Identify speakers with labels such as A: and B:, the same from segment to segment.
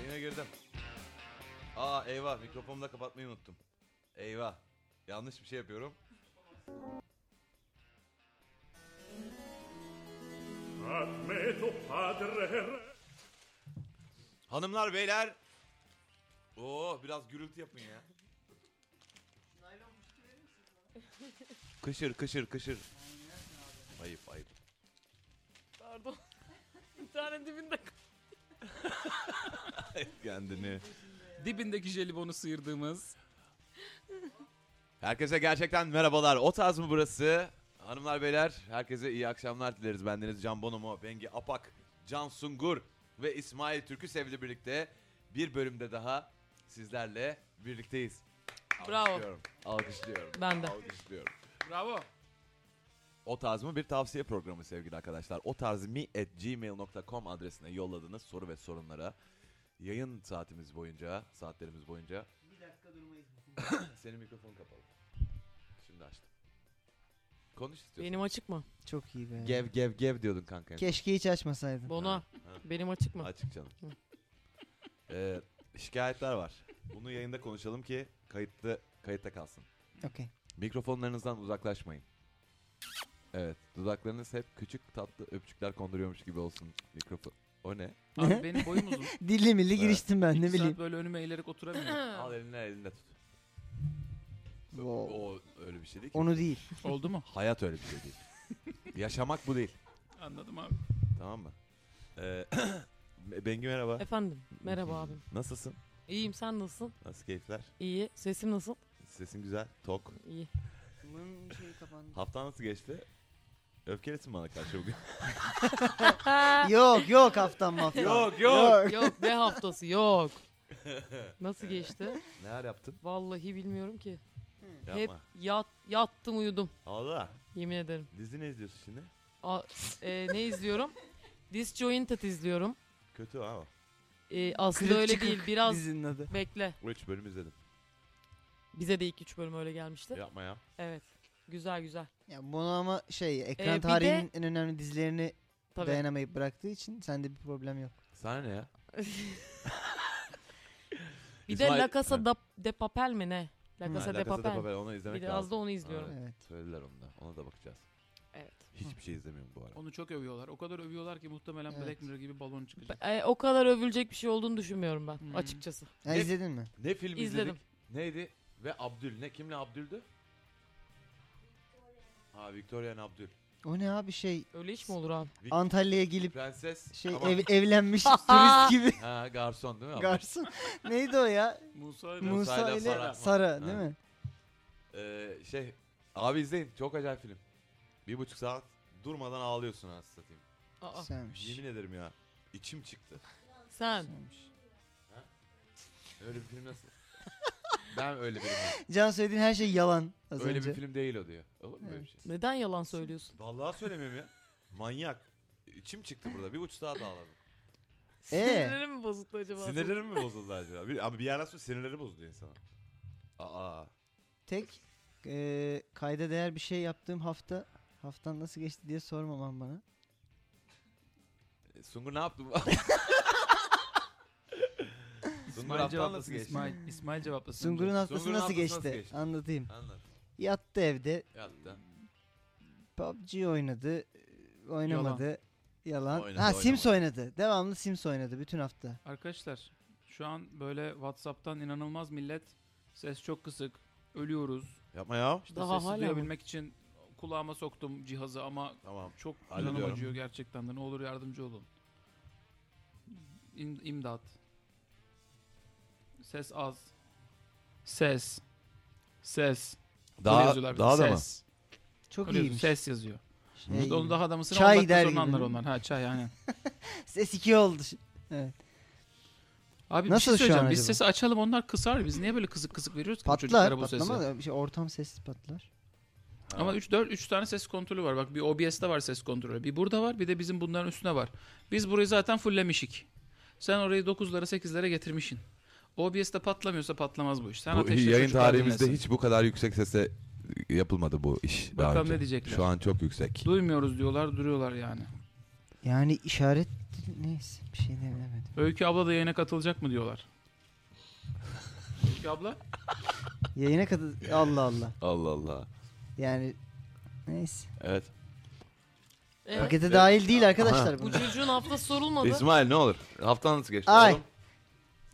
A: Oyuna girdim. Aa eyvah mikrofonumu da kapatmayı unuttum. Eyvah. Yanlış bir şey yapıyorum.
B: Admeto padre
A: Hanımlar beyler. Oo biraz gürültü yapın ya. Kışır kışır kışır. Ayıp ayıp.
C: Pardon. Bir tane dibinde
A: Kendini.
D: Dibindeki jelibonu sıyırdığımız.
A: Herkese gerçekten merhabalar. O tarz mı burası? Hanımlar beyler herkese iyi akşamlar dileriz. Bendeniz Can Bonomo, Bengi Apak, Can Sungur ve İsmail Türkü sevgili birlikte bir bölümde daha sizlerle birlikteyiz.
C: Bravo.
A: Alkışlıyorum. Alkışlıyorum.
C: Ben de.
A: Alkışlıyorum.
D: Bravo.
A: O tarz mı bir tavsiye programı sevgili arkadaşlar. O tarz mi at gmail.com adresine yolladığınız soru ve sorunlara yayın saatimiz boyunca, saatlerimiz boyunca
E: Bir dakika durmayız.
A: senin mikrofon kapalı. Şimdi açtım. Konuş istiyorsun.
C: Benim açık mı?
E: Çok iyi be.
A: Gev gev gev diyordun kanka.
E: Keşke hiç açmasaydın.
C: Bono.
A: Ha, ha.
C: Benim açık mı?
A: Açık canım. Ee, şikayetler var. Bunu yayında konuşalım ki kayıtta kayıtta kalsın.
E: Okey.
A: Mikrofonlarınızdan uzaklaşmayın. Evet, dudaklarınız hep küçük tatlı öpücükler konduruyormuş gibi olsun mikrofon. O ne?
D: Abi benim boyum uzun.
E: Dilli milli
A: Evet.
E: giriştim ben ne
D: İki saat
E: bileyim.
D: böyle önüme eğilerek oturamıyorum.
A: Al elinle elinde tut.
E: Wow.
A: O öyle bir şey değil ki.
E: Onu değil.
D: Oldu mu?
A: Hayat öyle bir şey değil. Yaşamak bu değil.
D: Anladım abi.
A: Tamam mı? Ee, Bengi merhaba.
C: Efendim. Merhaba abim.
A: Nasılsın?
C: İyiyim sen nasılsın?
A: Nasıl keyifler?
C: İyi. Sesim nasıl?
A: Sesin güzel, tok.
C: İyi.
E: Bunun şeyi kapandı.
A: Haftan nasıl geçti? Öfkelisin bana karşı bugün.
E: yok yok haftam maftam.
A: Yok, yok.
C: yok ne haftası yok. Nasıl geçti?
A: Neler yaptın?
C: Vallahi bilmiyorum ki.
A: Yapma.
C: Hep yat, yattım uyudum.
A: Allah.
C: Yemin ederim.
A: Dizi ne izliyorsun şimdi?
C: A- e, ne izliyorum? Disjointed izliyorum.
A: Kötü ama.
C: E, aslında
E: Kırık
C: öyle
E: çıkık
C: değil. Biraz
E: Dizinin adı.
C: bekle.
A: 3 bölüm izledim.
C: Bize de ilk üç bölüm öyle gelmişti.
A: Yapma ya.
C: Evet. Güzel güzel.
E: Ya bunu ama şey
C: Ee,
E: ekran
C: bir de-
E: tarihinin en önemli dizilerini
C: Tabii.
E: dayanamayıp bıraktığı için sende bir problem yok.
A: Sana ne ya?
C: Bir de
A: İsmail-
C: La Casa
A: Ha.
C: da, de Papel mi ne?
A: Hmm,
C: La Casa de Papel.
A: Onu izlemek
C: Bir de az da
A: lazım.
C: onu izliyorum.
A: Evet.
E: Evet.
A: Söylediler onu da. Ona da bakacağız.
C: Evet.
A: Hiçbir şey izlemiyorum bu ara.
D: Onu çok övüyorlar. O kadar övüyorlar ki muhtemelen
E: Evet.
D: Black Mirror gibi balon çıkacak.
C: E, o kadar övülecek bir şey olduğunu düşünmüyorum ben
D: Hmm.
C: açıkçası.
E: Ha,
A: Ne-
E: izledin mi?
A: Ne film
C: İzledim.
A: izledik? Neydi? Ve Abdül. Ne? Kimle Abdül'dü? Ha Victoria and Abdül.
E: O ne abi şey
C: Öyle iş mi olur abi?
E: Antalya'ya gelip
A: Prenses.
E: şey
A: Ama-
E: ev- evlenmiş turist gibi
A: Ha garson değil mi? Abdül?
E: garson. Neydi o ya?
D: Musa ile
A: Musa
E: Musa
A: ile
E: ile
A: Sara.
E: Sara değil
A: Ha.
E: mi?
A: Ee, şey abi izleyin çok acayip film. Bir buçuk saat durmadan ağlıyorsun anasını satayım. Ah,
C: Aa,
E: Güzelmiş.
A: Yemin ederim ya. İçim çıktı.
C: sen.
E: Güzelmiş.
A: Öyle bir film nasıl? ben öyle bir film.
E: Can söylediğin her şey yalan az
A: öyle
E: önce.
A: bir film değil o diyor. Olur mu böyle bir şey?
C: Neden yalan söylüyorsun?
A: Vallahi söylemiyorum ya. Manyak. İçim çıktı burada. Bir buçuk saat ağladım.
E: Ee?
C: Sinirlerim mi bozuldu acaba?
A: Sinirlerim mi bozuldu acaba? Bir, ama bir yerden sonra sinirleri bozuluyor insana. Aa.
E: Tek eee, kayda değer bir şey yaptığım hafta haftan nasıl geçti diye sormaman bana.
A: E, Sungur ne yaptı? bu? Sungur haftan
D: İsmail
A: nasıl
D: cevaplasın.
A: geçti?
D: İsmail, İsmail cevaplasın.
E: Sungur'un haftası,
A: Sungur'un
E: nasıl,
A: haftası
E: geçti?
A: nasıl geçti?
E: Anlatayım.
A: Anlat.
E: Yattı evde
A: Yattı.
E: PUBG oynadı. Oynamadı. Yalan.
A: Oynadı,
E: ha Sims oynadı. Devamlı Sims oynadı bütün hafta.
D: Arkadaşlar şu an böyle Whatsapp'tan inanılmaz millet. Ses çok kısık. Ölüyoruz.
A: Yapma ya.
D: İşte
C: Daha
D: sesi
C: hala mı?
D: duyabilmek için kulağıma soktum cihazı ama
A: Tamam.
D: Çok
A: Hallediyorum.
D: canım acıyor gerçekten de. Ne olur yardımcı olun. İm, imdat. Ses az. Ses. Ses. Böyle yazıyorlar bir de. ses.
E: Çok
D: Öyle yazıyor,
E: iyiymiş.
D: Ses yazıyor.
E: Şey gibi.
D: Onu daha da mısın?
E: Çay
D: Çay
E: der
D: Sonra
E: gibi,
D: anlar
E: değil mi?
D: onlar. Ha çay aynen.
E: Ses 2 oldu.
D: Abi
E: Nasıl
D: Nasıl
E: şu
D: bir şey söyleyeceğim.
E: an
D: Biz
E: acaba?
D: sesi açalım onlar kısar. Biz niye böyle kızık kızık veriyoruz ki bu
E: Patlar
D: çocuklara bu sesi?
E: patlama da bir şey, ortam sessiz patlar.
D: Ama 3 4 3 tane ses kontrolü var. Bak bir OBS'te var ses kontrolü. Bir burada var, bir de bizim bunların üstüne var. Biz burayı zaten fulllemişik. Sen orayı 9'lara 8'lere getirmişsin. OBS'te patlamıyorsa patlamaz bu iş. Sen
A: Bu
D: ateşle
A: yayın
D: çocuklar
A: tarihimizde
D: dinlesin.
A: hiç bu kadar yüksek sesle yapılmadı bu iş. daha
D: Bakalım
A: önce.
D: ne diyecekler.
A: Şu an çok yüksek.
D: duymuyoruz diyorlar, duruyorlar yani.
E: Yani işaret neyse bir şey demedim.
D: Öykü abla da yayına katılacak mı diyorlar. Öykü abla?
E: Yayına kadar Allah Allah.
A: Allah Allah.
E: Yani neyse.
A: Evet.
C: Ee,
E: Pakete dahil değil arkadaşlar
A: Aha.
C: bu
E: bunlar.
C: çocuğun haftası sorulmadı.
A: İsmail ne olur? Haftan nasıl geçti?
E: Ay.
A: oğlum?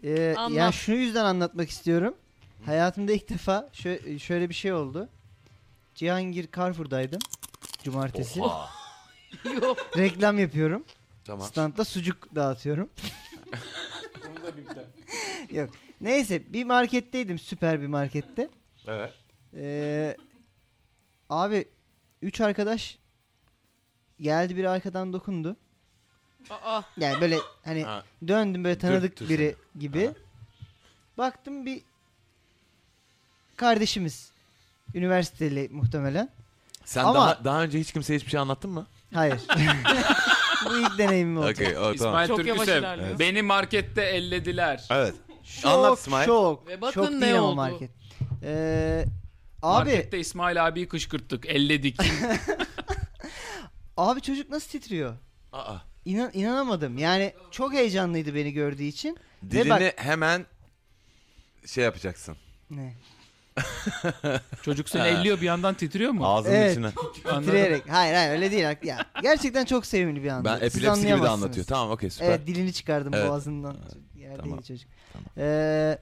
E: Ee,
C: Anlat.
E: yani şunu yüzden anlatmak istiyorum. Hayatımda ilk defa şö- şöyle bir şey oldu. Cihangir Carrefour'daydım. Cumartesi.
A: Oha.
C: Yok.
E: Reklam yapıyorum.
A: Tamam.
E: Standta sucuk dağıtıyorum. Yok. Neyse bir marketteydim. Süper bir markette.
A: Evet.
E: Ee, abi üç arkadaş geldi biri arkadan dokundu.
C: Aa,
E: Yani böyle hani
A: Ha.
E: döndüm böyle tanıdık
A: Dürttü
E: biri gibi.
A: Ha.
E: Baktım bir kardeşimiz. Üniversiteli muhtemelen.
A: Sen
E: Ama-
A: daha daha önce hiç kimseye hiçbir şey anlattın mı?
E: Hayır. Bu ilk deneyimim oldu.
A: Okey, o, tamam.
D: İsmail
C: Çok yavaş
D: Türküsev.
C: ilerliyor.
D: Beni markette ellediler.
A: Evet.
E: Şok,
A: Anlat İsmail.
E: şok.
C: Ve bakın
E: şok
C: ne
E: değil ama
C: oldu.
E: market. Ee, abi
D: Markette İsmail abiyi kışkırttık, elledik.
E: abi çocuk nasıl titriyor?
A: Aa.
E: İnan, inanamadım. Yani çok heyecanlıydı beni gördüğü için. Ve
A: Dilini
E: bak-
A: hemen şey yapacaksın.
E: Ne?
D: Çocuk seni elliyor bir yandan titriyor mu?
A: Ağzının
E: Evet.
A: içine.
D: Anladım.
E: Titreyerek. Hayır hayır öyle değil. Ya, gerçekten çok sevimli bir anda.
A: Ben
E: Siz
A: epilepsi gibi de
E: anlayamazsınız.
A: anlatıyor. Tamam okey süper.
E: Evet dilini çıkardım
A: Evet.
E: boğazından. Yerdeydi
A: Tamam.
E: çocuk.
A: Tamam.
E: Ee,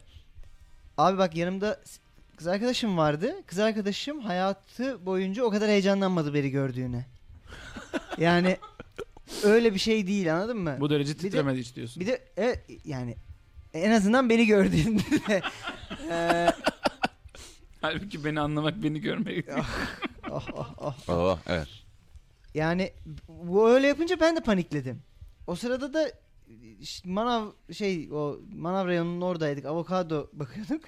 E: abi bak yanımda s- kız arkadaşım vardı. Kız arkadaşım hayatı boyunca o kadar heyecanlanmadı beni gördüğüne. Yani öyle bir şey değil anladın mı?
D: Bu derece
E: Bir de-
D: titremedi hiç diyorsun.
E: Bir de evet, yani en azından beni gördüğünde de, ee,
D: Halbuki beni anlamak, beni görmek.
E: oh, oh, oh.
A: Oo, evet.
E: Yani bu öyle yapınca ben de panikledim. O sırada da işte manav şey o manav reyonunun oradaydık. Avokado bakıyorduk.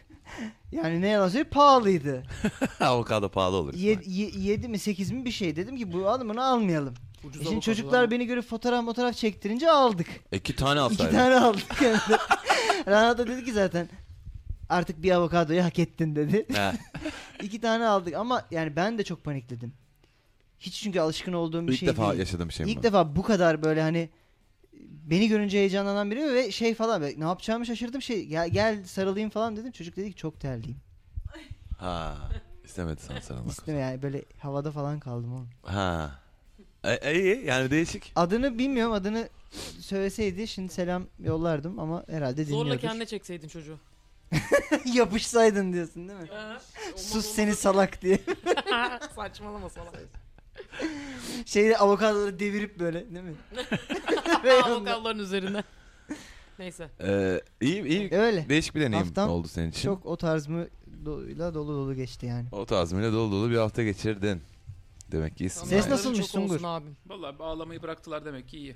E: yani ne yalan söyleyeyim pahalıydı.
A: Avokado pahalı olur.
E: Ye,
A: İsmail.
E: ye- yedi mi 8 mi bir şey dedim ki bu alın bunu almayalım. E
D: Ucuz
E: şimdi
D: avokado
E: çocuklar
D: ama.
E: beni görüp fotoğraf fotoğraf çektirince aldık.
A: İki E, tane
E: İki
A: alsaydın.
E: tane aldık. Rana da dedi ki zaten artık bir avokadoyu hak ettin dedi.
A: He.
E: İki tane aldık ama yani ben de çok panikledim. Hiç çünkü alışkın olduğum bir
A: İlk
E: şey
A: defa
E: değil.
A: yaşadığım bir şey
E: İlk
A: bu.
E: defa bu kadar böyle hani beni görünce heyecanlanan biri ve şey falan böyle ne yapacağımı şaşırdım şey gel, gel sarılayım falan dedim. Çocuk dedi ki çok terliyim.
A: Ha. İstemedi sana sarılmak.
E: İstemem yani böyle havada falan kaldım oğlum.
A: Ha. E, e, iyi yani değişik.
E: Adını bilmiyorum adını söyleseydi şimdi selam yollardım ama herhalde
C: zorla
E: dinliyordur.
C: kendine çekseydin çocuğu.
E: Yapışsaydın diyorsun değil mi?
C: Ee,
E: Sus seni salak diye.
C: Saçmalama salak.
E: Şeyde avokadoları devirip böyle değil mi? Reyonda.
C: Avokadoların üzerine. Neyse.
A: Ee, iyi iyi.
E: Öyle.
A: Değişik bir deneyim
E: Haftam
A: oldu senin için.
E: Çok o tarz mı doyla dolu dolu geçti yani.
A: O tazminle dolu dolu bir hafta geçirdin. Demek ki İsmail.
E: Ses
C: Anıların
E: nasılmış
C: çok olsun
E: Sungur?
C: abim.
D: Vallahi bağlamayı bıraktılar demek ki iyi.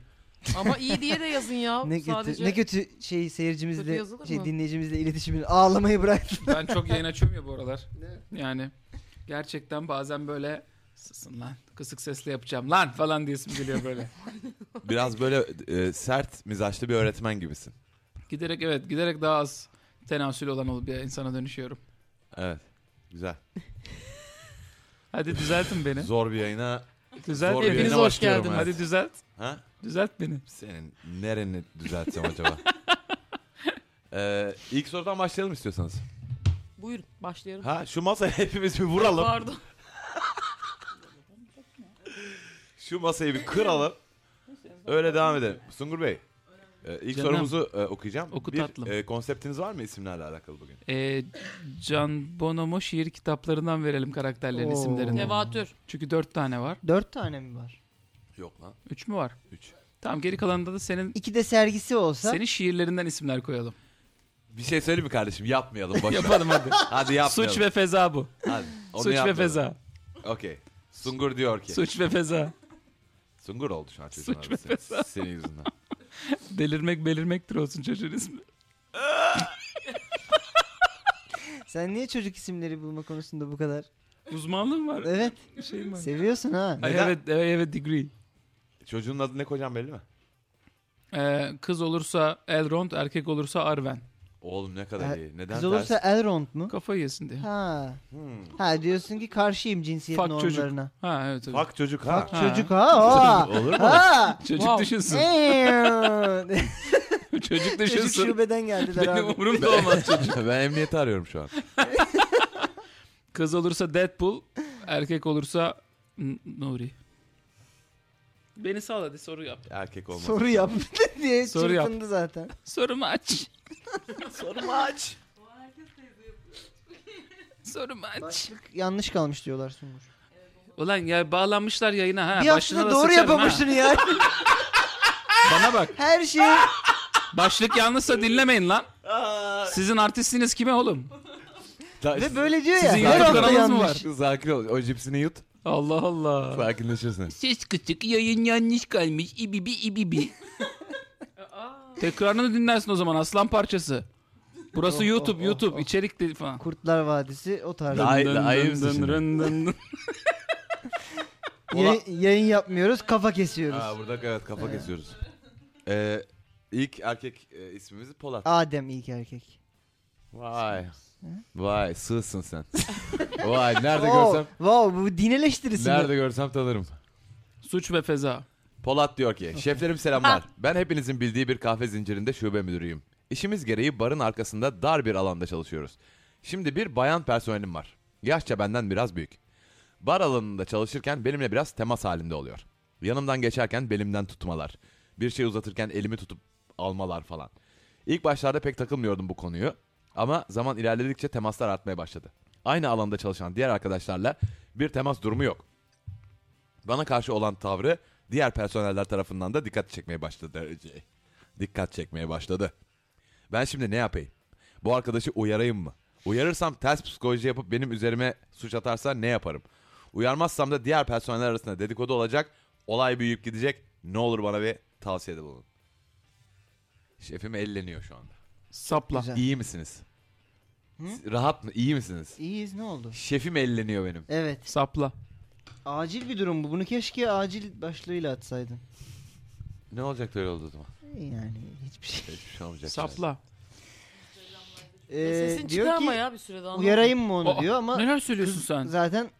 C: Ama iyi diye de yazın ya.
E: Ne kötü,
C: Sadece
E: ne kötü şey
C: Kötü
E: seyircimizle
C: yazılır
E: şey
C: mı?
E: dinleyicimizle iletişimini ağlamayı bıraktı.
D: Ben çok yayın açıyorum ya bu aralar. Yani gerçekten bazen böyle susun lan kısık sesle yapacağım lan falan diyesim geliyor böyle.
A: Biraz böyle e, sert mizaçlı bir öğretmen gibisin.
D: giderek evet giderek daha az tenasül olan ol bir insana dönüşüyorum.
A: Evet. Güzel.
D: Hadi düzeltin beni.
A: Zor bir yayına.
D: düzelt.
A: zor bir
D: Hepiniz
A: yayına
D: hoş
A: başlıyorum
D: geldin.
A: evet.
D: Hadi düzelt.
A: Ha?
D: Düzelt beni.
A: Senin nereni düzeltsem acaba? ee, ilk sorudan başlayalım istiyorsanız.
C: Buyurun başlayalım.
A: Ha şu masaya hepimiz bir vuralım.
C: Pardon.
A: Şu masayı bir kıralım. Öyle devam edelim. Sungur Bey. e, İlk
D: Canım.
A: sorumuzu e, okuyacağım.
D: Oku
A: bir
D: tatlım.
A: e, konseptiniz var mı isimlerle alakalı bugün?
D: Ee, Can Bonomo şiir kitaplarından verelim karakterlerin
E: Oo.
D: isimlerini.
C: Tevatür.
D: Çünkü dört tane var.
E: Dört tane mi var?
A: Yok lan.
D: Üç mü var?
A: Üç.
D: Tamam geri kalanında da senin
E: İki de sergisi olsa.
D: senin şiirlerinden isimler koyalım.
A: Bir şey söyleyeyim mi kardeşim? Yapmayalım. Boş ver.
D: Yapalım hadi.
A: Hadi yapmayalım.
D: Suç ve feza bu.
A: Hadi, onu
D: Suç ve
A: yapmayalım.
D: feza.
A: Okey. Sungur diyor ki.
D: Suç ve feza.
A: Sungur oldu şu an çocuğun
D: Suç
A: Suç
D: ve feza.
A: Senin yüzünden.
D: Delirmek belirmektir olsun çocuğun ismi.
E: Sen niye çocuk isimleri bulma konusunda bu kadar?
D: Uzmanlığım var.
E: Evet.
D: Şeyim var.
E: Seviyorsun ha.
D: I
A: Neden?
D: have, a, I have a degree.
A: Çocuğun adını ne koyacağım belli mi?
D: Ee, kız olursa Elrond, erkek olursa Arwen.
A: Oğlum ne kadar
E: E,
A: iyi. Neden
E: Kız olursa
A: ters?
E: Elrond mu?
D: Kafayı yesin diye.
E: Ha.
A: Hmm.
E: Ha diyorsun ki karşıyım cinsiyet
D: Fuck çocuk.
E: normlarına.
D: Ha evet
E: e,
D: tabii.
A: Bak çocuk ha.
D: Ha.
E: Çocuk ha. ha.
A: Olur mu?
E: Ha.
D: Çocuk
C: Wow.
D: düşünsün.
E: Eee.
D: çocuk
E: Çocuk
D: düşünsün.
E: şubeden geldiler
D: Benim
E: abi.
D: umurumda olmaz.
A: ben emniyeti arıyorum şu an.
D: Kız olursa Deadpool, erkek olursa N- Nuri. Beni sal hadi soru yap.
A: Erkek olmaz.
E: Soru yap diye
D: Soru yap.
E: çırpındı zaten.
D: Sorumu aç. Sorumu aç. Sorumu aç.
E: Başlık yanlış kalmış diyorlar Sungur.
D: Ulan ya bağlanmışlar yayına ha.
E: bir
D: Başlığına
E: haftada
D: da
E: doğru
D: sıçarım ha.
E: yapamışsın ya.
D: Bana bak.
E: Her şey
D: Başlık yanlışsa dinlemeyin lan. Sizin artistiniz kime oğlum?
E: ve böyle diyor ya.
D: Sizin
E: Her hafta
D: yayınlarınız mı
E: yanlış.
D: var?
A: Sakin ol. O cipsini yut.
D: Allah Allah.
A: Sakinleşirsin.
D: Ses kısık yayın yanlış kalmış. İbibi ibibi. Tekrarını dinlersin o zaman aslan parçası. Burası
E: Oh,
D: YouTube
E: oh, oh,
D: YouTube
E: oh.
D: içerik değil falan.
E: Kurtlar Vadisi o tarz.
A: Daha- Ay- ayıpsın şimdi.
D: dın.
E: Yayın, yayın yapmıyoruz kafa kesiyoruz.
A: Ha, burada evet kafa kesiyoruz. Ee, ilk erkek e, ismimiz Polat.
E: Adem ilk erkek.
A: Vay. Vay sığsın sen. Vay nerede
E: Oo,
A: görsem
E: wow, bu din eleştirisi. mi?
A: nerede görsem tanırım.
D: Suç ve feza.
A: Polat diyor ki, şeflerim selamlar. Ben hepinizin bildiği bir kahve zincirinde şube müdürüyüm. İşimiz gereği barın arkasında dar bir alanda çalışıyoruz. Şimdi bir bayan personelim var. Yaşça benden biraz büyük. Bar alanında çalışırken benimle biraz temas halinde oluyor. Yanımdan geçerken belimden tutmalar. Bir şey uzatırken elimi tutup almalar falan. İlk başlarda pek takılmıyordum bu konuyu. Ama zaman ilerledikçe temaslar artmaya başladı. Aynı alanda çalışan diğer arkadaşlarla bir temas durumu yok. Bana karşı olan tavrı diğer personeller tarafından da dikkat çekmeye başladı. Şey, Dikkat çekmeye başladı. Ben şimdi ne yapayım? Bu arkadaşı uyarayım mı? Uyarırsam ters psikoloji yapıp benim üzerime suç atarsa ne yaparım? Uyarmazsam da diğer personeller arasında dedikodu olacak. Olay büyüyüp gidecek. Ne olur bana bir tavsiyede bulun. Şefim elleniyor şu anda.
D: Sapla.
E: Güzel.
A: İyi misiniz? Rahat mı? İyi misiniz?
E: İyiyiz ne oldu?
A: Şefim elleniyor benim.
E: Evet.
D: Sapla.
E: Acil bir durum bu. Bunu keşke acil başlığıyla atsaydın.
A: Ne olacak da öyle oldu o zaman?
E: Yani hiçbir şey.
A: Hiçbir şey olmayacak.
D: Sapla.
E: Ee,
C: E, Sesin çıkar ama ya bir süreden.
E: uyarayım mı onu
D: Aa,
E: diyor ama
D: Neler söylüyorsun sen?
E: zaten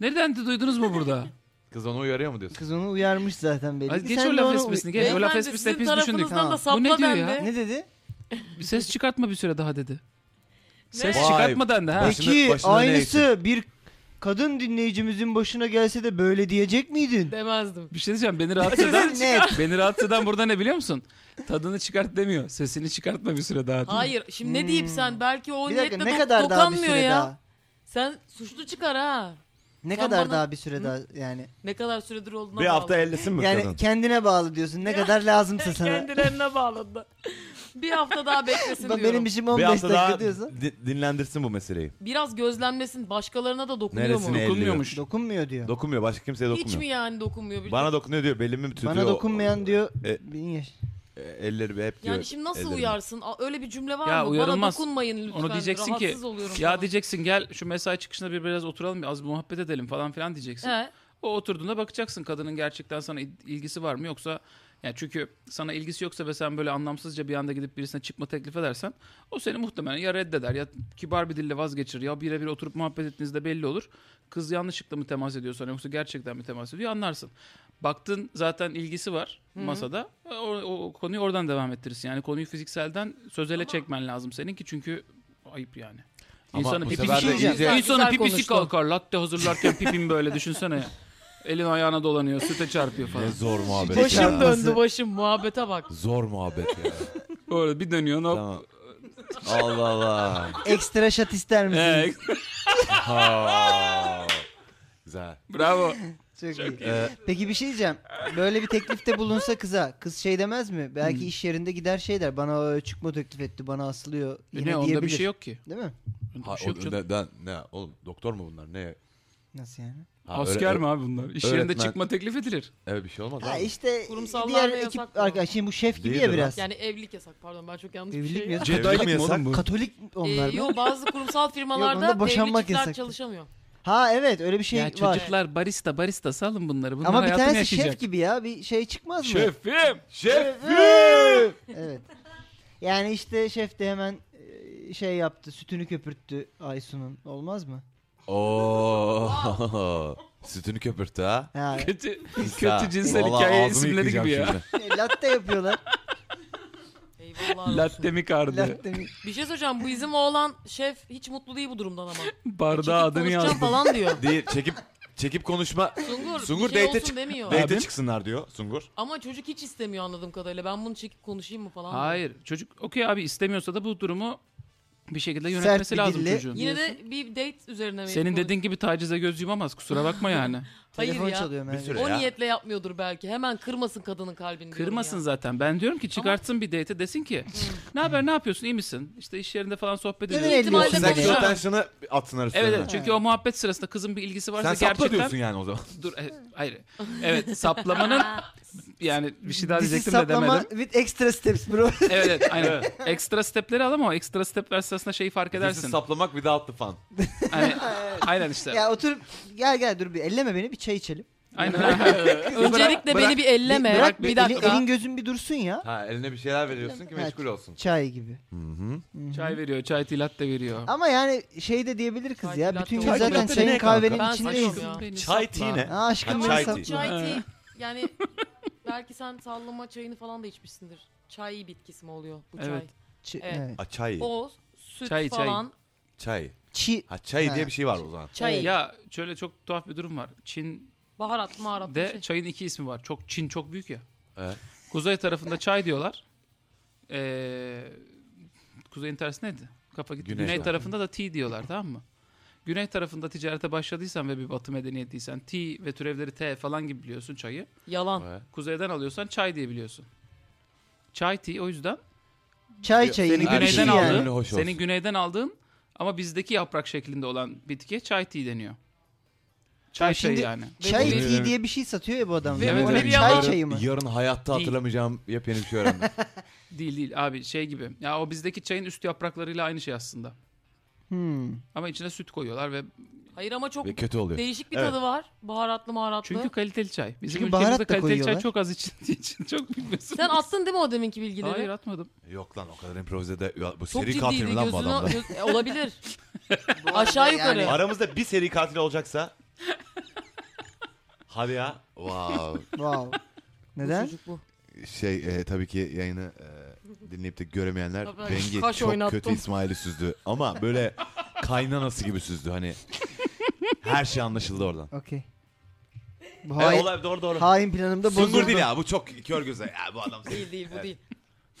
D: Nereden de duydunuz mu burada?
A: Kız onu uyarıyor mu diyorsun?
E: kız onu uyarmış zaten belli.
D: Hadi
E: ki.
D: geç
E: Sen
D: o
E: de
D: laf
E: onu
D: esprisini,
E: uy-
D: geç.
E: Ne?
D: O laf
C: Beyefendi,
D: esprisini
C: sizin
D: hepimiz düşündük.
E: Tamam.
C: tarafınızdan
E: Bu
C: da sapla
D: ne diyor ya?
C: dendi.
E: Ne dedi?
D: Bir ses çıkartma bir süre daha dedi. Ses
A: Vay.
D: çıkartma dendi ha.
A: Başına-
E: Peki
A: başına ne
E: aynısı bir kadın dinleyicimizin başına gelse de böyle diyecek miydin?
C: Demezdim.
D: Bir şey diyeceğim beni rahatsız eden.
E: Net.
D: beni rahatsız eden burada ne biliyor musun? Tadını çıkart demiyor. Sesini çıkartma bir süre daha. diyor.
C: Hayır şimdi ne diyeyim sen belki o
E: Hmm. Bir dakika
C: niyetle
E: ne
C: do-
E: kadar daha bir
C: dokanmıyor
E: süre
C: ya.
E: daha?
C: Sen suçlu çıkar ha.
E: Ne
C: Sen
E: kadar
C: bana-
E: daha bir süre daha yani?
C: Ne kadar süredir olduğuna
A: Bir
C: bağlı.
A: hafta ellisin mi
E: Yani
A: kadın?
E: kendine bağlı diyorsun. Ne kadar lazımsa sana.
C: Kendilerine bağladı. bir hafta daha beklesin
E: Bak
C: diyorum.
E: benim şey- işim 15 dakika diyorsun.
A: di- dinlendirsin bu meseleyi.
C: Biraz gözlemlesin. Başkalarına da dokunuyor mu?
A: Neresine
D: Dokunmuyormuş.
E: Dokunmuyor diyor.
A: Dokunmuyor. Başka kimseye
C: Hiç
A: dokunmuyor.
C: mi yani dokunmuyor? Bir
A: Bana dokunuyor diyor. Belimi tutuyor.
E: Bana dokunmayan diyor.
A: E-
E: bin yaş.
A: E, Elleri hep diyor.
C: Yani şimdi nasıl
A: ellerimi.
C: uyarsın? A- Öyle bir cümle var
D: Ya
C: mı?
D: uyarılmaz.
C: Bana dokunmayın lütfen.
D: Onu diyeceksin ki,
C: Rahatsız oluyorum
D: Ya
C: falan.
D: diyeceksin gel şu mesai çıkışında bir biraz oturalım az bir muhabbet edelim falan filan diyeceksin.
C: He.
D: O oturduğunda bakacaksın kadının gerçekten sana il- ilgisi var mı yoksa yani çünkü sana ilgisi yoksa ve sen böyle anlamsızca bir anda gidip birisine çıkma teklif edersen o seni muhtemelen ya reddeder ya kibar bir dille vazgeçir ya birebir oturup muhabbet ettiğinizde belli olur. Kız yanlışlıkla mı temas ediyor sana yoksa gerçekten mi temas ediyor anlarsın. Baktın zaten ilgisi var masada o, o- o konuyu oradan devam ettirirsin. Yani konuyu fizikselden sözele çekmen lazım senin ki çünkü ayıp yani.
A: Ama
D: İnsanın
A: bu
D: pipisi,
A: sefer de
D: İnsanın
A: iyice-
C: Güzel
D: pipisi
C: konuştun.
D: kalkar. Latte hazırlarken pipim böyle düşünsene ya. Elin ayağına dolanıyor, süte çarpıyor falan.
A: Ne zor muhabbet.
E: Boş-
C: Başım
E: Çarpması.
C: döndü başım. Muhabbete bak.
A: Zor muhabbet ya.
D: Böyle bir dönüyorsun hop.
A: tamam. Allah Allah.
E: Ekstra şat ister misin?
D: Ee,
A: Ha. Güzel.
D: bravo.
E: Çok, iyi.
A: Ee,
E: Peki bir şey diyeceğim. Böyle bir teklifte bulunsa kıza. Kız şey demez mi? Belki iş yerinde gider şey der. Bana ö, çıkma teklif etti. Bana asılıyor. Yine
D: ne onda
E: diyebilir.
D: bir şey yok ki.
E: Değil mi?
D: Onda
A: ha,
D: bir şey yok
A: o-
D: canım.
A: ne, ben- ne, oğlum doktor mu bunlar? Ne?
E: Nasıl yani?
A: Ha,
D: Asker
A: öyle-
D: mi abi bunlar? İş
A: öğretmen-
D: yerinde çıkma teklif edilir.
A: Evet bir şey olmaz.
E: Ha
A: abi.
E: işte
C: Kurumsallar
E: diğer
C: da
E: ekip
C: yasak mı?
E: arkadaş. Şimdi bu şef gibi
A: Değildir
E: ya
A: lan.
E: biraz.
C: Yani evlilik yasak. Pardon ben çok yanlış bir
E: Evlilik
C: şey. Ee,
E: mi yasak?
A: Evlilik
E: Katolik
A: mi
E: mi
A: yasak?
E: oğlum bu? Katolik onlar mı?
C: yok bazı kurumsal firmalarda
E: onda boşanmak
C: evlilikler
E: yasak.
C: çalışamıyor.
E: Ha evet öyle bir şey
D: ya
E: var.
D: çocuklar barista barista salın bunları. Bunlar
E: Ama bir
D: hayatını
E: tanesi
D: yaşayacak.
E: şef gibi ya. Bir şey çıkmaz mı?
D: Şefim.
A: Şef!
E: Evet. Yani işte şef de hemen e, şey yaptı sütünü köpürttü Aysun'un olmaz mı?
A: Oo. Sütünü köpürttü ha.
E: Ha,
D: Kötü,
A: İsa,
D: kötü cinsel
A: vallahi
D: hikaye
A: ağzımı
D: isimleri
A: yıkayacağım
D: gibi ya.
A: şimdi.
E: şey, latte yapıyorlar.
C: Eyvallah olsun.
D: Latte mi kardı?
E: latte mi?
C: Bir şey söyleyeceğim. Bu bizim oğlan şef hiç mutlu değil bu durumdan ama. Çekip
D: Bardağa adını
C: konuşacağım
D: yazdım.
C: falan diyor.
A: Değil çekip çekip konuşma.
C: Sungur,
A: Sungur
C: bir şey
A: date'e
C: olsun
A: çık-
C: demiyor.
D: Date-
A: Date'e
D: Abim?
A: çıksınlar diyor Sungur.
C: Ama çocuk hiç istemiyor anladığım kadarıyla. Ben bunu çekip konuşayım mı falan. diyor.
D: Hayır. Çocuk okey abi istemiyorsa da bu durumu bir şekilde yönetmesi
E: bir
D: lazım
E: dille-
D: çocuğun.
C: Yine de bir date üzerine mi?
D: Senin
C: konuş-
D: dediğin gibi tacize göz yumamaz. Kusura bakma yani.
C: Hayır
E: Telefon
C: ya.
E: çalıyor
A: Bir
E: Merve.
A: süre
C: O
A: ya.
C: niyetle yapmıyordur belki. Hemen kırmasın kadının kalbini. diyorum
D: Kırmasın
C: ya.
D: zaten. Ben diyorum ki çıkartsın bir date desin ki ne haber ne yapıyorsun iyi misin? İşte iş yerinde falan sohbet
E: Neden
D: ediyoruz.
E: elliyorsun?
C: İhtimalle
A: Sexual
C: konuşalım.
A: tension'ı atsınlar üstüne.
D: Evet, evet çünkü o muhabbet sırasında kızın bir ilgisi varsa
A: Sen sapla
D: gerçekten
A: diyorsun yani o zaman.
D: dur e, hayır. Evet saplamanın yani bir şey daha
E: This is
D: diyecektim de
E: saplama
D: demedim.
E: with extra steps bro.
D: Evet evet aynen. Ekstra stepleri al ama o ekstra step verse aslında şeyi fark
A: Edersin.
D: edersin.
A: Saplamak without the fun.
D: Hani, aynen işte.
E: ya oturup gel gel dur bir elleme beni bir çay içelim.
D: Aynen. aynen.
C: Öncelikle
D: Bırak-
C: beni bir elleme.
E: Bir-
D: bırak
C: Bırak,
D: bir-
C: bir
E: Elin-
C: dakika.
E: elin gözün bir dursun ya.
A: Ha eline bir şeyler veriyorsun ki
E: Evet.
A: meşgul olsun.
E: Çay gibi.
D: Çay veriyor, çay tilat da veriyor.
E: Ama yani şey de diyebilir kız
C: Çay
E: ya.
C: latte
E: Bütün gün
C: olsun.
E: zaten
A: Çay latte
E: çayın
A: ne
E: kahvenin
C: kanka? Ben
E: içindeyiz.
C: saçma.
A: Çay tea ne?
E: Aa, aşkım
A: Ha,
E: beni
A: çay
E: sat.
A: tea.
C: Çay tea. Yani belki sen sallama çayını falan da içmişsindir. Çay bitkisi mi oluyor bu çay?
D: Evet.
E: Ç-
C: Evet.
E: evet.
A: A çay.
C: O süt
D: Çay, çay.
C: falan.
A: Çay.
E: Çi.
A: Ha çay diye
E: Ha.
A: bir şey var o zaman.
C: Çay.
D: Ya şöyle çok tuhaf bir durum var. Çin'de
C: Baharat maharat. bir şey.
D: çayın iki ismi var. Çok Çin çok büyük ya.
A: Evet.
D: Kuzey tarafında çay diyorlar. Ee, kuzeyin tersi neydi? Kafa gitti.
A: Güney.
D: Güney, tarafında da tea diyorlar tamam mı? Güney tarafında ticarete başladıysan ve bir batı medeniyetiysen tea ve türevleri T falan gibi biliyorsun çayı.
C: Yalan.
A: Evet.
D: Kuzeyden alıyorsan çay diye biliyorsun. Çay tea o yüzden
E: Çay çayı.
D: senin
E: gibi bir
D: güneyden
E: şey
A: aldın.
E: yani.
A: Gönlü
D: aldığın,
A: hoş olsun.
D: senin güneyden aldığın ama bizdeki yaprak şeklinde olan bitkiye çay tea deniyor. Çay çayı
E: Ya şimdi-
D: yani.
E: Çay
A: Evet.
E: tea diye bir şey satıyor ya bu adam.
D: Evet,
E: O
D: evet.
E: ne
D: Bir
E: çay
D: yalan.
E: çayı mı?
A: Yarın hayatta
D: Değil.
A: hatırlamayacağım yepyeni bir şey öğrendim.
D: Değil değil abi şey gibi. Ya o bizdeki çayın üst yapraklarıyla aynı şey aslında.
E: Hmm.
D: Ama içine süt koyuyorlar ve
C: Hayır ama çok
A: Ve kötü oluyor.
C: değişik bir
A: Evet.
C: tadı var. Baharatlı maharatlı.
D: çünkü kaliteli çay. Bizim
E: Çünkü baharat
D: ülkemizde
E: da
D: kaliteli
E: koyuyorlar.
D: çay çok az içildiği için çok bilmiyorsun.
C: Sen attın değil mi o deminki bilgileri?
D: Hayır atmadım.
A: Yok lan o kadar improvize de Ya, bu
C: Çok
A: seri katil
C: ciddiydi
A: mi lan bu
C: gözünü.
A: adamda?
C: göz- E, olabilir. Aşağı yukarı.
E: yani-
A: Aramızda bir seri katil olacaksa Hadi ya. Wow.
E: Wow.
C: Bu
E: Neden?
C: çocuk bu.
A: Şey e, tabii ki yayını e, dinleyip de göremeyenler
C: Tabii,
A: Bengi
C: kaş
A: çok
C: oynattım.
A: kötü İsmail'i süzdü. Ama böyle kaynanası gibi süzdü hani. Her şey anlaşıldı oradan.
E: Okey. Bu
A: Evet,
E: hain,
A: E, olay doğru doğru.
E: hain planımda bozuldu.
A: Sungur değil ya bu çok kör göze. Ya bu adam
C: Değil değil bu
A: Evet.
C: değil.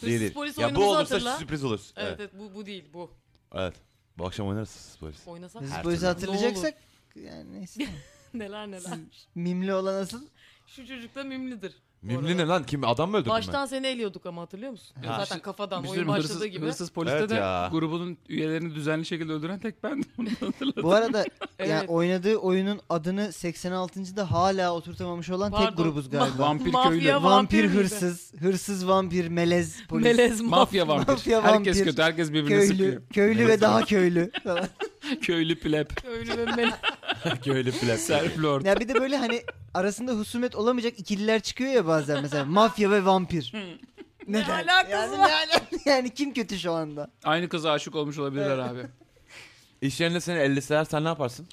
A: Değil, değil.
C: Hırsız polis
A: Ya
C: oyunumuzu
A: bu olursa
C: hatırla.
A: sürpriz olur.
C: Evet,
A: Evet.
C: evet bu, bu değil bu.
A: evet. Bu akşam oynarız sürpriz polis.
C: Oynasak
E: Biz
A: Her
E: bu yüzden
A: türlü.
E: hatırlayacaksak yani neyse.
C: neler neler.
E: Mimli olan asıl
C: Şu çocuk da mimlidir. bu
A: Mimli
C: arada.
A: ne lan? Kim? Adam mı öldürdün ben?
C: Baştan seni eliyorduk ama hatırlıyor musun?
A: Ha.
C: Zaten
D: İşte-
C: kafadan
D: Bir
C: oyun
D: sürü
C: başladığı
D: hırsız,
C: gibi.
D: hırsız poliste
A: Evet
D: de
A: ya.
D: grubunun üyelerini düzenli şekilde öldüren tek bendim. Onu hatırladım.
E: bu arada yani
C: Evet.
E: oynadığı oyunun adını 86. da hala oturtamamış olan tek
C: Pardon.
E: grubuz galiba.
D: Vampir köylü.
C: Mafya
E: vampir
C: miydi?
E: hırsız, hırsız vampir, melez polis.
C: Melez mafya.
D: Mafya vampir.
E: Mafya
D: herkes
E: vampir.
D: kötü. Herkes birbirini sıkıyor.
E: köylü, köylü ve daha köylü. falan.
D: Köylü pleb.
C: Köylü ve melez.
A: Köylü plak.
D: Serp lord.
E: ya bir de böyle hani arasında husumet olamayacak ikililer çıkıyor ya bazen mesela mafya ve vampir.
C: Hmm. Ne
E: Neden?
C: alakası var?
E: yani, ne alakası- yani kim kötü şu anda?
D: Aynı kıza aşık olmuş olabilirler abi.
A: İş yerinde seni elleseler sen ne yaparsın?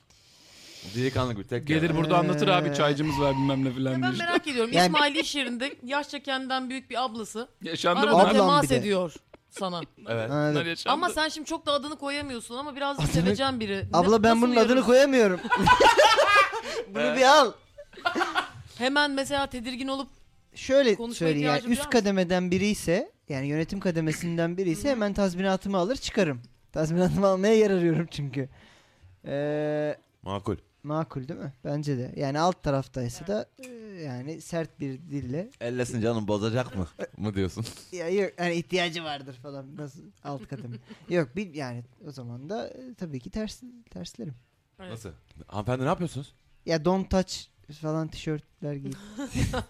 A: Delikanlı gibi tek
D: Gelir
A: yani.
D: burada anlatır abi
E: Ee.
D: çaycımız var bilmem ne filan diye.
C: Ben
D: işte.
C: merak ediyorum.
E: Yani-
C: İsmail iş yerinde yaşça kendinden büyük bir ablası
D: Yaşandı
C: arada
D: bunlar.
E: Ablam
C: temas
E: bir de.
C: ediyor sana.
A: Evet.
E: Ha,
D: Bunlar
E: evet.
D: yaşandı.
C: ama sen şimdi çok da adını koyamıyorsun ama biraz
E: Adını-
C: seveceğim biri. Ne-
E: Abla ben
C: nasıl
E: bunun
C: uyarım?
E: adını koyamıyorum. Bunu bir al.
C: Hemen mesela tedirgin olup
E: Şöyle
C: Konuşma
E: söyleyeyim yani
C: ihtiyacı duyar
E: üst
C: mısın?
E: kademeden biri ise yani yönetim kademesinden biri ise hemen tazminatımı alır çıkarım. Tazminatımı almaya yer arıyorum çünkü. Ee,
A: Makul.
E: makul değil mi? Bence de. Yani alt taraftaysa da e, yani sert bir dille
A: Ellesin canım bozacak mı? mı diyorsun?
E: ya yok hani ihtiyacı vardır falan nasıl alt kademe. yok bir yani o zaman da e, tabii ki ters terslerim.
C: Evet.
A: Nasıl? Hanımefendi ne yapıyorsunuz?
E: Ya don't touch falan tişörtler giyip.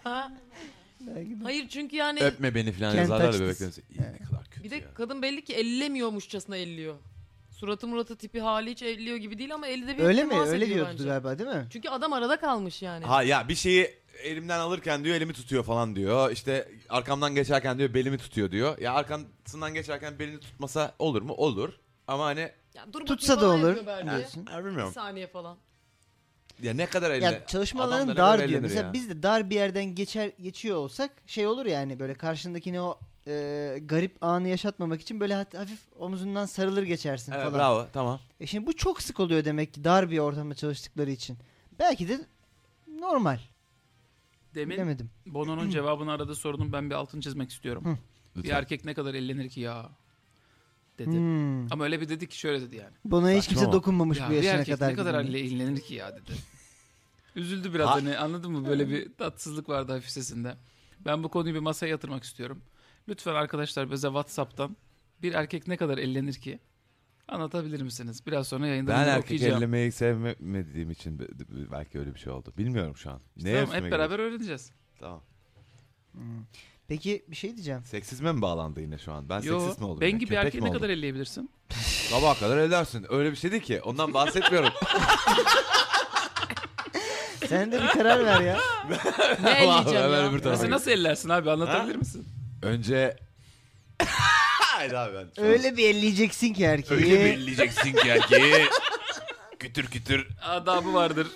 E: Belki de-
C: hayır çünkü yani
A: Öpme beni falan
E: Kent
A: yazarlar ya
E: açtı.
A: bebeklerimize. İyi ne kadar kötü
C: Hani bir de
A: ya.
C: kadın belli ki ellemiyormuşçasına elliyor. Suratı muratı tipi hali hiç elliyor gibi değil ama elde bir
E: Öyle mi?
C: temas
E: Öyle
C: ediyor
E: diyordu
C: bence.
E: galiba değil mi?
C: Çünkü adam arada kalmış yani.
A: Ha ya bir şeyi elimden alırken diyor elimi tutuyor falan diyor. İşte arkamdan geçerken diyor belimi tutuyor diyor. Ya arkasından geçerken belini tutmasa olur mu? Olur. Ama hani
C: Ya dur
E: Tutsa da
C: bakayım falan
E: olur
C: yapıyor belki.
E: diyorsun.
A: ya
C: Bir
A: bilmiyorum.
C: saniye falan.
A: Ya ne kadar elde.
E: Ya çalışmaların
A: Adamlara
E: dar
A: göre
E: diyor.
A: eğlenir
E: Mesela
A: ya.
E: biz de dar bir yerden geçer geçiyor olsak şey olur yani böyle karşındakine o e, garip anı yaşatmamak için böyle hat- hafif omuzundan sarılır geçersin
A: Evet,
E: falan.
A: bravo tamam.
E: E şimdi bu çok sık oluyor demek ki dar bir ortamda çalıştıkları için. Belki de normal.
D: Demin
E: Bilemedim.
D: Bono'nun cevabını arada sordum. Ben bir altın çizmek istiyorum. bir
A: Lütfen.
D: erkek ne kadar ellenir ki ya? Dedi.
E: Hmm.
D: Ama öyle bir dedi ki şöyle dedi yani.
E: Buna hiç
A: Saçma
E: kimse
A: ama.
E: dokunmamış
D: Ya
E: bu
D: bir
E: yaşına
D: erkek
E: kadar.
D: ne kadar elle
E: gibi.
D: eğlenir ki ya dedi. Üzüldü biraz
A: Ha-
D: hani anladın mı? Böyle bir tatsızlık vardı hafif sesinde. Ben bu konuyu bir masaya yatırmak istiyorum. Lütfen arkadaşlar bize Whatsapp'tan bir erkek ne kadar ellenir ki anlatabilir misiniz? Biraz sonra yayında
A: Ben
D: bunu
A: erkek
D: okuyacağım.
A: ellemeyi sevmediğim için be- belki öyle bir şey oldu. Bilmiyorum şu an. Ne
D: Tamam,
A: üstüme
D: hep
A: geliyor?
D: beraber öğreneceğiz.
A: Tamam.
E: Peki bir şey diyeceğim.
A: Seksizme mi bağlandı yine şu an? Ben seksist mi oldum?
D: ben
A: yine?
D: gibi
A: Köpek
D: erkeği
A: mi
D: ne
A: oldum?
D: kadar elleyebilirsin?
A: Sabaha kadar edersin. Öyle bir şey değil ki. Ondan bahsetmiyorum.
E: Sen de bir karar ver ya.
C: Ne elleyeceğim
A: Hemen
C: ya?
A: öbür tarafa
D: Mesela
A: git.
D: nasıl ellersin abi anlatabilir misin?
A: Önce... Hayır abi ben.
E: Öyle şey. bir elleyeceksin ki erkeği.
A: Öyle belleyeceksin ki erkeği. kütür kütür.
D: Adabı vardır.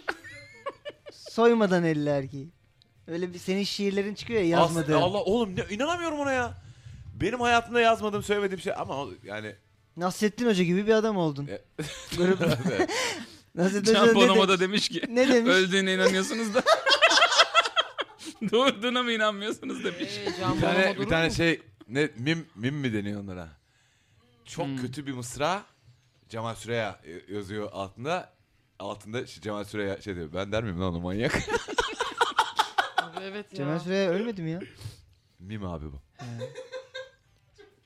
E: Soymadan elle erkeği. Öyle bir senin şiirlerin çıkıyor ya yazmadığın.
A: Aslında Allah oğlum ne, inanamıyorum ona ya. Benim hayatımda yazmadığım söylemediğim şey ama o- yani
E: Nasrettin Hoca gibi bir adam oldun.
A: E-
E: Grup. Nasrettin Hoca
D: Can
E: ne,
D: Bonomo da
E: demiş?
D: demiş ki
E: ne demiş?
D: öldüğüne inanıyorsunuz da doğurduğuna mı inanmıyorsunuz demiş.
C: Ee, Can
A: bir tane,
C: Bonomo
A: bir
C: durur
A: tane
C: mu?
A: şey ne mim mim mi deniyor onlara? Çok
C: Hmm.
A: kötü bir mısra Cemal Süreya y- yazıyor altında. Altında şu Cemal Süreya şey diyor. Ben der miyim lan o manyak?
C: Evet ya.
E: Cemal Süreya ölmedi mi ya?
A: mim abi bu.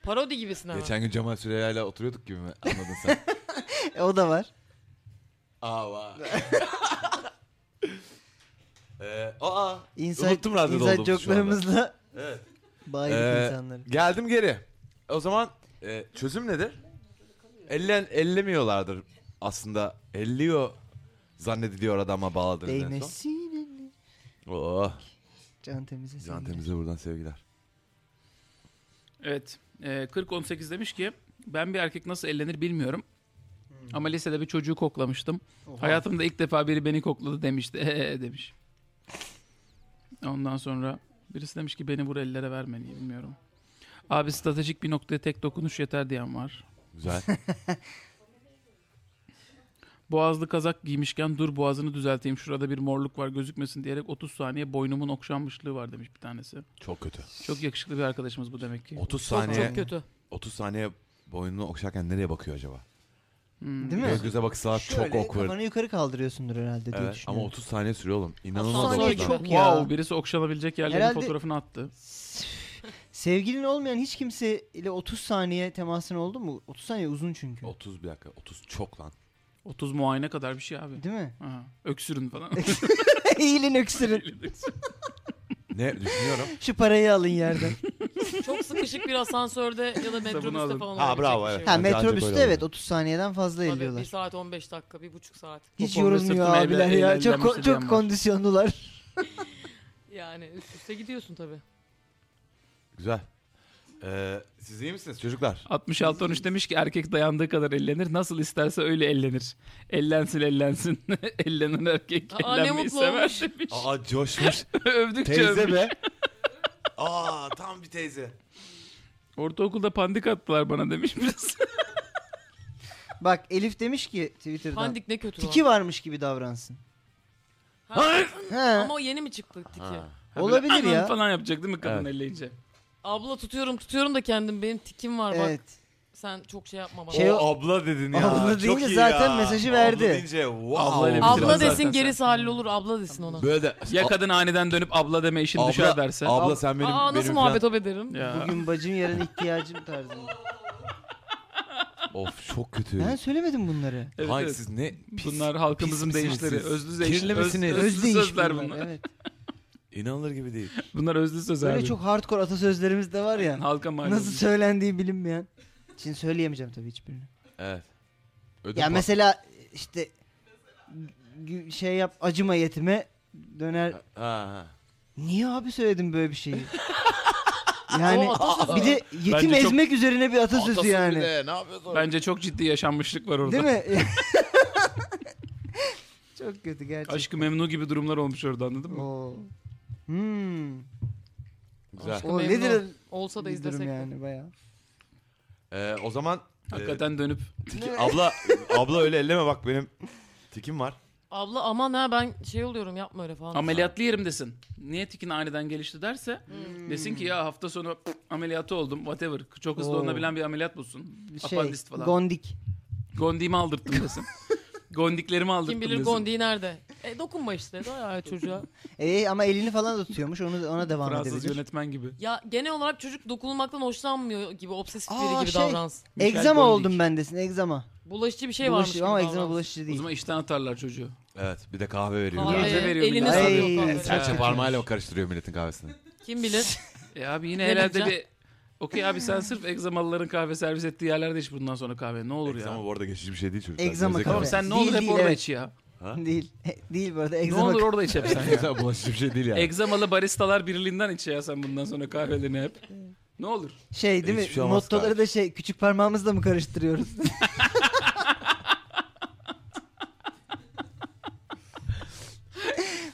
C: Parodi gibisin ama.
A: Geçen gün Cemal Süreya ile oturuyorduk gibi mi? Anladın sen.
E: E, o da var.
A: Ava. ee, aa.
E: İnsan,
A: Unuttum radyoda
E: insan
A: olduğumuzu şu anda.
E: joklarımızla
A: Evet.
E: baydık
A: Ee,
E: insanları.
A: geldim geri. O zaman e, çözüm nedir? Ellen ellemiyorlardır aslında. Elliyor zannediliyor adama bağladığında en son.
E: Değmesin eline.
A: Oh,
E: Can temize
A: Can
E: sevgiler.
A: Temiz'e buradan sevgiler.
D: Evet. E, 40-18 demiş ki ben bir erkek nasıl ellenir bilmiyorum. Ama lisede bir çocuğu koklamıştım.
E: Oha.
D: Hayatımda ilk defa biri beni kokladı demişti. Ee, demiş. Ondan sonra birisi demiş ki beni bu ellere vermeni bilmiyorum. Abi stratejik bir noktaya tek dokunuş yeter diyen var.
A: Güzel.
D: Boğazlı kazak giymişken dur boğazını düzelteyim şurada bir morluk var gözükmesin diyerek 30 saniye boynumun okşanmışlığı var demiş bir tanesi.
A: Çok kötü.
D: Çok yakışıklı bir arkadaşımız bu demek ki.
A: 30
C: Çok
A: saniye
C: çok kötü.
A: 30 saniye boynunu okşarken nereye bakıyor acaba?
D: Hmm.
E: Değil mi?
A: Göz göze bakışlar çok
E: Şöyle
A: awkward.
E: Kafanı yukarı kaldırıyorsundur herhalde diye
A: Evet, ama
E: düşünüyorum.
A: 30 saniye sürüyor oğlum. İnanılmaz
E: 30 saniye
A: oldu.
E: çok ya.
D: Wow birisi okşanabilecek yerlerin
E: Herhalde-
D: fotoğrafını attı.
E: Sevgilin olmayan hiç kimseyle 30 saniye temasın oldu mu? 30 saniye uzun çünkü.
A: 30 bir dakika. 30 çok lan.
D: 30 muayene kadar bir şey abi.
E: Değil mi?
D: Aha, öksürün falan.
E: Eğilin öksürün.
A: Ne düşünüyorum?
E: Şu parayı alın yerden.
C: Çok sıkışık bir asansörde ya da metrobüste
D: alın.
C: falan
A: Ha,
C: olabilecek
A: bravo,
C: bir şey
A: evet.
E: ha
C: var.
A: Bence ancak
E: metrobüste
A: böyle
E: evet
A: oluyor.
E: 30 saniyeden fazla
C: Tabii bir
E: elliyorlar.
C: saat 15 dakika, bir buçuk saat.
E: Hiç
D: Popom ve
E: yorulmuyor
D: sırtım
E: abiler
D: eğlen-
E: ya. Çok
D: eğlenmişti
E: ko-
D: diyen
E: çok
D: var.
E: kondisyonlular.
C: Yani üst üste gidiyorsun tabii.
A: Güzel. Ee, siz iyi misiniz çocuklar?
D: 66-13 demiş ki erkek dayandığı kadar ellenir. Nasıl isterse öyle ellenir. Ellensin ellensin. Ellenen erkek
C: Aa, ne
D: ellenmeyi
C: mutlu
D: sever
C: olmuş.
D: demiş.
A: Aa coşmuş.
D: Övdükçe övmüş.
A: teyze be. Aa tam bir teyze.
D: Ortaokulda pandik attılar bana demiş birisi.
E: Bak Elif demiş ki Twitter'dan.
C: Pandik ne kötü
E: Tiki
C: lan.
E: varmış gibi davransın.
C: Ha,
E: Ha,
C: ama o yeni mi çıktı tiki?
E: olabilir
D: Böyle
E: ya.
D: "Aman" falan yapacak değil mi kadın
A: Evet.
D: elleyince?
C: Abla tutuyorum tutuyorum da kendim benim tikim var bak.
E: Evet.
C: Sen çok şey yapma bana.
E: Şey-
A: o abla dedin ya.
E: Abla
A: çok
E: deyince
A: iyi
E: zaten
A: ya.
E: mesajı
A: Abla
E: verdi.
A: deyince wow.
D: Abla
A: Abla-
D: ile bitirelim
C: abla
D: zaten
C: desin
D: sen.
C: gerisi hallolur olur abla desin ona.
A: Böyle de.
D: Ya
A: A-
D: kadın aniden dönüp abla deme işin
A: abla,
D: düşer derse.
A: Abla sen benim.
C: şey Aa nasıl
A: benim
C: muhabbet o ederim?
D: Ya.
E: Bugün bacım yarın ihtiyacım tarzında.
A: falan- Of çok kötü.
E: Ben söylemedim bunları.
D: Evet,
A: Hayır
D: evet.
A: siz ne? Pis.
D: Bunlar halkımızın
A: pis misiniz
D: deyişleri.
A: siz?
D: Özlü deyişler.
A: Kirli misiniz?
D: Öz, özlü
E: Özdeyiş
D: sözler bunlar.
E: Evet.
A: İnanılır gibi değil.
D: Bunlar özlü söz
E: Böyle
D: abi.
E: çok hardcore atasözlerimiz de var ya.
D: Halka mal
E: Nasıl
D: olmuş.
E: söylendiği bilinmeyen. Şimdi söyleyemeyeceğim tabii hiçbirini.
A: Evet. Ödüm
E: Ya
A: pat-
E: mesela işte gü- şey yap acıma yetime döner.
A: Ha, ha.
E: Niye abi söyledim böyle bir şeyi? Yani bir de yetim
D: Bence çok-
E: ezmek üzerine bir atasözü
F: Atası
E: yani.
F: bir de, ne yapıyorsun?
D: Bence çok ciddi yaşanmışlık var orada.
E: Değil mi? Çok kötü gerçekten.
D: Aşkı memnu gibi durumlar olmuş orada anladın mı?
E: Oo. Hmm.
A: Güzel.
E: O
C: Memnun.
E: nedir
C: Olsa da
E: bir
C: izlesek
E: durum
C: de.
E: yani bayağı.
A: Ee, o zaman e,
D: Hakikaten dönüp
A: tiki- abla abla öyle elleme bak benim tikim var.
C: Abla aman ha ben şey oluyorum yapma öyle falan.
D: ameliyatlı yerimdesin. Niye tikin aniden gelişti derse
E: Hmm.
D: desin ki ya hafta sonu pf, ameliyatı oldum whatever. Çok hızlı
E: Oo.
D: olunabilen bir ameliyat bulsun.
E: Bir Şey,
D: Apandist falan.
E: Gondik.
D: Gondiğimi aldırttım desin. Gondiklerimi aldırttım
C: Kim bilir
D: desin.
C: Gondi nerede? E dokunma işte da ya çocuğa.
E: E, ama elini falan da tutuyormuş. Onu, ona devam
D: Fransız
E: edebilir.
D: yönetmen gibi.
C: Ya genel olarak çocuk dokunulmaktan hoşlanmıyor gibi obsesif biri
E: Aa,
C: gibi
E: şey.
C: davransın.
D: Michel
E: Egzama
D: Gondik.
E: oldum ben desin. Egzama.
C: Bulaşıcı bir şey varmış
E: Bulaşı-
C: gibi
E: ama
C: davransın.
E: egzama bulaşıcı
D: O
E: değil.
D: zaman işten atarlar çocuğu.
A: Evet bir de kahve veriyor.
C: Kahve,
D: Kahve veriyor
C: elini
D: millete.
C: sarıyor
E: Ay,
C: kahvede.
E: sen-
A: Serçe parmağıyla mı karıştırıyor milletin kahvesini?
C: Kim bilir?
D: E abi yine
C: Ne
D: herhalde
C: yapacağım?
D: bir... Okey abi sen sırf egzamalıların kahve servis ettiği yerlerde iç bundan sonra kahve. Ne olur
A: Egzama
D: ya.
A: bu arada geçici bir şey değil çocuklar.
E: Egzama
A: Gerizekalı.
D: Tamam sen ne
E: Değil,
D: olur hep
E: değil,
D: orada
E: evet.
D: iç ya.
A: Ha?
E: Değil. Değil bu arada.
D: Ne
E: Egzama.
D: olur orada iç hep sen ya.
A: Egzama bulaşıcı bir şey değil yani.
D: Egzamalı baristalar birliğinden iç ya sen bundan sonra kahvelerini hep. Ne olur.
E: Şey değil mi?
A: Hiçbir şey olmaz
E: Mottoları
A: galiba.
E: da şey küçük parmağımızla mı karıştırıyoruz?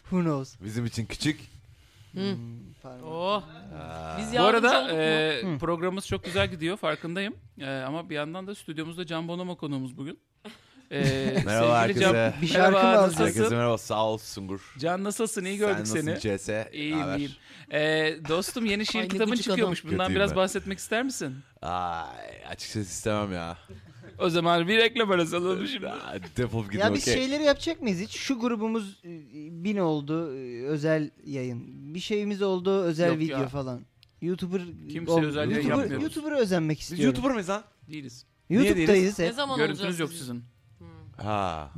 E: Who knows?
A: Bizim için küçük.
E: Hmm. Parmağı.
C: oh. Biz
D: Bu arada
C: yardımcı olduk mu?
D: e, programımız çok güzel gidiyor farkındayım. E, ama bir yandan da stüdyomuzda Can Bonomo konuğumuz bugün. E, sevgili
A: herkese.
D: Can,
E: Bir şarkı mı
D: merhaba,
E: alacağız?
A: Herkese
D: nasılsın?
A: merhaba sağ ol Sungur.
D: Can nasılsın? İyi gördük
A: sen
D: seni.
A: nasılsın CS?
D: İyiyim
A: Haber?
D: iyiyim. E, dostum yeni
C: Ay,
D: şiir
C: ne
D: kitabın
C: gıcık
D: çıkıyormuş. Bundan
A: Kötüyüm
D: biraz
A: ben.
D: bahsetmek ister misin?
A: Ay açıkçası istemem ya.
D: O zaman bir reklam arası alalım şimdi.
A: Aa, Defolup gidin
E: Ya şey biz
A: okey.
E: şeyleri yapacak mıyız hiç? Şu grubumuz e, bin oldu e, özel yayın. Bir şeyimiz oldu özel
D: Yok
E: video
D: ya.
E: falan. YouTuber
D: Kimse
E: ol-
D: özel yayın
E: YouTuber-
D: yapmıyoruz.
E: YouTuber'a özenmek
A: Biz
E: istiyorum.
A: YouTuber mıyız lan?
D: Değiliz.
E: YouTube'dayız
C: ne
E: hep.
C: zaman
D: Görüntünüz
C: olacağız
D: yok
C: biz?
D: sizin.
A: Ha.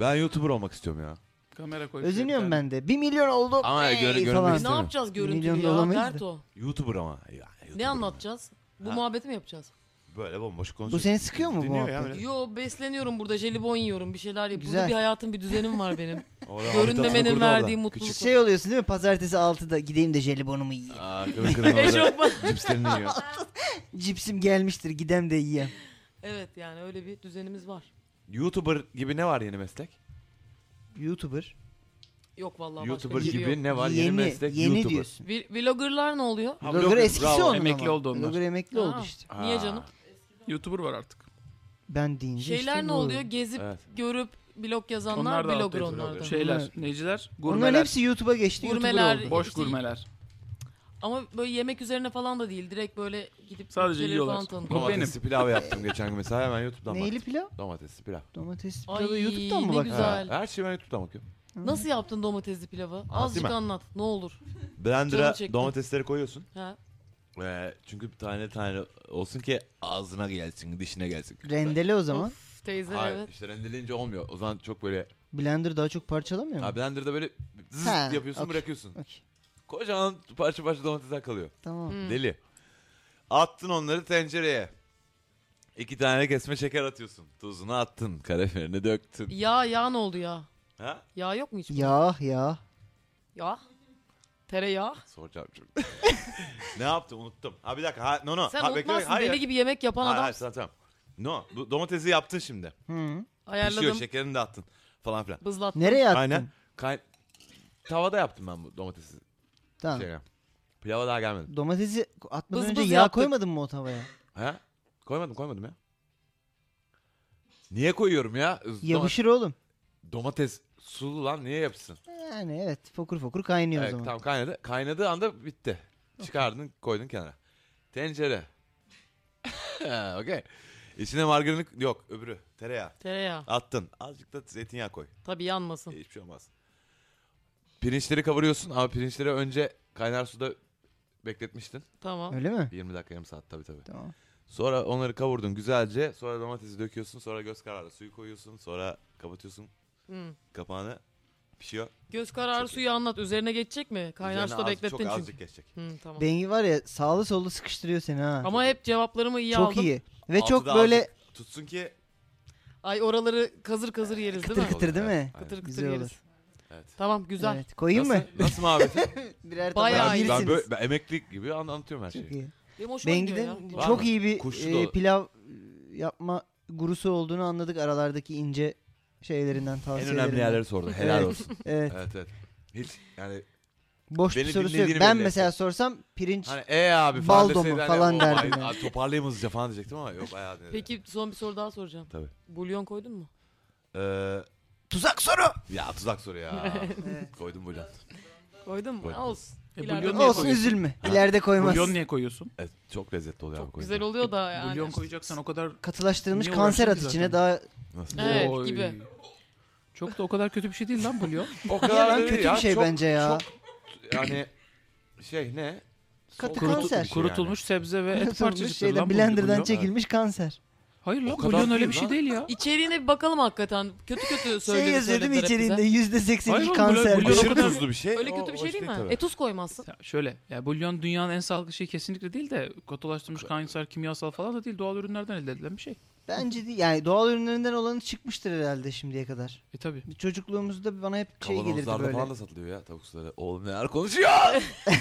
A: Ben YouTuber olmak istiyorum ya.
D: Kamera koy.
E: Özeniyorum ben de. Bir milyon oldu.
A: Ama
E: ey
A: göre- görmek
E: falan.
C: Ne
A: İstemem.
C: yapacağız görüntülü
E: Milyonda
C: ya
E: olamayız da.
C: Berto?
A: YouTuber ama. Ya, YouTuber
C: Ne
A: ama.
C: anlatacağız? Bu
A: Ha.
C: muhabbeti mi yapacağız?
A: Böyle bomboş
E: Bu
A: konuşuyor.
E: seni sıkıyor mu bu
A: Dinliyor ya
E: muhabbet?
A: böyle.
C: Yo besleniyorum burada jelibon yiyorum bir şeyler yapıyorum.
E: Güzel.
C: Burada bir hayatın bir düzenim var benim.
A: Orada habitatını
C: Görünmemenin
A: kurdu orada.
C: verdiği mutluluk.
E: Şey oluyorsun değil mi? Pazartesi 6'da gideyim de jelibonumu yiyeyim.
A: Aa kırın kırın orada.
C: Eşofman.
A: Cipslerini yiyor.
E: Cipsim gelmiştir gidem de yiyeyim.
C: evet yani öyle bir düzenimiz var.
A: YouTuber gibi ne var yeni meslek?
E: YouTuber.
C: Yok vallahi
A: YouTuber
C: başka bir şey yok.
A: gibi ne var? Yeni,
E: yeni
A: meslek
E: yeni
A: YouTuber.
E: diyorsun.
C: Vi- Vloggerlar ne oluyor?
A: Ha,
E: Vlogger
A: blogger,
E: eskisi
A: bravo.
E: onun
D: Emekli
E: ama.
D: oldu onlar.
E: Vlogger emekli
C: Aa.
E: oldu işte.
C: Niye canım?
D: YouTuber var artık.
E: Ben deyince
C: Şeyler
E: işte
C: ne
E: bu
C: oluyor? Gezip
A: Evet.
C: görüp blog yazanlar
D: Onlar da
C: blogger
D: update Şey-
C: onlar da.
D: Şeyler,
E: Bunlar-
D: neciler,
E: Onların
D: gurmeler,
E: hepsi YouTube'a geçti.
C: Gurmeler.
E: YouTuber oldu.
D: boş
C: işte-
D: gurmeler.
C: Ama böyle yemek üzerine falan da değil. Direkt böyle gidip
D: Sadece
C: Türkçeleri
D: yiyorlar.
C: falan tanıtıyor.
D: Bu benim.
A: Domatesli pilav yaptım geçen gün mesela hemen YouTube'dan
E: Neyli
A: baktım.
E: pilav?
A: Domatesli pilav.
E: Domates
C: Ay,
E: pilavı YouTube'dan mı
C: ne
E: bak?
C: güzel.
A: Ha, her şeyi ben YouTube'dan bakıyorum.
C: Nasıl yaptın domatesli pilavı? Azıcık
A: mi?
C: anlat. Ne olur. Canım
A: Blender'a
C: çekti.
A: domatesleri koyuyorsun.
C: Ha.
A: Ee, çünkü tane tane olsun ki ağzına gelsin, dişine gelsin.
E: Rendele o zaman.
C: Of, teyze
A: Hayır
C: evet.
A: işte rendeleyince olmuyor. O zaman çok böyle.
E: Blender daha çok parçalamıyor mu?
A: Ya Blender'da böyle zzz
E: Ha,
A: yapıyorsun
E: okey.
A: bırakıyorsun.
E: Okey,
A: Kocaman parça parça domatesler kalıyor.
E: Tamam.
A: Deli. Attın onları tencereye. İki tane kesme şeker atıyorsun. Tuzunu attın. Karabiberini döktün.
C: Yağ yağ ne oldu ya?
A: Ha?
C: Yağ yok mu hiç?
E: Yağ yağ.
C: Yağ. Tereyağı.
A: Soracağım şimdi. ne yaptım unuttum. Ha bir dakika. Ha, no no.
C: Sen
A: ha, bekle, bekle.
C: unutmazsın.
A: Hayır,
C: Deli gibi yemek yapan
A: Hayır,
C: adam.
A: hayır, tamam, tamam. No. Bu domatesi yaptın şimdi.
E: Hı.
A: Pişiyor
C: Ayarladım.
A: şekerini de attın. Falan filan.
C: Bızlattım.
E: Nereye attın?
A: Aynen. Kay- Tavada yaptım ben bu domatesi.
E: Tamam.
A: Şey, pilava daha gelmedim.
E: Domatesi atmadan
C: Bız
E: önce
C: bız
E: yağ
C: yaptık.
E: koymadın mı o tavaya?
A: Ha? Koymadım koymadım ya. Niye koyuyorum ya? Domat-
E: Yapışır oğlum.
A: Domates sulu lan niye yapsın?
E: Yani evet fokur fokur kaynıyor o
A: Evet,
E: zaman.
A: tamam kaynadı. Kaynadığı anda bitti. Çıkardın koydun kenara. Tencere. Okey. İçine margarin yok öbürü. Tereyağı.
C: Tereyağı.
A: Attın. Azıcık da zeytinyağı koy.
C: Tabii yanmasın.
A: Hiçbir şey olmaz. Pirinçleri kavuruyorsun ama pirinçleri önce kaynar suda bekletmiştin.
C: Tamam.
E: Öyle mi?
A: 20 dakika yarım saat tabii tabii.
E: Tamam.
A: Sonra onları kavurdun güzelce. Sonra domatesi döküyorsun. Sonra göz kararı suyu koyuyorsun. Sonra kapatıyorsun
C: Hı.
A: kapağını. Pişiyor.
C: Göz kararı
A: Çok iyi.
C: suyu anlat. Üzerine geçecek mi? Kaynar
A: Üzerine
C: suda
A: az-
C: beklettin
A: Çok
C: çünkü.
A: azıcık geçecek.
C: Hı, tamam.
E: Bengi var ya sağlı sollu sıkıştırıyor seni ha.
C: Ama hep cevaplarımı iyi
E: çok
C: aldım.
E: iyi. Ve
A: Altı
E: çok
A: da
E: böyle
A: azıcık tutsun ki
C: Ay oraları kazır kazır yeriz değil
E: kıtır
C: mi?
E: kıtır değil mi?
A: Aynen.
C: Kıtır kıtır
E: Güzel
C: yeriz.
E: olur.
A: Evet.
C: Tamam güzel.
E: Evet, koyayım mı?
A: Nasıl- Nasıl muhabbeti?
E: Birer
C: Bayağı
E: tabağa
A: ben,
C: iyi.
A: ben,
E: birisiniz.
A: böyle, ben emeklilik gibi an- anlatıyorum her
E: Çok
A: şeyi.
E: iyi.
C: Benim hoşuma
E: Ben
C: gidiyor ya.
E: giden
A: Var
E: çok
A: mı?
E: iyi bir
A: Kuşlu
E: e,
A: da-
E: pilav e, yapma gurusu olduğunu anladık aralardaki ince şeylerinden
A: En
E: tavsiyelerinden.
A: önemli yerleri sordu. Helal
E: Evet.
A: olsun.
E: Evet.
A: evet evet. Hiç yani
E: Boş
A: Beni
E: bir sorusu yok.
A: dinlediğini
E: Ben
A: belli
E: mesela
A: etti.
E: sorsam pirinç
A: hani e abi falan
E: Baldo mu
A: deseydi hani,
E: falan
A: "Oh,
E: derdim
A: ay-
E: yani.
A: ay, Toparlayayım hızlıca falan diyecektim ama yok bayağı dedi.
C: Peki son bir soru daha soracağım.
A: Tabii.
C: Bulyon koydun mu?
A: Ee, tuzak soru. Ya tuzak soru ya.
E: Evet.
A: Koydum bu lan.
C: Koydun mu?
A: Koydum.
C: Olsun.
D: E,
C: İleride-
A: Hani
D: bulyon niye
E: olsun
D: koyuyorsun?
E: üzülme. İleride koymaz.
D: Bulyon niye koyuyorsun?
A: Evet, çok lezzetli oluyor. abi
C: Çok
A: koyunca.
C: güzel oluyor da yani.
D: Bulyon koyacaksan o kadar...
E: Katılaştırılmış
D: Niye
E: kanser at
D: uğraşıyorsun ki
E: içine
D: zaten?
E: daha
A: Nasıl?
C: Evet
D: Oy.
C: gibi.
D: Çok da o kadar kötü bir şey değil lan bulyon.
A: O
E: Ya lan
A: da değil
E: kötü
A: ya,
E: bir şey
A: çok-
E: bence ya.
A: Yani şey ne?
E: Katı
A: Soğuk
E: kanser.
A: bir şey
D: Kurutulmuş sebze ve et
E: Atılmış
D: parçacıkları lan
E: şeyden
D: bu
E: blenderdan
D: bulyon.
E: çekilmiş kanser.
D: Hayır
A: O
D: lan
A: kadar
D: bulyon
A: değil
D: öyle bir şey
A: lan.
D: değil ya.
C: İçeriğine bir bakalım hakikaten. Kötü kötü söyledi.
E: şey yazıyor değil
C: söylediler hep
E: mi
C: bize.
E: içeriğinde? Yüzde
D: Hayır
E: seksen
D: oğlum,
E: kanser.
D: bulyon-
E: diyor.
D: bulyon-
A: Aşırı
D: kadar-
A: tuzlu bir şey.
C: Öyle
A: o-
C: kötü bir
A: o
C: şey değil mi?
A: tabii.
C: E tuz koymazsın.
D: Ya şöyle ya bulyon dünyanın en sağlıklı şeyi kesinlikle değil de katılaştırılmış kanser kimyasal falan da değil doğal ürünlerden elde edilen bir şey.
E: Bence değil. Yani doğal ürünlerinden olanı çıkmıştır herhalde şimdiye kadar.
D: E tabi.
E: Bir Çocukluğumuzda bana hep şey gelirdi
A: Kavanozlarda
E: böyle.
A: falan da satılıyor ya tavuk suları. Oğlum neler konuşuyor?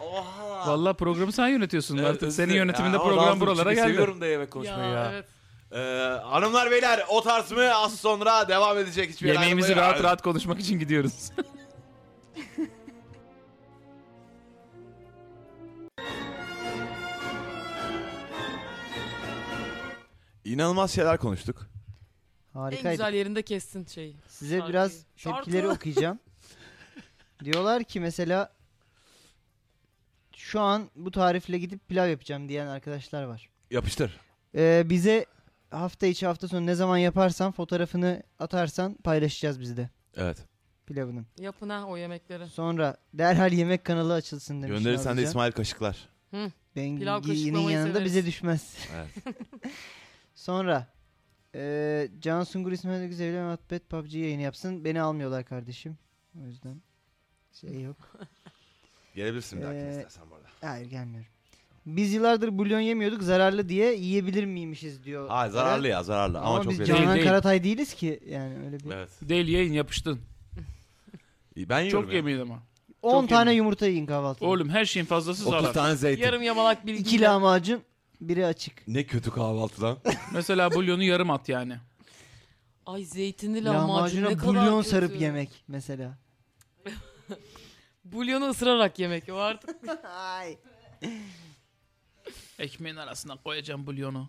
A: Oha.
D: Vallahi programı sen yönetiyorsun
A: Evet,
D: artık.
A: özür
D: Senin
A: dilerim.
D: yönetiminde
A: Ya, ama
D: program
A: lazım
D: buralara
A: çünkü
D: geldi.
A: Seviyorum da yemek konuşmayı ya.
C: evet.
A: Ee, hanımlar beyler o tarz mı az sonra devam edecek hiçbir yere
D: Yemeğimizi
A: ayrılmayın.
D: rahat rahat konuşmak için gidiyoruz.
A: İnanılmaz şeyler konuştuk.
C: En
E: Harikaydı.
C: güzel yerinde kessin şeyi.
E: Size
C: Şarkıyı.
E: biraz
C: Şarkı.
E: tepkileri okuyacağım. Diyorlar ki mesela şu an bu tarifle gidip pilav yapacağım diyen arkadaşlar var.
A: Yapıştır.
E: Ee, bize hafta içi hafta sonu ne zaman yaparsan fotoğrafını atarsan paylaşacağız biz de
A: Evet.
E: pilavının.
C: Yapın ha o yemekleri.
E: Sonra derhal yemek kanalı açılsın demiş.
A: Gönderirsen de
E: Nazlıca.
A: İsmail Kaşıklar.
E: Ben
C: Pilav
E: Giyi'nin
C: kaşıklamayı
E: yanında
C: severiz.
E: bize düşmez.
A: Evet.
E: Sonra eee Can Sungur İsmail Güzel'e Matbet PUBG yayını yapsın. Beni almıyorlar kardeşim. O yüzden şey yok.
A: Gelebilirsin bir dahakine
E: Ee,
A: istersen bu arada.
E: Hayır gelmiyorum. Biz yıllardır bulyon yemiyorduk zararlı diye yiyebilir miymişiz diyor.
A: Hayır zararlı ya zararlı
E: Ama,
A: ama, çok
E: biz
A: lezzetli.
E: Canan
D: Değil, değil.
E: Karatay değiliz ki yani öyle bir.
A: Evet.
D: değil yayın yapıştın.
A: Ben yiyorum.
D: Çok
A: ya.
D: yemeyin ama.
E: 10
D: Çok
E: tane
D: yemin.
E: yumurta yiyin kahvaltıda.
D: Oğlum her şeyin fazlası
A: 30
D: zarar.
A: tane zeytin.
C: Yarım yamalak bilgi.
E: 2 lahmacun, biri açık.
A: Ne kötü kahvaltıdan.
D: Mesela bulyonu yarım at yani.
C: Ay zeytinli lahmacun ne
E: Lahmacuna
C: kadar
E: bulyon
C: kötü.
E: sarıp yemek mesela.
C: Bulyonu ısırarak yemek o artık.
E: Ay.
D: Ekmeğin arasına koyacağım bulyonu.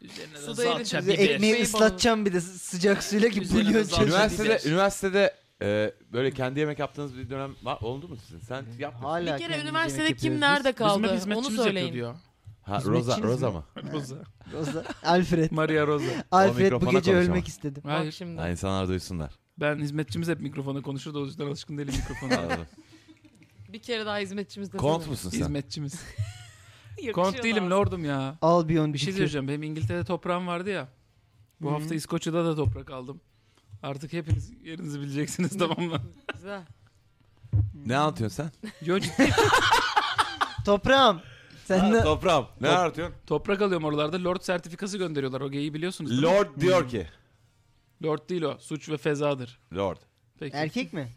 D: Üzerine de
C: Suda
D: salça,
C: eriteceğiz.
D: biber.
E: Ekmeği
C: Şey bana-
E: ıslatacağım bir de sı- sıcak suyla ki
D: Üzerine
E: bulyon
D: de zalça
E: çözün.
A: üniversitede üniversitede e, böyle kendi yemek yaptığınız bir dönem var, oldu mu sizin? Sen yapmadın.
E: Hala
C: Bir kere
E: kendimiz
C: üniversitede
E: yemek
C: kim
E: yapıyoruz
C: nerede
D: Bizim hep
C: kaldı onu
D: hizmetçimiz yapıyordu
C: söyleyin.
D: ya.
A: Ha,
E: Hizmetçiniz
A: Roza,
E: mi?
A: Roza mı?
D: Rosa.
E: biz. Rosa- Alfred.
D: Maria Rosa.
E: Alfred bu
A: mikrofona
E: gece
A: konuş ama.
E: ölmek istedim.
C: Bak
D: Hayır.
A: Ha,
C: şimdi.
A: insanlar duysunlar.
D: Ben hizmetçimiz hep mikrofona konuşur da o yüzden alışkın değilim mikrofona.
A: Anladım.
C: Bir kere daha hizmetçimiz de.
A: Kont musun sen?
D: hizmetçimiz.
C: şey
D: Kont değilim lordum ya.
E: Albion
D: Bir şey
E: Dikey.
D: söyleyeceğim. Benim İngiltere'de toprağım vardı ya. Bu
E: Hı hı.
D: hafta İskoçya'da da toprak aldım. Artık hepiniz yerinizi bileceksiniz tamam mı?
C: Güzel.
A: Ne anlatıyorsun sen?
D: Yo ciddi.
E: Toprağım. Sen de...
A: Ha, toprağım. Ne
D: Top-
A: anlatıyorsun?
D: toprak alıyorum oralarda. Lord sertifikası gönderiyorlar. O geyi biliyorsunuz. değil mi?
A: Lord diyor ki.
D: Lord değil o. Suç ve fezadır.
A: Lord.
D: Peki.
E: Erkek mi?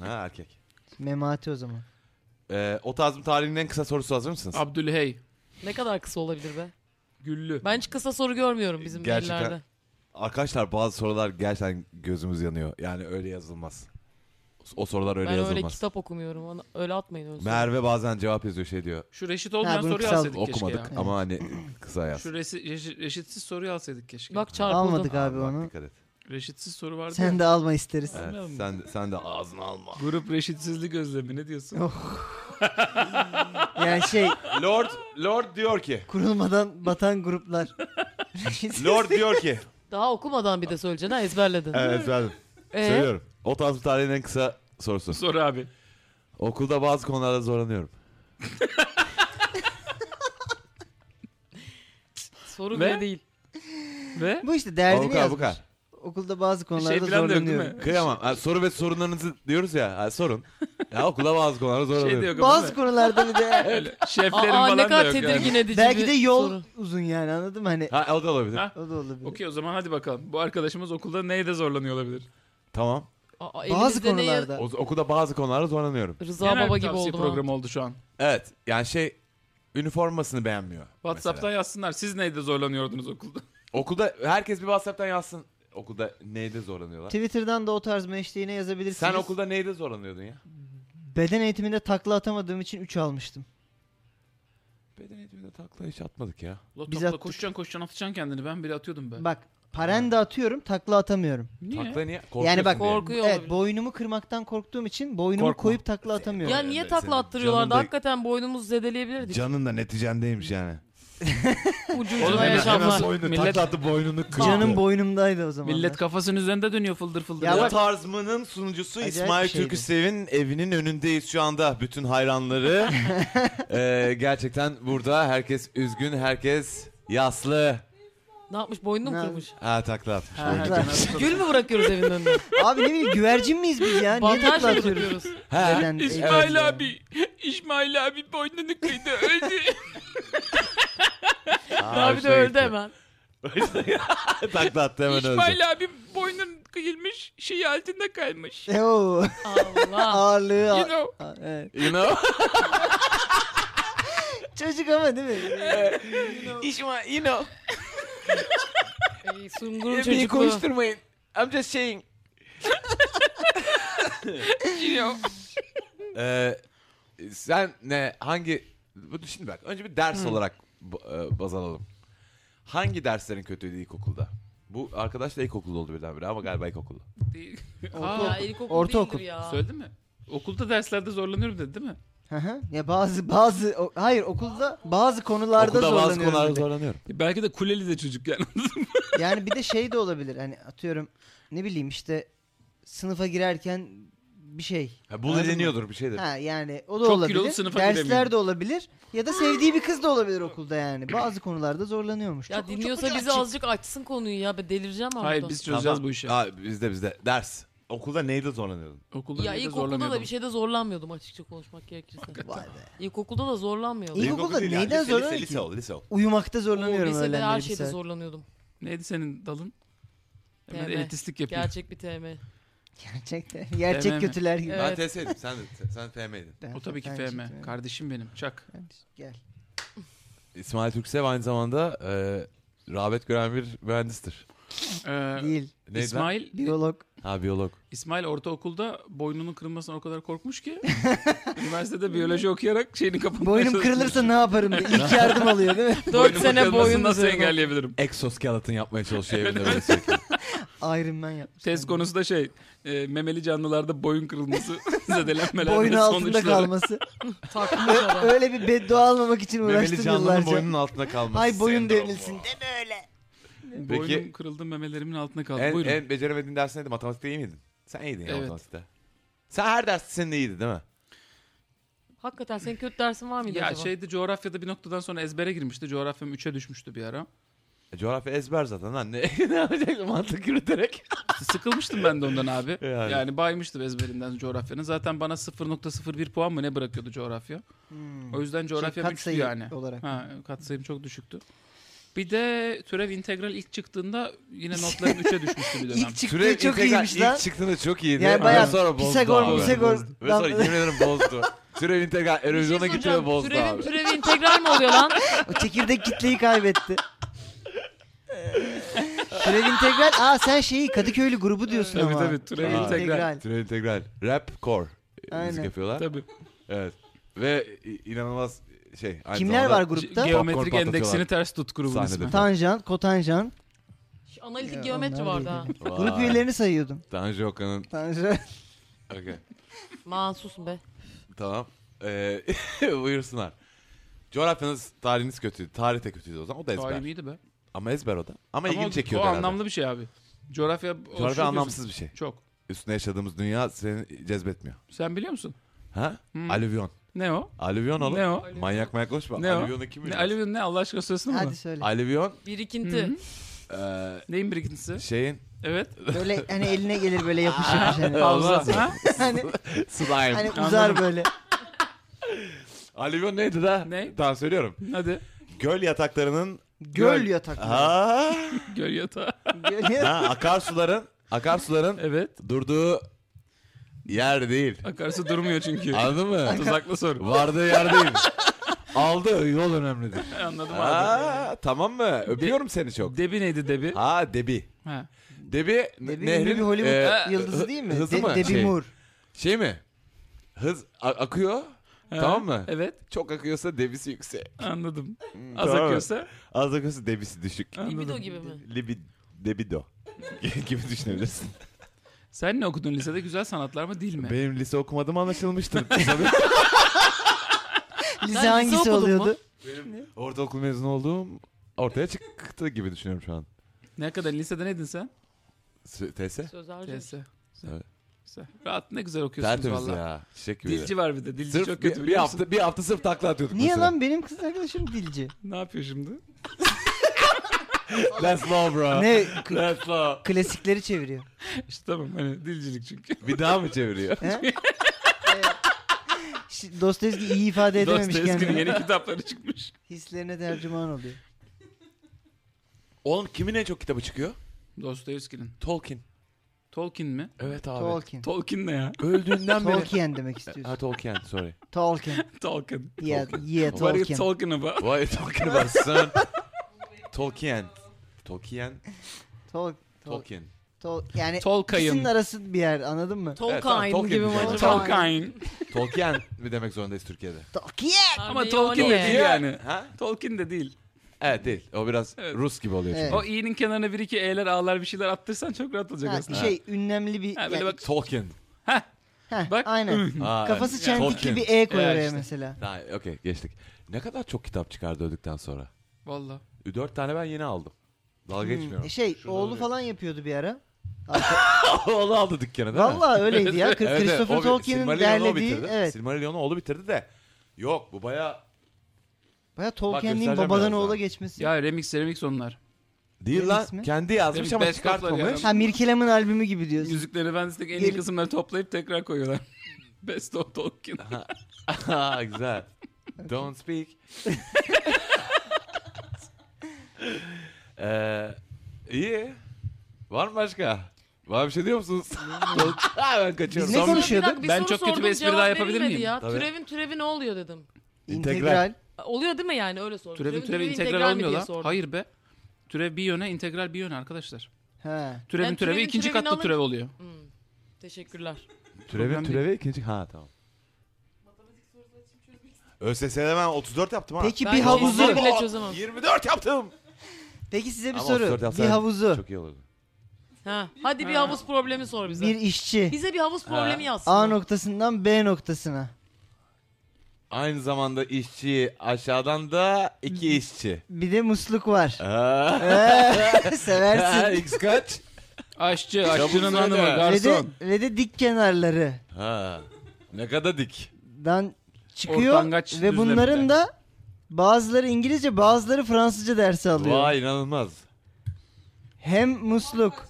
A: Ha erkek.
E: Memati o zaman.
A: E, o tazmin tarihinin en kısa sorusu hazır mısınız?
D: Abdülhey.
C: Ne kadar kısa olabilir be?
D: Güllü.
C: Ben hiç kısa soru görmüyorum bizim
A: Gerçekten.
C: maillerde.
A: Arkadaşlar bazı sorular gerçekten gözümüz yanıyor. Yani öyle yazılmaz. O sorular öyle
C: Ben
A: yazılmaz.
C: öyle kitap okumuyorum. Ona- Öyle atmayın öyle. soru.
A: Merve bazen cevap yazıyor şey diyor.
D: Şu reşit olmayan
E: Ha, bunu
D: soruyu
E: kısa-
D: alsaydık
A: Okumadık
D: keşke ya.
A: ama hani kısa yaz.
D: Şu resi- reşi- reşitsiz soruyu alsaydık keşke.
C: Bak çarpıldım.
E: Almadık abi
A: Bak,
E: onu.
A: dikkat et.
D: Reşitsiz soru vardı ya.
E: Sen de alma isteriz.
A: Evet,
D: Anlayalım.
A: sen, de- sen de ağzını alma.
D: Grup reşitsizlik özlemi ne diyorsun?
E: Yok. Yani şey
A: Lord Lord diyor ki.
E: kurulmadan batan gruplar.
A: Lord diyor ki.
C: Daha okumadan bir de söyleyeceksin ha ezberledin.
A: Evet ben
C: Ee?
A: söylüyorum. O tarz bir tarihin en kısa sorusu.
D: Sor abi.
A: Okulda bazı konularda zorlanıyorum.
C: Soru
D: Ve?
C: bile değil.
D: Ve
E: Bu işte derdini
A: Avukat
E: yazmış.
A: avukat.
E: Okulda bazı konularda
D: şey falan da yok değil
E: zorlanıyorum.
D: mi?
A: Kıyamam. Ha, soru ve sorunlarınızı diyoruz ya. ha, sorun. Ya okulda bazı konularda zorlanıyorum.
D: Şey de yok ama
E: Bazı
D: değil mi?
E: konularda bir de
D: Öyle. Şeflerin
C: Aa,
D: falan
C: ne
D: da
C: kadar
D: yok
C: tedirgin
D: yani.
C: edici
E: belki
C: bir
E: de yol
C: soru.
E: uzun yani anladın mı? Hani
A: Ha, o da olabilir.
D: Ha?
E: o da olabilir.
D: Okey o zaman hadi bakalım. Bu arkadaşımız okulda neyde zorlanıyor olabilir?
A: Tamam.
C: Aa,
E: Bazı
C: elimizde ne ya-
E: konularda.
A: O, okulda bazı konularda zorlanıyorum.
C: Rıza
D: Genel
C: Baba
D: bir
C: gibi
D: tavsiye
C: oldum. ha.
D: programı oldu şu an.
A: Evet yani şey üniformasını beğenmiyor.
D: WhatsApp'tan
A: mesela.
D: yazsınlar. Siz neyde zorlanıyordunuz okulda?
A: Okulda herkes bir WhatsApp'tan yazsın. Okulda neyde zorlanıyorlar?
E: Twitter'dan da o tarz meşleğine yazabilirsiniz.
A: Sen okulda neyde zorlanıyordun ya?
E: Beden eğitiminde takla atamadığım için 3 almıştım.
A: Beden eğitiminde takla hiç atmadık ya.
D: Ulan
E: Biz
D: topla
E: attık.
D: koşacaksın koşacaksın atacaksın kendini. Ben bile atıyordum ben.
E: Bak parende atıyorum takla atamıyorum.
D: Niye?
A: Takla niye?
E: yani
A: Korkuyorsun
E: bak
A: diye.
C: Korkuyor
E: evet,
C: olabilir.
E: boynumu kırmaktan korktuğum için boynumu
D: Korkma.
E: koyup takla atamıyorum.
C: Ya
A: Yani
C: niye
A: senin
C: takla attırıyorlardı?
A: canında-
C: Hakikaten boynumuzu zedeleyebilirdik.
A: Canın da neticendeymiş yani.
C: Ucu
D: Oğlum
C: ucuna
D: hemen-
C: yaşamlar.
D: hemen- boynunu Millet- takla
A: attı boynunu
E: Canım boynumdaydı o zaman.
D: Millet kafasının üzerinde dönüyor fıldır fıldır.
E: Ya
A: o
E: bak-
A: tarzmanın sunucusu
E: Acayip
A: İsmail
E: bir şeydi.
A: Türküsev'in evinin önündeyiz şu anda. Bütün hayranları Ee, gerçekten burada herkes üzgün, herkes yaslı.
C: Ne yapmış? Boynunu mu
E: Ne-
C: kırmış?
A: Ha takla atmış. boynunu.
C: Gül mü bırakıyoruz evin önüne?
E: Abi ne bileyim güvercin miyiz biz ya? Niye
C: Bandaj
E: takla
C: mı
E: atıyoruz?
C: bırakıyoruz?
A: Ha.
E: Beden- Evet.
D: İsmail abi. İsmail abi boynunu kıydı öldü.
A: Aa,
C: Abi de
A: hoşuna
C: öldü
A: gitti.
C: hemen.
A: takla attı hemen öldü.
D: İsmail abi boynun kıyılmış şey altında kalmış.
E: E o
C: Allah.
E: ağırlığı.
D: You
E: a-
D: know.
E: a- evet.
A: You know?
E: Çocuk ama değil mi?
A: İsmail, you know.
C: Ey, Sungur'un çocukluğu.
A: konuşturmayın. I'm just saying. Ee, sen ne hangi bu şimdi bak önce bir ders olarak ba- e, baz alalım. Hangi derslerin kötüydü ilkokulda? Bu arkadaş da ilkokulda oldu birdenbire ama galiba ilkokulda.
C: Ya
D: Aa,
C: ilkokul
E: Ortaokul.
C: değildir ya.
D: söyledi mi? Okulda derslerde zorlanıyorum dedi değil mi?
E: Hı hı. ya bazı bazı o- hayır okulda bazı konularda
A: okulda bazı
E: zorlanıyorum.
A: konularda
E: dedi.
A: zorlanıyorum.
D: Belki de kuleli de çocuk yani.
E: Yani bir de şey de olabilir. Hani atıyorum ne bileyim işte sınıfa girerken bir şey.
A: Ha,
E: Anladın mı?
A: bulileniyordur bir şeydir.
E: Ha yani o da
D: Çok
E: olabilir.
D: kilolu sınıfa giremiyor.
E: Dersler de olabilir. Ya da sevdiği bir kız da olabilir okulda yani. Bazı konularda zorlanıyormuş.
C: Ya
E: Çok- çok
C: dinliyorsa
E: ucu
C: bizi
E: açık.
C: azıcık açsın konuyu ya. Ben delireceğim artık.
D: Hayır biz çözeceğiz
A: Tamam.
D: bu işi.
A: Aa, bizde bizde ders. Okulda neyde zorlanıyordun?
D: Okulda
C: Ya
D: bile
C: ilkokulda
D: zorlanıyordum.
C: da bir şey- şeyde zorlanmıyordum açıkça konuşmak gerekirse.
E: Vay be.
C: İlkokulda da zorlanmıyordum.
E: İlkokulda
A: İlkokul değil ya,
E: neyden
A: lise,
E: zorlanıyor
A: lise,
E: ki?
A: Lise ol, lise ol.
E: Uyumakta
C: O
E: zorlanıyorum
C: lisede
E: öğlenleri.
C: her
E: bir
C: şeyde
E: saat.
C: zorlanıyordum.
D: Neydi senin dalın? Hemen
C: TM.
D: elitistlik yapıyor.
C: Gerçek bir TM.
E: Gerçekten. Gerçek
D: mi?
E: kötüler gibi.
C: Evet.
A: Ben TS'ydim, sen de sen FM'ydin.
E: Ben-
D: O tabii ki
E: ben
D: FM.
E: çıktım.
D: Kardeşim benim. Çak.
E: Ben çıktım. Gel.
A: İsmail Türksev aynı zamanda e, rağbet gören bir mühendistir.
D: Ee,
E: Değil.
A: Neydi lan?
D: İsmail
E: Biyolog.
A: Ha biyolog.
D: İsmail ortaokulda boynunun kırılmasına o kadar korkmuş ki üniversitede biyoloji okuyarak şeyini kapatmaya
E: Boynum
D: çalışmış.
E: kırılırsa ne yaparım diye. İlk yardım alıyor değil mi?
C: 4
D: Boynumun
C: sene
D: kırılmasını
C: boyun
D: nasıl
C: üzerine.
D: engelleyebilirim?
A: Exoskeleton yapmaya çalışıyor evinde böyle sürekli.
E: Iron Man yapmış.
D: Test konusu da şey, e, memeli canlılarda boyun kırılması, zedelenmeler
E: Boynu
D: ve
E: altında
D: sonuçları.
E: kalması.
C: Takmış
E: Ö-
C: adam.
E: Öyle bir beddua almamak için
A: Memeli
E: uğraştım
A: canlının
E: yıllarca.
A: boynunun altında kalması.
E: Ay boyun
A: sendromu.
E: devrilsin. Deme öyle.
D: Boynum
A: Peki-
D: kırıldı memelerimin altına kaldı.
A: En,
D: Buyurun.
A: en beceremediğin ders neydi? Matematikte iyi miydin? Sen iyiydin ya
D: Evet.
A: matematikte. Sen her ders senin de iyiydi değil mi?
C: Hakikaten senin kötü dersin var mıydı
D: ya şey,
C: acaba? şey
D: şeyde coğrafyada bir noktadan sonra ezbere girmişti. Coğrafyam 3'e düşmüştü bir ara.
A: E, Coğrafya ezber zaten lan. Ne, ne yapacaksın mantık yürüterek?
D: Sıkılmıştım ben de ondan abi.
A: Yani.
D: Yani, baymıştım ezberinden coğrafyanın. Zaten bana 0.01 puan mı ne bırakıyordu coğrafya. O yüzden coğrafya
E: Hmm. Şey, kat
D: üçtü
E: sayı
D: yani.
E: olarak.
D: Ha, katsayım çok düşüktü. Bir de türev integral ilk çıktığında yine notlarım 3'e düşmüştü bir dönem.
E: İlk çıktığı çok iyiymiş lan.
A: ilk çıktığında çok iyiydi.
E: Yani
A: Ve
E: bayağı
A: sonra bozdu
E: Pisagor,
A: abi.
E: Pisagor.
A: Ve sonra yemin ederim bozdu. Türev integral
C: Bir şey
A: erozyona gitti ve
C: soracağım.
A: bozdu
C: Türevin
A: abi.
C: türevi integral mi oluyor lan?
E: O çekirdek kitleyi kaybetti. Türev integral. Aa sen şeyi Kadıköylü grubu diyorsun
D: Tabii
E: ama.
D: tabii, türev
A: integral.
E: integral.
A: Türev integral. Rap core. e, Müzik
E: Aynen.
A: yapıyorlar.
D: Tabii.
A: Evet. Ve i- inanılmaz şey. aynı
E: Kimler
A: zamanda
E: var grupta?
D: Ge- Geometrik
A: Popcorn
D: endeksini ters tut grubun
A: Sahnede.
D: ismi.
E: Tanjant, kotanjant.
C: Şu Analitik
E: Ya,
C: geometri
E: onlar
C: vardı
E: değil.
C: ha.
A: Vay.
E: Grup üyelerini sayıyordum.
A: Tanju Okan'ın.
E: Tanjant.
A: Okey.
C: Mahsusun be.
A: Tamam. Ee, buyursunlar. Coğrafyanız, tarihiniz kötüydü. Tarih de kötüydü o zaman. O da ezber.
D: Talim iyiydi be.
A: Ama ezber o da. Ama,
D: Ama o-
A: ilgini çekiyor
D: o
A: herhalde.
D: anlamlı bir şey abi. Coğrafya, o
A: Coğrafya
D: şey
A: anlamsız bir şey.
D: biliyorsun. Çok.
A: Üstüne yaşadığımız dünya seni cezbetmiyor.
D: Sen biliyor musun?
A: Ha?
D: Hmm.
A: Alüvyon.
D: Ne o?
A: Alüvyon oğlum.
D: Ne o?
A: Manyak manyak konuşma.
D: Ne o?
A: Alüvyonu kim
D: Ne,
A: biliyor?
D: alüvyon ne Allah aşkına söylesene bana.
E: Hadi söyle.
A: Alüvyon
C: Birikinti.
D: Hı
A: ee,
D: Neyin birikintisi?
A: şeyin
D: Evet.
E: Böyle hani eline gelir böyle yapış yapış. hani.
A: Havza.
D: Ha?
E: hani,
A: slime.
E: hani uzar
D: Anladım.
E: böyle.
A: Alüvyon neydi da?
D: Ne?
A: Tamam söylüyorum.
D: Hadi.
A: Göl yataklarının
E: Göl yatakları.
A: ha,
D: Göl yatağı.
E: Göl yatakları.
A: ha akarsuların akarsuların
D: Evet.
A: durduğu Yer değil.
D: Akarsu durmuyor çünkü.
A: Anladın mı?
D: Tuzaklı soru.
A: Vardığı yer değil. Aldığı yol önemlidir.
D: Anladım abi.
A: Aa, tamam mı? Öpüyorum seni çok.
D: Debi neydi debi?
A: Ha Debi.
D: Ha.
A: Debi,
E: Debbie
A: nehrin
E: ünlü bir Hollywood
A: e,
E: yıldızı
A: hı-
E: değil mi?
A: Hızı
E: De-
A: mı?
E: Debbie
A: şey,
E: Moore.
A: şey mi? Hız a- akıyor.
D: Ha,
A: Tamam mı?
D: Evet
A: Çok akıyorsa debisi yüksek.
D: anladım. Az
A: tamam.
D: akıyorsa
A: Az akıyorsa debisi düşük.
C: Libido
D: anladım.
C: gibi mi?
A: Libi, debido gibi düşünebilirsin.
D: Sen ne okudun lisede? Güzel sanatlar mı değil mi?
A: Benim lise okumadığım anlaşılmıştır.
E: Lise
C: lise
E: hangisi
C: okudun mu?
E: oluyordu?
A: Ortaokul mezunu olduğum ortaya çıktı gibi düşünüyorum şu an.
D: ne kadar lisede neydin sen?
A: S- TS.
C: Sözlerce.
D: TS.
A: Evet.
D: Güzel. Rahat ne güzel okuyorsunuz
A: Tertemiz
D: valla.
A: ya. Çiçek gibi.
D: Dilci var bir de. Dilci
A: Sırf
D: çok
A: bir-
D: kötü
A: bir,
D: biliyor musun?
A: hafta, bir hafta sırf takla atıyorduk
E: Niye
A: mesela.
E: lan benim kız arkadaşım dilci?
D: Ne yapıyor şimdi?
A: That's low bro.
E: ne k-
A: That's low.
E: klasikleri çeviriyor.
D: İşte tamam hani dilcilik çünkü.
A: Bir daha mı çeviriyor?
E: He? Ş- Dostoyevski iyi ifade edememiş
D: Dostoyevski'nin
E: kendini.
D: yeni kitapları çıkmış.
E: Hislerine tercüman oluyor.
A: Oğlum kimin en çok kitabı çıkıyor?
D: Dostoyevski'nin.
A: Tolkien.
D: Tolkien mi?
A: Evet abi.
E: Tolkien.
D: Tolkien ne ya?
A: Öldüğünden beri.
E: Tolkien demek
A: Ha
E: istiyorsun.
A: Tolkien sorry.
E: Tolkien.
D: Tolkien.
E: Yeah,
A: Tolkien.
E: yeah
D: What are you
E: Tolkien.
D: talking about?
A: Why are you talking about son? Tolkien. Tolkien.
E: Tol- Tol-
A: Tolkien.
E: Tol- yani ikisinin
D: Tolkien.
E: arası bir yer anladın mı?
A: tamam,
C: Tolkien
A: Tolkien
C: gibi mi
A: güzel.
C: acaba?
D: Tolkien.
A: Tolkien mi demek zorundayız Türkiye'de?
E: Tolkien.
D: Ama
C: Abi,
D: Tolkien
C: o
D: de
C: ne?
D: değil yani.
A: Ha?
D: Tolkien de değil.
A: Evet değil. O biraz
D: Evet.
A: Rus gibi oluyor çünkü.
E: Evet.
D: O i'nin kenarına bir iki e'ler a'lar bir şeyler attırsan çok rahat olacak
E: Ha,
D: aslında.
E: şey ünlemli bir
D: Ha, böyle
E: yani-
D: bak.
A: Tolkien.
E: Heh,
D: Bak.
E: aynen.
A: Aa,
E: Kafası
A: evet.
E: çentikli
A: Tolkien.
E: bir E koy
D: Evet,
E: oraya
D: işte.
E: mesela.
A: Tamam, okey geçtik. Ne kadar çok kitap çıkardı öldükten sonra.
D: Valla.
A: Dört tane ben yeni aldım. Dalga geçmiyorum.
E: Hmm, Şey
A: Şurada
E: oğlu
A: oluyor.
E: falan yapıyordu bir ara.
A: Oğlu aldı dükkana değil mi?
E: Vallahi öyleydi ya. Kır-
A: Evet, evet,
E: Christopher
A: o bir-
E: Tolkien'in
A: Silmarillion'u o
E: derlediği.
A: bitirdi.
E: Evet.
A: Silmarillion'u oğlu bitirdi de. Yok bu baya
E: Baya Tolkien'in
A: göstereceğim
E: babadan
A: birazdan.
E: oğula geçmesi.
D: Ya remix remix onlar.
A: değil lan.
E: ismi?
A: Kendi yazmış
D: Demin
A: ama
D: Best Of'ları
A: çıkartmamış.
D: yani.
E: Ha Mirkelem'in albümü gibi diyorsun.
D: Yüzüklerin Efendisi'ndeki en iyi
E: Yeni-
D: kısımları toplayıp tekrar koyuyorlar. Best of Tolkien.
A: Ha güzel. Don't speak. ee, iyi. Var mı başka? Var bir şey diyor musunuz? ha, ben kaçıyorum.
E: Biz ne
A: Son-
E: konuş-
C: Bir
E: konuşuyorduk?
C: dakika, bir
D: Ben
C: soru
D: çok kötü bir
C: sordum,
D: espri
C: cevap
D: daha yapabilir
C: verilmedi
D: miyim?
C: Ya.
A: Tabii.
C: Türevin türevi ne oluyor dedim.
A: İntegral.
E: İntegral.
C: Oluyor değil mi yani öyle sordum.
D: Türevin türevi integral olmuyor lan. Hayır be. Türev bir yöne, integral bir yöne arkadaşlar.
E: Ha.
D: Türevin
C: Ben
D: türevi
C: türevin
D: ikinci
C: türevini
D: katta
C: alın-
D: türev oluyor.
C: Hmm, Teşekkürler.
A: Türevi
D: Problem değil.
A: türevi ikinci. Ha tamam. ÖSS'de ben 34 yaptım ha.
E: Peki
C: Ben
E: bir
C: hiç
E: havuzu.
C: izlemedim. bile çözemem.
A: 24 yaptım.
E: Peki size bir
A: Ama
E: soru.
A: 34 yapsan
E: Bir havuzu.
A: Çok iyi olurdu.
C: Ha, hadi bir
D: Ha.
C: havuz problemi sor bize.
E: Bir işçi.
C: Bize bir havuz problemi
E: A
C: yazsın.
E: noktasından B noktasına.
A: Aynı zamanda işçi aşağıdan da iki işçi.
E: Bir de musluk var.
A: Aa. Ha,
E: Seversin.
A: X kaç?
D: Aşçı,
A: Çabuk
D: aşçının
A: söyle.
D: hanımı,
E: ve, de,
D: garson.
E: ve de dik kenarları.
A: Ha. Ne kadar dik.
E: dan çıkıyor
D: Ortangaç
E: ve bunların
D: düzleminde.
E: da bazıları İngilizce bazıları Fransızca dersi alıyor.
A: Vay inanılmaz.
E: Hem musluk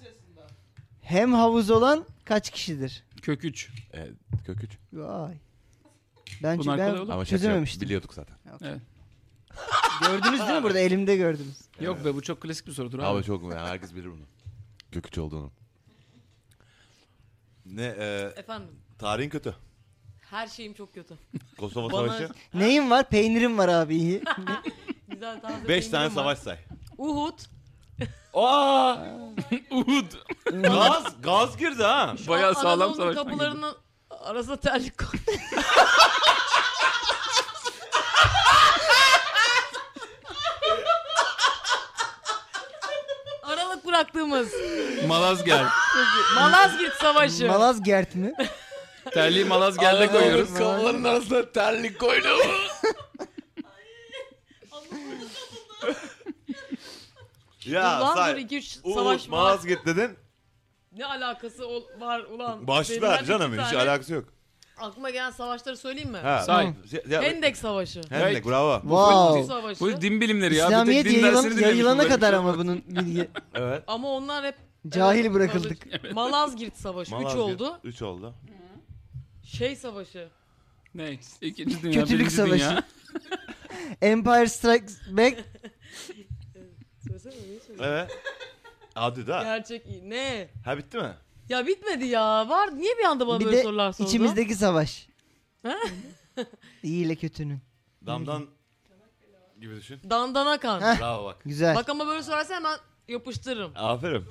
E: hem havuz olan kaç kişidir?
D: Kök 3.
A: E, kök üç.
E: Vay. Ben,
D: Bunlar kolay
E: ben
D: olur.
A: Ama şey şaka
E: çözememiştim.
A: biliyorduk zaten.
E: Gördünüz değil mi burada elimde gördünüz.
D: Yok be bu çok klasik bir sorudur abi.
A: Abi çok yani herkes bilir bunu. Kök üç olduğunu. Ne e,
C: Efendim
A: tarihin kötü.
C: her şeyim çok kötü.
A: Kosova
C: Bana-
A: Savaşı.
E: Neyim var? Peynirim var abi iyi.
C: Güzel taze
A: 5 tane
C: peynirim var.
A: savaş say.
C: Uhud.
A: Aa!
D: Uhud.
A: gaz gaz girdi ha.
D: Bayağı sağlam
C: Anadolu'nun
D: savaş.
C: kapılarının arasına terlik koy. Aralık bıraktığımız
D: Malazgirt.
C: Malazgirt Savaşı.
E: Malazgirt mi?
D: Terliği Malazgirt'e koyuyoruz.
A: Kapıların arasına terlik koydum. ya
C: ulan dur
A: say.
C: iki üç savaş
A: Uğur,
C: var.
A: Malazgirt dedin.
C: Ne alakası ol- var ulan? Benim
A: Başlar
C: ben
A: canım
C: iki
A: hiç
C: tane
A: alakası yok.
C: Aklıma gelen savaşları söyleyeyim mi?
A: Ha.
D: Say.
A: Şey- ya-
C: Hendek Savaşı.
A: Hendek bravo.
C: Kurtuluş
E: Wow.
C: Savaşı.
D: Bu din bilimleri ya. bir
E: İslamiyet
D: tek din
E: yayılan-
D: dersini
E: yayılana
D: dinlemişim şey ben.
E: kadar ama bunun bilgi.
A: Evet.
C: Ama onlar hep
E: Cahil bırakıldık.
C: Malazgirt Savaşı 3 oldu.
A: 3 oldu.
C: Şey Savaşı.
D: Ne? İkinci dünya,
E: Kötülük
D: birinci
E: savaşı.
D: dünya.
E: Empire Strikes Back
C: Söylesene niye söylüyorsun?
A: Evet. Hadi da.
C: Gerçek ne?
A: Ha bitti mi?
C: Ya bitmedi ya. Var niye bir anda bana
E: Bir
C: böyle
E: de
C: sorular sordu?
E: İçimizdeki savaş.
C: Ha?
E: İyi ile kötünün.
A: Damdan gibi düşün.
C: Dandana kan.
E: Heh.
A: Bravo bak.
E: Güzel.
C: Bak ama böyle sorarsan hemen yapıştırırım.
A: Aferin.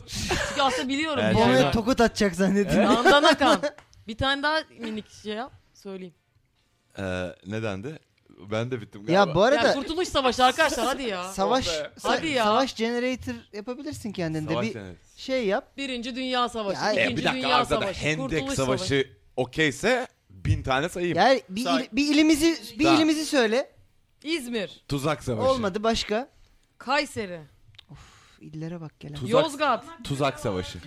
C: Çünkü aslında biliyorum.
A: Evet.
E: Bu
C: yani.
E: ona
D: Şeyler.
E: tokat atacak zannettim.
C: Dandana kan. Bir tane daha minik şey yap. Söyleyeyim.
A: Ee, nedendi? Ben de bittim galiba.
E: Ya bu
C: Ya
E: arada
C: kurtuluş savaşı arkadaşlar hadi ya.
E: savaş
D: Hadi
E: sa-
C: ya.
E: savaş generator yapabilirsin kendinde.
A: Savaş
E: bir
A: yani.
E: şey yap.
C: Birinci Dünya Savaşı,
E: Ya,
C: İkinci
E: e,
A: E, bir dakika
C: Dünya
A: arada da
C: Savaşı,
A: Hendek
C: Kurtuluş
A: Savaşı okeyse bin tane sayayım.
E: Yani bir, il- bir ilimizi bir
A: Daha.
E: ilimizi söyle.
C: İzmir,
A: Tuzak Savaşı.
E: Olmadı başka.
C: Kayseri,
E: Üf, İllere bak gelen.
A: Tuzak-
C: Yozgat,
A: Tuzak Savaşı.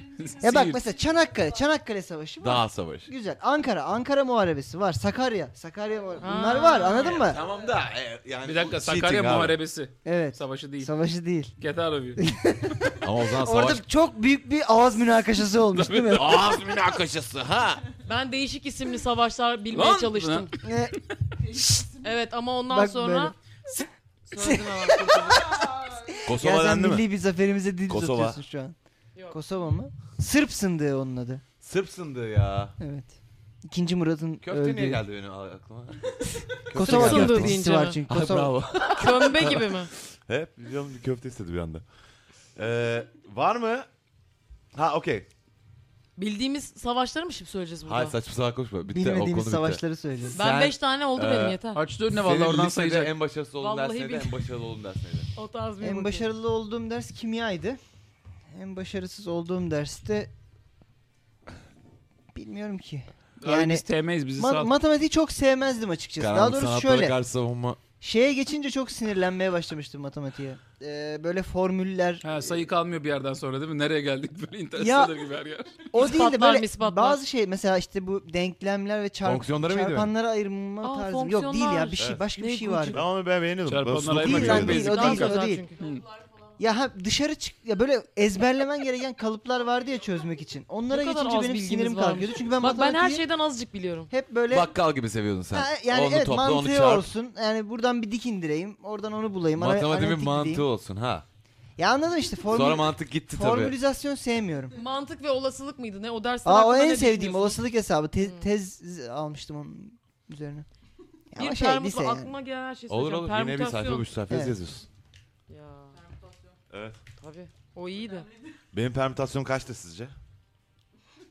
E: Ya bak
D: Siirt.
E: mesela Çanakkale, Çanakkale Savaşı var.
A: Dağ Savaşı.
E: Güzel. Ankara, Ankara Muharebesi var. Sakarya, Sakarya Muharebesi.
C: Ha.
E: Bunlar var anladın mı?
A: Tamam da e, yani
D: Bir dakika
A: bu cheating
D: Sakarya
A: abi.
D: Muharebesi.
E: Evet.
D: Savaşı değil.
E: Savaşı değil.
D: Get out of here.
A: Ama o zaman savaş.
E: Orada çok büyük bir ağız münakaşası olmuş değil mi?
A: Ağız münakaşası ha.
C: ben değişik isimli savaşlar bilmeye
D: Lan!
C: çalıştım.
E: Ee,
C: Evet ama ondan
E: Bak
C: sonra... Söyledim hemen Kurtuluş.
E: ya
A: Kosova
E: sen
A: dendi mi?
E: milli bir zaferimize dil
A: Kosova.
E: uzatıyorsun şu an.
C: Yok.
E: Kosova mı? Sırp sındığı onun adı.
A: Sırp sındığı ya.
E: Evet. İkinci Murat'ın
A: Köfte
E: öldüğü.
A: niye geldi benim aklıma?
E: Kosova
C: Sırp sındığı
E: köftesi
C: deyince
E: var
C: mi?
E: çünkü.
A: Ay,
E: Kosova.
A: bravo.
C: Kömbe gibi mi?
A: Hep canım bir köfte istedi bir anda. Ee, var mı? Ha okey.
C: Bildiğimiz savaşları mı şimdi söyleyeceğiz burada?
A: Hayır saçma sapan konuşma. Bitti o konu
E: Bilmediğimiz
A: bitti.
E: savaşları söylüyoruz.
C: ben
A: Sen-
C: 5 tane oldu
A: Ee,
C: benim yeter.
D: Açtı önüne
A: Senin
D: vallahi oradan
A: lisede
D: sayacak.
A: en başarısız olun
C: Vallahi
A: dersine de
C: bil-
A: en başarılı olun dersine de.
C: O tarz bir
E: En
C: bakıyorum.
E: başarılı olduğum ders kimyaydı. En başarısız olduğum derste bilmiyorum ki.
D: Yani,
E: Yani-
D: biz TM'yiz bizi
E: Ma-
D: sal.
E: matematiği çok sevmezdim açıkçası. Daha doğrusu şöyle.
A: karşı savunma.
E: Şeye geçince çok sinirlenmeye başlamıştım matematiğe. Ee, böyle formüller.
D: Ha, sayı kalmıyor bir yerden sonra değil mi? Nereye geldik böyle
E: Ya-
D: interstellar gibi her yer.
E: o değil de
C: ispatlar,
E: böyle
C: mispatlar.
E: bazı şey mesela işte bu denklemler ve çarp
A: Fonksiyonları mıydı?
E: çarpanlara ayırma
C: Aa,
E: tarzı. Yok değil ya bir şey
A: Evet.
E: başka bir
C: Ne
E: şey var.
C: kucu-
A: Ama ben beğeniyordum.
D: Çarpanlar
A: Basılıp
D: ayırmak
A: duruyordu.
E: çok değil, o
C: Daha
E: değil, o
C: güzel
E: değil.
C: çünkü.
E: Ya ha, dışarı çık ya böyle ezberlemen gereken kalıplar vardı ya çözmek için. Onlara
C: Ne kadar
E: geçince
C: az
E: benim
C: bilgimiz
E: sinirim
C: varmış.
E: kalkıyordu. Çünkü ben
C: Bak ben
E: matematiği
C: her şeyden azıcık biliyorum.
E: hep böyle
A: Bakkal gibi seviyordun sen.
E: Ha, yani
A: onu
E: evet
A: topla onu
E: mantığı
A: çarp.
E: olsun. Yani buradan bir dik indireyim. Oradan onu bulayım. Ana-
A: Matematiğin
E: analitik
A: mantığı
E: gideyim.
A: olsun ha.
E: Ya anladın işte formül,
A: Sonra mantık gitti tabii.
E: formülizasyon sevmiyorum.
C: Mantık ve olasılık mıydı ne? O dersler
E: Aa o
C: hakkında
E: en
C: ne
E: sevdiğim
C: düşünüyorsun? Hmm.
E: olasılık hesabı. Te- tez almıştım onun üzerine. Ama
C: Bir
E: şey
C: permüta-
E: lise yani.
C: aklıma gelen her şey
A: Olur
C: söyleyeceğim.
A: olur yine bir sayfa
C: Permütasyon.
A: üç sayfa
E: Evet.
A: yazıyorsun.
C: Ya
A: Evet.
C: tabii. O iyiydi.
A: Benim permütasyon kaçtı sizce?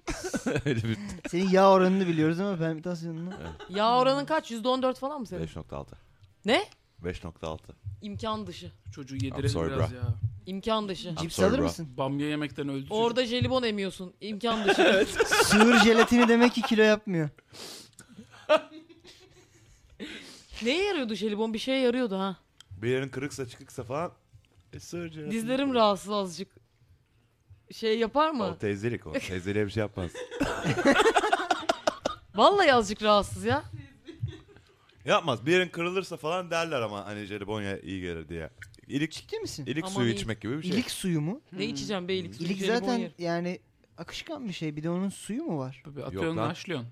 A: Öyle bir
E: Senin yağ oranını biliyoruz ama permütasyonunu.
C: Ya oranın kaç? %14 falan mı senin?
A: 5.6.
C: Ne?
A: 5.6
C: İmkan dışı.
D: Çocuğu
A: I'm
D: yedirelim
A: sorry,
D: biraz
A: bro.
D: ya.
C: İmkan dışı.
E: Cips
A: sorry,
E: alır
A: bro.
E: mısın?
D: Bamya yemekten öldü çocuk.
C: Orada jelibon emiyorsun. İmkan dışı.
E: Sığır jelatini demek ki kilo yapmıyor.
C: Neye yarıyordu jelibon? Bir şeye yarıyordu ha.
A: Bir yerin kırıksa çıkıksa falan. E, sığırcı.
C: Dizlerim rahatsız azıcık. Şey yapar
A: O
C: mı?
A: teyzelik o. Teyzeliğe bir şey yapmaz.
C: Vallahi azıcık rahatsız ya.
A: yapmaz. Bir yerin kırılırsa falan derler ama hani jelibonya iyi gelir diye. İlik,
E: Ciddi misin?
A: ilik
C: Ama
A: suyu
C: iyi.
A: içmek gibi bir şey.
E: İlik suyu mu?
C: Ne içeceğim be ilik? suyu,
E: Hmm. İlik
C: jelibon
E: zaten
C: yerim.
E: yani akışkan bir şey. Bir de onun suyu mu var?
D: Tabii Atıyorsun
A: lan.
D: haşlıyorsun.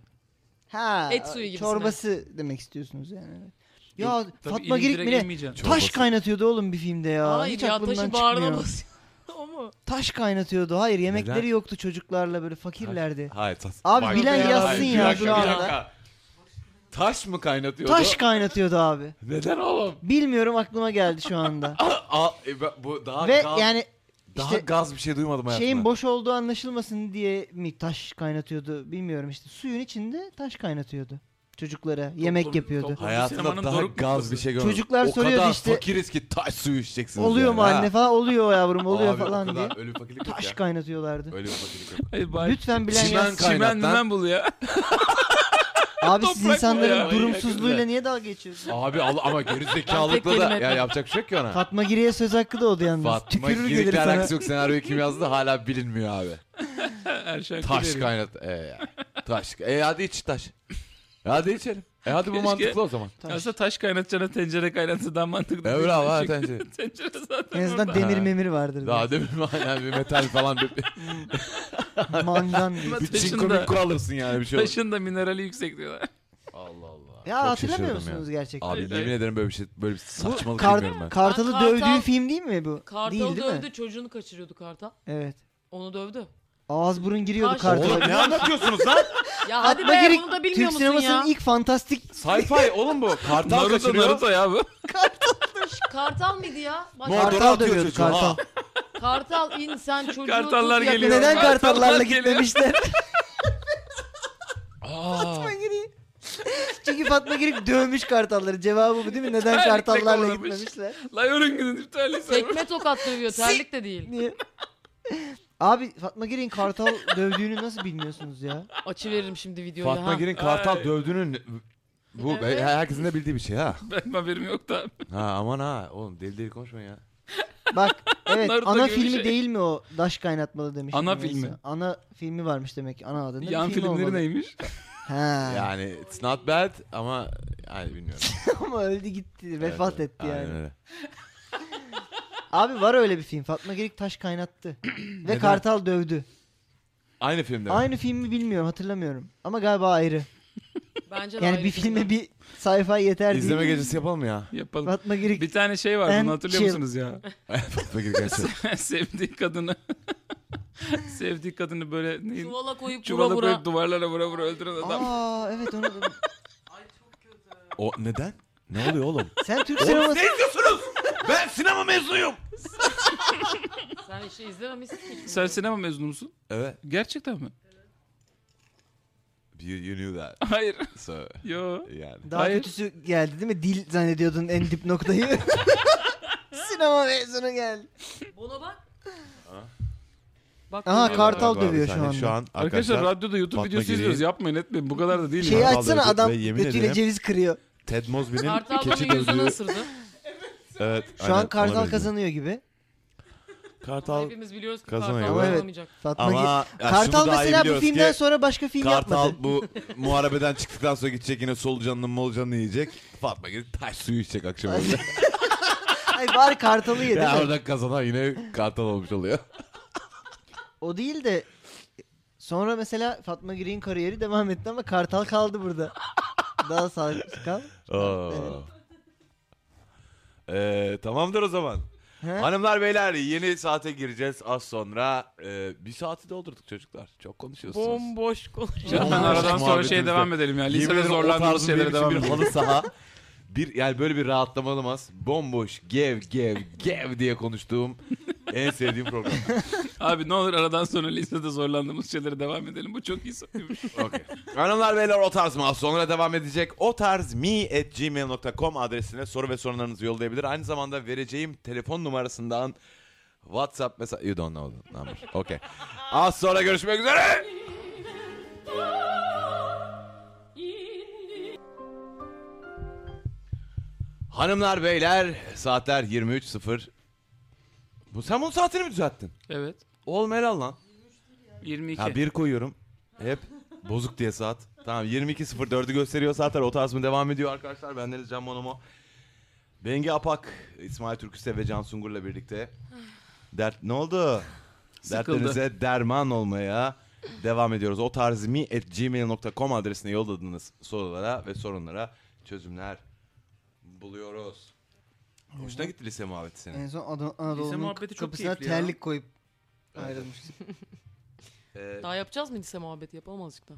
E: Ha,
C: Et suyu gibisine.
E: çorbası demek istiyorsunuz yani. evet. Ya
D: Yok, tabii
E: Fatma
D: ilik
E: Girik
D: direkt
E: bile
D: yemeyeceksin.
E: taş
A: Çorbası.
E: kaynatıyordu oğlum bir filmde ya.
C: Hayır
E: Hiç
C: ya
E: aklımdan
C: taşı bağrına
E: çıkmıyor.
C: basıyor. o mu?
E: Taş kaynatıyordu. Hayır yemekleri
A: Neden?
E: yoktu çocuklarla böyle fakirlerdi.
A: Hayır. Tas-
E: Abi
A: Bak-
E: bilen
A: Hayır,
E: yazsın
A: bir
E: ya,
A: dakika,
E: dur
A: bir
E: abi.
A: dakika. Taş mı kaynatıyordu?
E: Taş kaynatıyordu abi.
A: Neden oğlum?
E: Bilmiyorum aklıma geldi şu anda.
A: Aa, e, ben- bu daha
E: Ve
A: gaz,
E: yani
A: daha
E: işte
A: gaz bir şey duymadım hayatımda.
E: şeyin boş olduğu anlaşılmasın diye mi taş kaynatıyordu bilmiyorum işte. Suyun içinde taş kaynatıyordu. Çocuklara yemek yapıyordu.
D: toplum
A: Hayatımda
D: sinemanın
A: daha
D: doruk
A: gaz
D: noktası.
A: bir şey görmedim.
E: Çocuklar
A: o
E: soruyordu
A: kadar
E: işte-
A: fakiriz ki taş suyu içeceksiniz.
E: Oluyor
A: yani,
E: mu
A: ha?
E: anne falan oluyor yavrum oluyor
A: Abi, o
E: falan diye.
A: kadar Ölü fakirlik yok
E: Taş
A: ya.
E: kaynatıyorlardı.
A: Öyle bir fakirlik yok.
D: Hayır, bari-
E: Lütfen bilen
A: Çimen
E: yazsın.
A: kaynat
D: Çimen
A: lan.
D: mimen bul ya.
E: Abi siz
D: Toprak
E: insanların
D: bayağı.
E: durumsuzluğuyla niye dalga geçiyorsunuz?
A: Abi al- ama geri zekalıkla
C: Ben tek
A: da
C: kelime
A: ya
C: etmem.
A: yapacak bir şey yok ki ona.
E: Fatma Giri'ye söz hakkı da oldu yalnız.
A: Fatma
E: Tükürür gelir
A: Girik'le
E: sana.
A: alakası yok senaryoyu kim yazdı hala bilinmiyor abi.
D: Erşen
A: Taş
D: Kuleri.
A: kaynat. E, ya. taş. E hadi iç taş. E hadi içelim. E hadi bu
D: Keşke-
A: mantıklı o zaman.
D: Aslında taş kaynatacağına tencere kaynatsa daha mantıklı.
A: E
D: değil mi?
A: bravo ha
D: Çünkü
A: tencere.
D: tencere zaten
E: En azından
D: orada.
E: demir
A: Ha.
E: memir vardır.
A: Daha demin mi? yani bir metal falan bir, bir
E: Mangan diye.
D: Ama
A: çinko
D: taşın da,
A: mikro alırsın yani bir şey olur.
D: taşın da minerali yüksek diyorlar.
A: Allah Allah.
E: Ya
A: Çok
E: hatırlamıyor
A: şaşırdım ya.
E: musunuz gerçekten?
A: Abi
D: Evet,
A: yemin
D: evet.
A: ederim böyle bir şey böyle bir
E: Bu
A: saçmalık
E: Kar-
A: bilmiyorum ben.
E: Kartal'ı
C: Ben Kartal-
E: dövdüğü film değil mi bu?
C: Kartal
E: değil değil
C: dövdü
E: mi?
C: çocuğunu kaçırıyordu Kartal.
E: Evet.
C: Onu dövdü.
E: Ağız burun giriyordu
C: Karşı-
E: kartala.
G: Oğlum ne anlatıyorsunuz lan?
C: Ya hadi
E: Atma
C: be
E: girik
C: bunu da bilmiyor
E: Türk
C: musun
E: sinemasının
C: ya?
E: ilk fantastik
G: Sci-fi oğlum bu. Kartal
D: Naruto
G: kaçırıyor.
D: Naruto ya bu.
C: Kartal mıydı ya? Bak,
G: Ne oldu?
E: kartal
G: atıyor
E: dövüyordu
G: çocuğu, ha.
E: kartal.
C: Kartal insan çocuğu
D: Kartallar
C: tut yakın-
D: geliyor.
E: Neden
D: Kartallar
E: kartallarla
D: geliyor.
E: gitmemişler?
D: Aa.
E: Fatma Girik. Çünkü Fatma Girik dövmüş kartalları. Cevabı bu değil mi? Neden
D: Terlikle
E: kartallarla
D: kovalamış.
E: gitmemişler?
D: La yörüngenin iptali sarı.
C: Tekme tokat dövüyor terlik de değil.
E: Niye? Abi Fatma Girik'in kartal dövdüğünü nasıl bilmiyorsunuz ya?
C: Açı veririm şimdi videoyu.
G: Fatma
C: ha.
G: Girin kartal
D: Ay.
G: dövdüğünün bu
C: Evet.
G: herkesin de bildiği bir şey ha.
D: Benim haberim yok da.
G: Ha aman ha oğlum deli deli konuşma ya.
E: Bak evet
D: Naruto
E: ana
D: gibi bir
E: filmi
D: şey.
E: değil mi o? Daş kaynatmalı demiş.
D: Ana
E: neyse.
D: filmi.
E: Ana filmi varmış demek ki. Ana adında
D: Yan
E: bir film
D: filmleri
E: olmalı.
D: neymiş?
E: Ha.
G: Yani it's not bad ama yani bilmiyorum.
E: Ama öldü gitti. Vefat
G: Evet,
E: etti yani.
G: aynen öyle.
E: Abi var öyle bir film. Fatma Girik taş kaynattı. Ve kartal dövdü.
G: Aynı filmde mi?
E: Aynı filmi bilmiyorum hatırlamıyorum. Ama galiba ayrı.
C: Bence de ayrı
E: Yani
C: şey.
E: bir
C: filmler.
E: filme bir sayfa yeter değil.
G: İzleme gecesi yapalım mı ya?
D: Yapalım.
E: Fatma Girik
D: Bir tane şey var
E: And
D: bunu hatırlıyor
E: chill.
D: musunuz ya?
G: Fatma Girin gerçekten.
D: Sevdiği kadını. Sevdiği kadını böyle ne,
C: Çuvala koyup
D: çuvala
C: vura vura.
D: koyup duvarlara vura vura öldüren adam.
E: Aa evet onu
G: O neden? Ne oluyor oğlum?
E: sen Türk sineması
G: ben sinema mezunuyum.
C: Sen işte izlememişsin ki.
D: Sen sinema mezunu musun?
G: Evet.
D: Gerçekten mi?
G: You, you knew that.
D: Hayır.
G: So
D: Yo.
G: yani.
E: daha
D: Hayır.
E: kötüsü geldi değil mi? Dil zannediyordun en dip noktayı. Sinema mezunu geldi.
C: Bona bak. Bak
E: Aha,
C: dövüyor.
E: kartal-
G: Galiba
E: dövüyor
G: bir
E: şu
G: tane
E: anda.
G: Şu an
D: Arkadaşlar,
G: arkadaşlar
D: radyoda YouTube
G: Fatma
D: videosu
G: Giri'yi-
D: izliyoruz. Yapmayın etmeyin. Bu kadar da değil.
E: Şeyi
D: ya.
G: Kartal
E: açsana
G: dövdü
E: adam
G: ve yemin
E: götüyle
G: ederim-
E: ceviz kırıyor.
G: Ted Mosby'nin
C: Kartal
G: keçi
C: bunun yüzünü
G: dövdüğü...
C: ısırdı.
G: Evet,
E: Şu
G: aynen,
E: an kartal
G: ona benziyor.
E: kazanıyor gibi.
G: Kartal
C: Hepimiz biliyoruz ki
G: kazanıyor.
C: kartal
E: Ama evet.
C: olamayacak.
E: Fatma
G: ama
E: Girik.
G: ya şunu
E: Kartal
G: daha iyi
E: mesela bu
G: biliyoruz
E: filmden
G: ki
E: sonra başka film
G: Kartal
E: yapmadı.
G: bu muharebeden çıktıktan sonra gidecek yine solucanını molucanını yiyecek. Fatma Girik taş suyu içecek akşam.
E: Ay, Ay bari kartalı yedi.
G: ya oradan kazanan yine kartal olmuş oluyor.
E: O değil de sonra mesela Fatma Girik'in kariyeri devam etti ama kartal kaldı burada. Daha sağlıklı kal.
G: Oo.
E: Evet.
G: Ee, tamamdır o zaman.
E: Ha?
G: Hanımlar beyler yeni saate gireceğiz az sonra. Ee, bir saati doldurduk çocuklar. Çok konuşuyorsunuz.
C: Bomboş konuşuyor.
D: Hemen
G: Olmaz.
D: aradan sonra şey
G: Muhabbetimizde.
D: devam edelim ya.
G: Yemin
D: Lisede
G: ederim o
D: zorlandığımız
G: tarzın
D: şeylere
G: benim için
D: devam
G: bir
D: edelim.
G: halı saha. Bir, yani böyle bir rahatlama olamaz. Bomboş gev gev gev diye konuştuğum en sevdiğim program.
D: Abi ne olur aradan sonra lisede zorlandığımız şeylere devam edelim. Bu çok iyi soruymuş.
G: Okay. Hanımlar beyler o tarz mı? Az Sonra devam edecek. O tarz mi at gmail.com adresine soru ve sorunlarınızı yollayabilir. Aynı zamanda vereceğim telefon numarasından WhatsApp mesaj... You don't know the number. Okay. Az sonra görüşmek üzere. Hanımlar beyler saatler 23.00. Bu, sen bunun saatini mi düzelttin?
D: evet.
G: Oğlum helal lan.
D: 22.
G: Ha bir koyuyorum. Hep bozuk diye saat. Tamam 22.04'ü gösteriyor saatler. O tarz mı devam ediyor arkadaşlar? Bendeniz Can Bonomo. Bengi Apak, İsmail Türküse ve Can Sungur'la birlikte. Dert ne oldu?
D: Sıkıldı.
G: Dertlerinize derman olmaya devam ediyoruz. O tarz mi at gmail.com adresine yolladığınız sorulara ve sorunlara çözümler buluyoruz. Hoşuna gitti lise muhabbeti senin.
E: En son Ana-
D: Lise
E: Anadolu'nun
D: muhabbeti çok
E: kapısına
D: keyifli ya.
E: terlik koyup ayrılmış.
G: Ee,
C: Daha yapacağız mı lise muhabbeti yapalım azıcık da.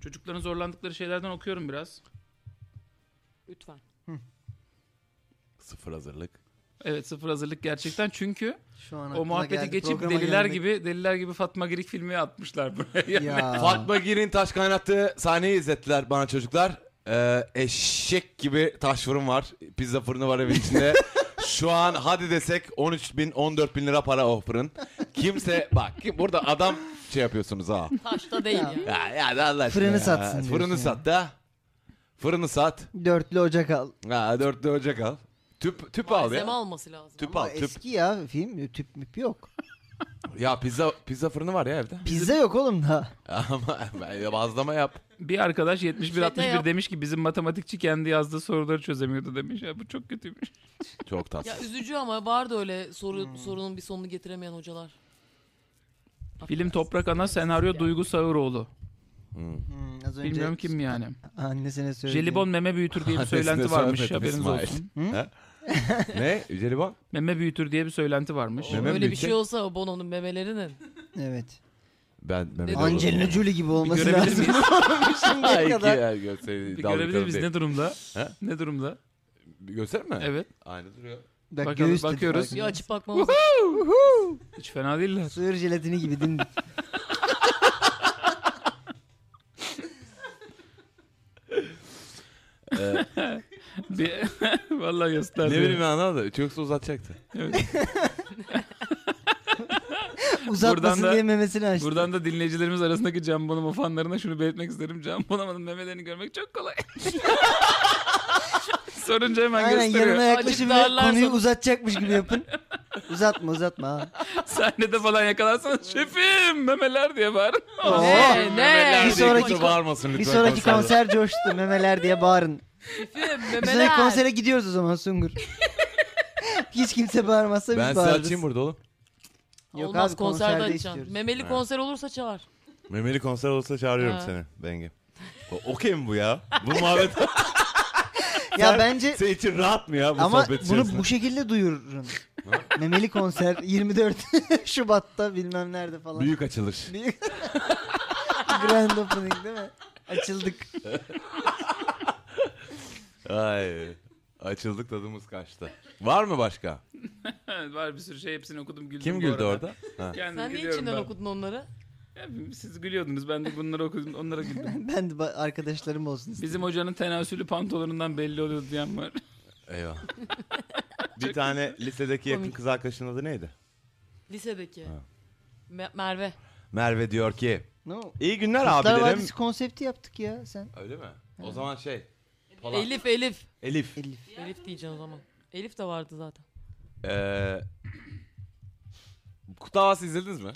D: Çocukların zorlandıkları şeylerden okuyorum biraz.
C: Lütfen.
G: sıfır hazırlık.
D: Evet sıfır hazırlık gerçekten çünkü
E: Şu an
D: o
E: aklıma
D: muhabbeti
E: geldi,
D: geçip
E: programa
D: deliler
E: geldik.
D: gibi deliler gibi Fatma Girik filmi atmışlar buraya.
E: Ya.
G: Fatma Gir'in taş kaynattığı sahneyi izlettiler bana çocuklar. Ee, eşek gibi taş fırın var. Pizza fırını var evin içinde. Şu an hadi desek 13 bin 14 bin lira para o fırın. Kimse bak ki burada adam şey yapıyorsunuz ha.
C: Taşta değil
E: Ya.
C: yani.
G: Ya, ya da Allah aşkına
E: Fırını
G: ya.
E: satsın diyorsun
G: Fırını
E: yani.
G: sat da. Fırını sat.
E: Dörtlü ocak al.
G: Ha, dörtlü ocak al. Tüp, tüp al
C: Malzeme
G: ya.
C: alması lazım.
G: Tüp
E: Ama
G: al tüp.
E: eski ya film tüp müp yok.
G: Ya pizza pizza fırını var ya evde.
E: Pizza yok oğlum da.
G: Ama bazlama yap.
D: Bir
E: şey
D: arkadaş
C: Çete
D: 71-61
C: yap.
D: demiş ki bizim matematikçi kendi yazdığı soruları çözemiyordu demiş. Ya bu çok kötüymüş.
G: Çok tatlı.
C: Ya üzücü ama vardı öyle soru,
D: Hmm.
C: sorunun bir sonunu getiremeyen hocalar.
D: Film Toprak Ana senaryo Duygu Sağıroğlu.
E: Hmm, az önce
D: Bilmiyorum kim yani.
E: Annesine söyledi.
D: Jelibon meme büyütür diye bir
G: Annesine
D: söylenti varmış
G: söylemedim
D: haberiniz
G: İsmail.
D: olsun.
G: Ha? ne? Jelibon?
D: Meme büyütür diye bir söylenti varmış.
G: Meme
C: öyle bir
G: büyütecek.
C: şey olsa Bono'nun memelerinin.
E: Evet.
A: Ben Mehmet
D: Ne
A: Oğuz'um.
E: Angelina Jolie gibi olması
D: görebilir
E: lazım.
D: miyiz?
A: Ay,
E: Şimdiye
A: iki
E: kadar.
A: yer gösterelim.
D: Bir
A: Dalga
D: görebilir miyiz?
A: değil.
D: Ne durumda?
A: He?
D: Ne durumda?
A: Bir Göstereyim mi?
D: Evet.
A: Aynı duruyor.
E: Bak,
D: Bakalım,
E: göğüs dedi
D: bakıyoruz.
E: farkında.
C: Bir açıp bakmamız
D: Hiç fena değiller.
E: Sığır jelatini gibi dimdik.
D: Bir... Vallahi gösterdi.
A: Ne bileyim ben anlamadım. Yoksa uzatacaktı.
D: Evet.
E: Uzatmasın
D: da-
E: diye memesini açtı.
D: Buradan da dinleyicilerimiz arasındaki Can Bonomo fanlarına şunu belirtmek isterim. Can Bonomo'nun memelerini görmek çok kolay. Sorunca hemen
E: Aynen
D: gösteriyor.
E: yanına yaklaşın
C: Acık
E: ve
C: darlarsanız-
E: konuyu uzatacakmış gibi yapın. uzatma uzatma. ha.
D: Sahnede falan yakalarsanız şefim memeler diye bağırın.
E: Oo.
C: Ne? Ne?
E: Bir sonraki-
A: Kimse bağırmasın lütfen.
E: Bir sonraki
A: konserde.
E: konser coştu memeler diye bağırın. Bir sonraki
C: memeler.
E: konsere gidiyoruz o zaman Sungur. Hiç kimse bağırmazsa biz
A: Ben size
E: bağırırız.
A: açayım burada oğlum.
E: Yok
C: Olmaz
E: abi, konserde
C: konserde
E: istiyoruz.
C: açacaksın. Memeli
A: Evet.
C: konser olursa çağır.
A: Memeli konser olursa çağırıyorum
C: Ha.
A: seni Bengi. O- Okey mi bu ya? Bu muhabbet
E: Ya bence
A: senin için rahat mı ya bu
E: ama
A: sohbet
E: bunu
A: içerisinde?
E: bu şekilde duyurun.
A: Ha?
E: Memeli konser 24 Şubat'ta bilmem nerede falan.
A: Büyük açılış.
E: Büyük. Grand opening değil mi? Açıldık.
A: Ay. Açıldık tadımız kaçtı. Var mı başka?
D: Evet, var bir sürü şey hepsini okudum güldüm
A: Kim
D: bu
A: güldü
D: arada.
A: orada? Ha.
D: Kendim
C: Sen ne
D: gülüyorum
C: içinden
D: ben.
C: okudun onları?
D: Ya, Siz gülüyordunuz ben de bunları okudum onlara güldüm.
E: Ben de ba- arkadaşlarım olsun istedim.
D: Bizim hocanın tenasülü pantolonundan belli oluyordu diyen var.
A: Eyvah. Bir tane lisedeki yakın
C: Komik.
A: kız arkadaşının adı neydi?
C: Lisedeki.
A: Ha.
C: Me- Merve.
A: Merve diyor ki
E: No.
A: iyi günler abi
E: Kızlar
A: dedim.
E: Vadisi konsepti yaptık ya sen.
A: Öyle mi? O zaman şey. Polat.
C: Elif Elif.
A: Elif.
E: Elif.
C: Elif diyeceksin o zaman. Elif de vardı zaten.
A: Ee, Kurtlar Vadisi izlediniz mi?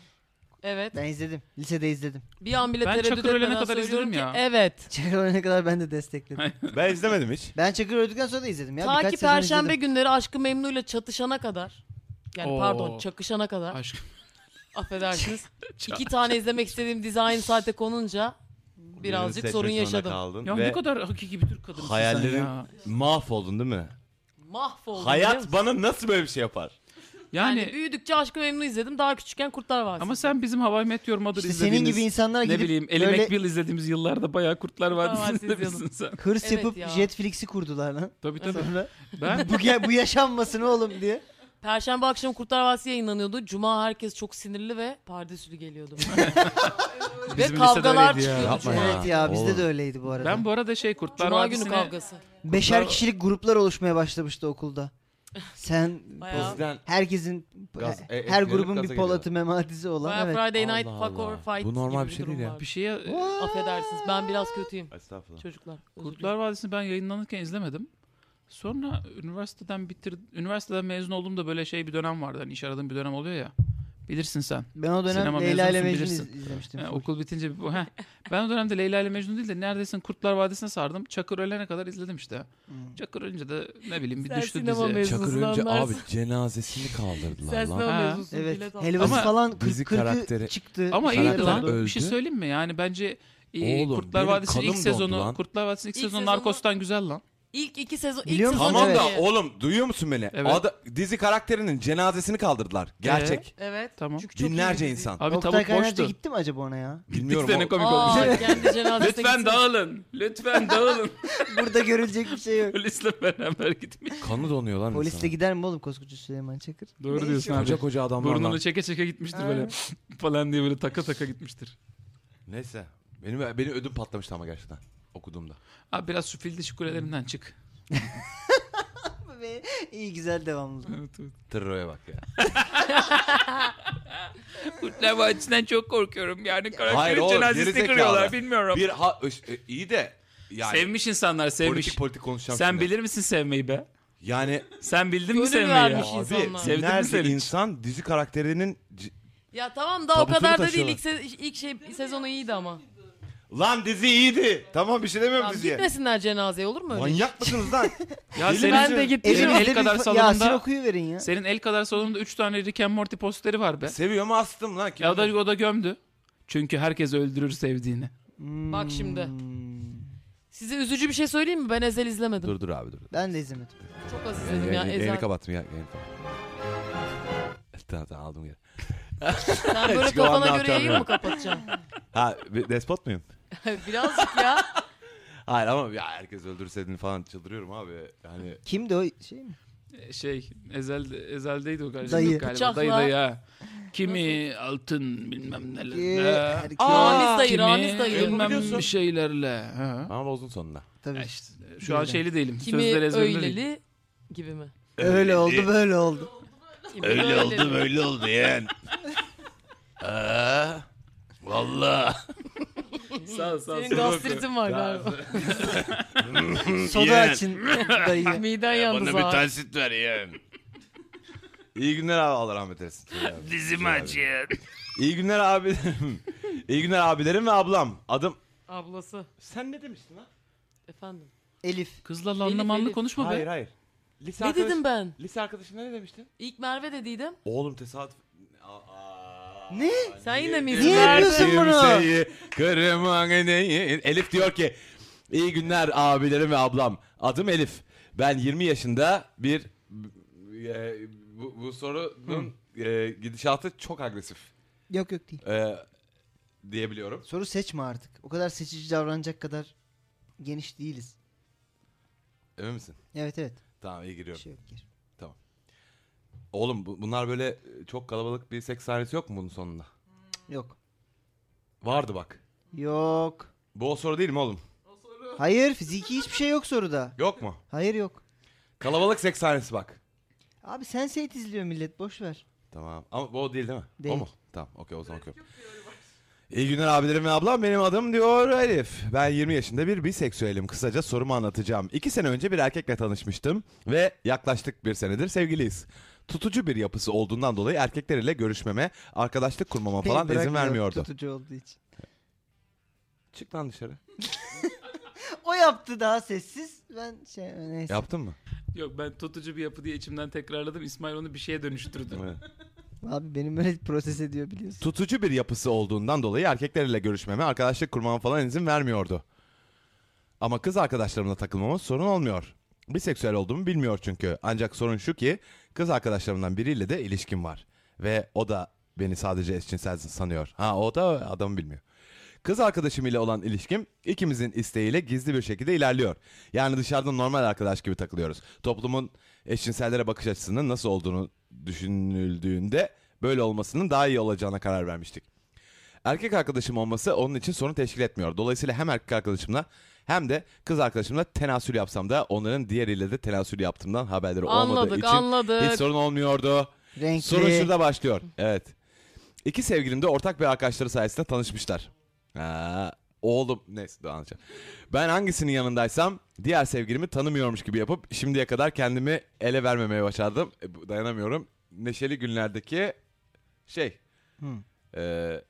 C: Evet.
E: Ben izledim. Lisede izledim.
C: Bir an bile
D: Ben
C: tereddüt
D: Çakır ölene
C: etmeden
D: kadar
C: söylüyorum
D: izledim
C: ki,
D: ya.
C: Evet.
E: Çakır ölene kadar ben de destekledim.
A: Ben izlemedim hiç.
E: Ben Çakır öldükten sonra da izledim ya.
C: Ta
E: Birkaç
C: ki
E: sezon
C: Perşembe
E: izledim.
C: günleri Aşkı Memnu'yla çatışana kadar. Yani
D: Oo.
C: pardon çakışana kadar.
D: Aşkım.
C: Affedersiniz.
D: Çak-
C: İki tane izlemek istediğim dizi aynı saate konunca birazcık
F: Birini
C: sorun
F: seçmek zorunda
C: yaşadım.
F: Kaldın
D: Ya
F: ve
D: ne kadar hakiki bir Türk kadınsın sen
F: hayallerin-
D: ya.
F: mahvoldun değil mi?
C: Mahvoldum. biliyor musun?
F: Hayat bana nasıl böyle bir şey yapar?
C: Yani,
D: Yani
C: büyüdükçe Aşkı Memnu izledim. Daha küçükken Kurtlar Vadisi.
D: ama sen bizim Hawaii Meteor Mother
E: İşte
D: izlediğimiz...
E: senin gibi insanlar
D: Ne
E: gidip
D: bileyim Ellie
E: böyle
D: McBeal izlediğimiz yıllarda bayağı Kurtlar
C: Vadisi
D: Vadisi'nde
C: izliyordum.
D: misin sen?
E: hırs
C: Evet
E: yapıp
C: ya.
E: Jetflix'i kurdular lan.
D: Tabii tabii.
E: Sonra
D: Ben
E: bu, ge- bu yaşanmasın oğlum diye.
C: Perşembe akşamı Kurtlar Vadisi yayınlanıyordu. Cuma herkes çok sinirli ve pardesülü geliyordu. ve
D: Bizim
C: kavgalar
D: lisede öyleydi ya.
C: çıkıyordu.
A: Yapma
C: Cuma.
A: ya.
E: Evet ya bizde
A: oğlum.
E: de öyleydi bu arada.
D: ben bu arada şey Kurtlar
C: Cuma günü
D: Vadisi'ne
C: kavgası.
E: Beşer
D: Kurtlar-
E: kişilik gruplar oluşmaya başlamıştı okulda. Sen
C: Bayağı-
A: Eskiden
E: Herkesin
A: Gaz- e-
E: her
A: etkilenip
E: grubun
A: gaza
E: bir Polat'ı mematisi olan
C: Bayağı
E: evet.
C: Friday
A: Allah
C: Night Fuck or
A: Allah.
C: Fight
A: Bu normal
C: gibi
A: bir şey değil
C: durum
A: ya.
C: var.
D: bir şeye
C: Affedersiniz ben biraz kötüyüm
A: Estağfurullah.
C: çocuklar. özür
D: Kurtlar Vadisi'ni ben yayınlanırken izlemedim. Sonra üniversiteden bitir üniversiteden mezun olduğumda böyle şey bir dönem vardı. Hani iş aradığım bir dönem oluyor ya. Bilirsin sen.
E: Ben o dönem
D: Sinema
E: Leyla ile Mecnun
D: mezunusun,
E: iz-
D: bilirsin.
E: izlemiştim.
D: Ha, okul bitince bir bu. Heh. Ben o dönemde Leyla ile Mecnun değil de neredesin Kurtlar Vadisi'ne sardım. Çakır ölene kadar izledim işte. Çakır ölünce de ne bileyim bir
C: Sen
D: düştü
C: sinema
D: dizi.
C: mezunu.
A: Çakır
C: Hızlı
A: önce abi
C: anlarsın.
A: cenazesini
C: dilerim.
A: kaldırdılar
C: Sen
A: lan.
C: sinema
D: Ha.
C: mezunusun.
E: Evet.
C: bilet al.
E: Helvası
D: Ama
E: falan
A: dizi
E: 40 karakteri...
A: karakteri-
E: çıktı.
D: Ama
E: Karakter
D: iyiydi lan.
A: öldü.
D: Bir şey söyleyeyim mi? Yani bence e,
A: Oğlum,
D: Kurtlar
A: benim
D: Vadisi'nin ilk
A: kanım
D: sezonu
A: dondu lan.
D: Kurtlar Vadisi'nin ilk,
C: İlk
D: sezonu
C: sezonu-
D: Narcos'tan güzel lan.
C: İlk iki sezon. ilk
E: Biliyor musun?
C: sezon
A: Tamam da
C: çok iyi.
A: oğlum duyuyor musun beni?
D: Evet. Ee?
A: Ada- dizi karakterinin cenazesini kaldırdılar. Gerçek.
C: Evet.
D: Tamam.
C: Çünkü çok iyi
A: Binlerce
C: bir dizi.
A: insan.
D: Abi
E: Oktay
D: tavuk
E: Kaynarca
D: boştu.
E: gitti mi acaba ona ya?
A: Bilmiyorum.
D: Gitsene
A: o-
D: komik olmuş.
C: Aa, kendi cenazesine
D: Lütfen
C: gitsin.
D: dağılın. Lütfen dağılın.
E: Burada görülecek bir şey yok.
D: Polisle beraber gitmiş.
A: Kanı donuyor lan
E: Polisle
A: insana.
E: gider mi oğlum koskoca Süleyman Çakır?
D: Doğru
E: Ne
D: diyorsun
E: işi var?
D: abi.
A: Koca koca adamlar
D: Burnunu
A: lan.
D: çeke çeke gitmiştir böyle. falan diye böyle taka taka gitmiştir.
A: Neyse. Benim, benim ödüm patlamıştı ama gerçekten okuduğumda.
D: Abi biraz şu fil dişi kulelerinden çık.
E: Be, İyi güzel devamlı.
D: Evet, evet.
A: Tırroya bak ya.
D: Kurtlar Vadisi'nden çok korkuyorum. Yani
A: Hayır
D: karakterin
A: oğlum,
D: cenazesini
A: gerizekalı.
D: kırıyorlar bilmiyorum.
A: Bir ha, öş- e, iyi de yani
D: Sevmiş insanlar sevmiş.
H: şey.
A: politik politik konuşacağım
D: Sen
A: şimdi.
D: bilir misin sevmeyi be?
A: Yani
D: Sen bildin mi
C: Gönül
D: sevmeyi ya?
C: vermiş.
A: abi
C: insanlar. Sevdin
D: mi
A: binlerce
D: seni hiç?
A: insan dizi karakterinin c-
C: Ya tamam da o
A: Tabutunu
C: kadar da değil.
A: taşıyorlar.
C: İlk, se- ilk şey, sezonu iyiydi ama.
A: Lan dizi iyiydi. Tamam bir şey demiyorum
C: Tamam,
A: diziye.
C: gitmesinler cenazeye olur mu öyle?
A: Manyak mısınız lan?
D: Ya
A: Deli
D: senin,
C: Ben de gittim.
D: Senin el
E: Evinizde
D: kadar
E: bir Yasin
D: salonunda
E: okuyu verin ya.
D: senin el kadar salonunda 3 tane Rick and Morty posteri var be.
A: Seviyorum astım lan. Kim
D: Ya da o da gömdü. Çünkü herkes öldürür sevdiğini.
C: Bak şimdi.
E: Hmm.
C: Size üzücü bir şey söyleyeyim mi? Ben Ezel izlemedim.
A: Dur dur abi dur.
E: Ben de izlemedim.
C: Çok az
A: Yani,
C: izledim ya
A: yayını, yayını
C: Ezel.
A: kapattım ya. Yayını kapattım. tamam tamam aldım geri.
C: Sen böyle
G: Çıkılan ne
C: kafana göre
G: yapacağım
C: yayın
G: ya?
C: mı kapatacaksın?
G: Ha bir despot muyum?
C: Birazcık ya.
G: Hayır ama ya herkes öldürseydin falan çıldırıyorum abi. Yani
E: Kimdi o şey mi?
D: Ee, Şey ezel ezeldeydi o galiba.
E: Dayı.
D: galiba.
C: Bıçakla.
D: Dayı dayı ha. Kimi altın bilmem
E: Ee,
D: nelerle.
E: Erkek.
C: Ramiz dayı,
D: kimi
C: Ramiz dayı.
D: Bilmem
G: Biliyorsun.
D: bir şeylerle. Ha.
G: ama bozdun sonunda.
E: Tabii.
D: Ya işte, şu an
E: Öyle.
D: şeyli değilim.
C: Kimi
D: Sözler ezberinde değil.
C: öyleli gibi mi?
E: Öyle oldu böyle oldu.
C: Kimi
H: Öyle
C: öyleli.
H: oldu böyle oldu Ee, yani. Aa, Valla.
D: Sağ ol, sağ ol.
C: Senin gastritin var galiba.
E: Soda
H: Yani.
E: açın dayı.
C: Miden
H: Ya
C: yandı
H: Bana bir
C: zaten.
H: tansit ver yani.
G: İyi günler abi Allah rahmet eylesin.
H: Dizimi acıyor.
G: İyi günler abi. İyi günler abilerim ve ablam. Adım
C: Ablası.
G: Sen ne demiştin lan?
C: Efendim.
E: Elif.
D: Kızlarla
C: Elif,
D: anlamanlı
C: Elif.
D: konuşma
G: Hayır
D: be.
G: hayır. Lise
C: Ne
G: arkadaş-
C: dedim ben?
G: Lise arkadaşına ne demiştin?
C: İlk Merve dediydim.
G: Oğlum tesadüf. Aa,
E: Ne?
C: Sen yine mi
G: Niye
C: izin verdin?
E: yapıyorsun bunu?
G: Kimseyi kırmak değil. Elif diyor ki iyi günler abilerim ve ablam. Adım Elif. Ben 20 yaşında bir e, bu, bu sorunun e, gidişatı çok agresif
E: Yok yok değil.
G: e, diyebiliyorum.
E: Soru seçme artık. O kadar seçici davranacak kadar geniş değiliz.
G: Emin misin?
E: Evet evet.
G: Tamam iyi
E: Bir
G: giriyorum.
E: şey yok. Gir.
G: Oğlum bu- bunlar böyle e, çok kalabalık bir seks sahnesi yok mu bunun sonunda?
E: Yok.
G: Vardı bak.
E: Yok.
G: Bu o soru değil mi oğlum?
E: Hayır fiziki hiçbir şey yok soruda.
G: Yok mu?
E: Hayır yok.
G: Kalabalık seks sahnesi bak.
E: Abi Sense8 izliyor millet boş ver.
G: Tamam. Ama bu o değil değil mi?
E: Değil.
G: O mu? Tamam. Okey o zaman okey. İyi günler abilerim ve ablam. Benim adım diyor Elif. Ben 20 yaşında bir biseksüelim. Kısaca sorumu anlatacağım. 2 sene önce bir erkekle tanışmıştım ve yaklaştık bir senedir sevgiliyiz. Tutucu bir yapısı olduğundan dolayı erkekler ile görüşmeme, arkadaşlık kurmama falan
E: Beni
G: izin
E: bırakmıyor,
G: vermiyordu.
E: Tutucu olduğu için.
G: Çık lan dışarı.
E: O yaptı daha sessiz. Ben şey neyse.
G: Yaptın mı?
D: Yok ben tutucu bir yapı diye içimden tekrarladım. İsmail onu bir şeye dönüştürdü.
G: Evet.
E: Abi benim böyle proses ediyor biliyorsun.
G: Tutucu bir yapısı olduğundan dolayı erkeklerle görüşmeme, arkadaşlık kurmama falan izin vermiyordu. Ama kız arkadaşlarımla takılmama sorun olmuyor. Biseksüel olduğumu bilmiyor çünkü. Ancak sorun şu ki kız arkadaşlarımdan biriyle de ilişkim var. Ve o da beni sadece eşcinsel sanıyor. Ha o da adamı bilmiyor. Kız arkadaşım ile olan ilişkim ikimizin isteğiyle gizli bir şekilde ilerliyor. Yani dışarıda normal arkadaş gibi takılıyoruz. Toplumun eşcinsellere bakış açısının nasıl olduğunu düşünüldüğünde böyle olmasının daha iyi olacağına karar vermiştik. Erkek arkadaşım olması onun için sorun teşkil etmiyor. Dolayısıyla hem erkek arkadaşımla hem de kız arkadaşımla tenasül yapsam da onların diğeriyle de tenasül yaptığımdan haberleri olmadığı
C: Anladık
G: için hiç
C: anladık.
G: sorun olmuyordu.
E: Renkli.
G: Sorun şurada başlıyor. Evet. İki sevgilim de ortak bir arkadaşları sayesinde tanışmışlar. Ha, oğlum neyse daha anlatacağım. Ben hangisinin yanındaysam diğer sevgilimi tanımıyormuş gibi yapıp şimdiye kadar kendimi ele vermemeye başardım. E, bu- dayanamıyorum. Neşeli günlerdeki şey.
E: Hı.
G: Ee,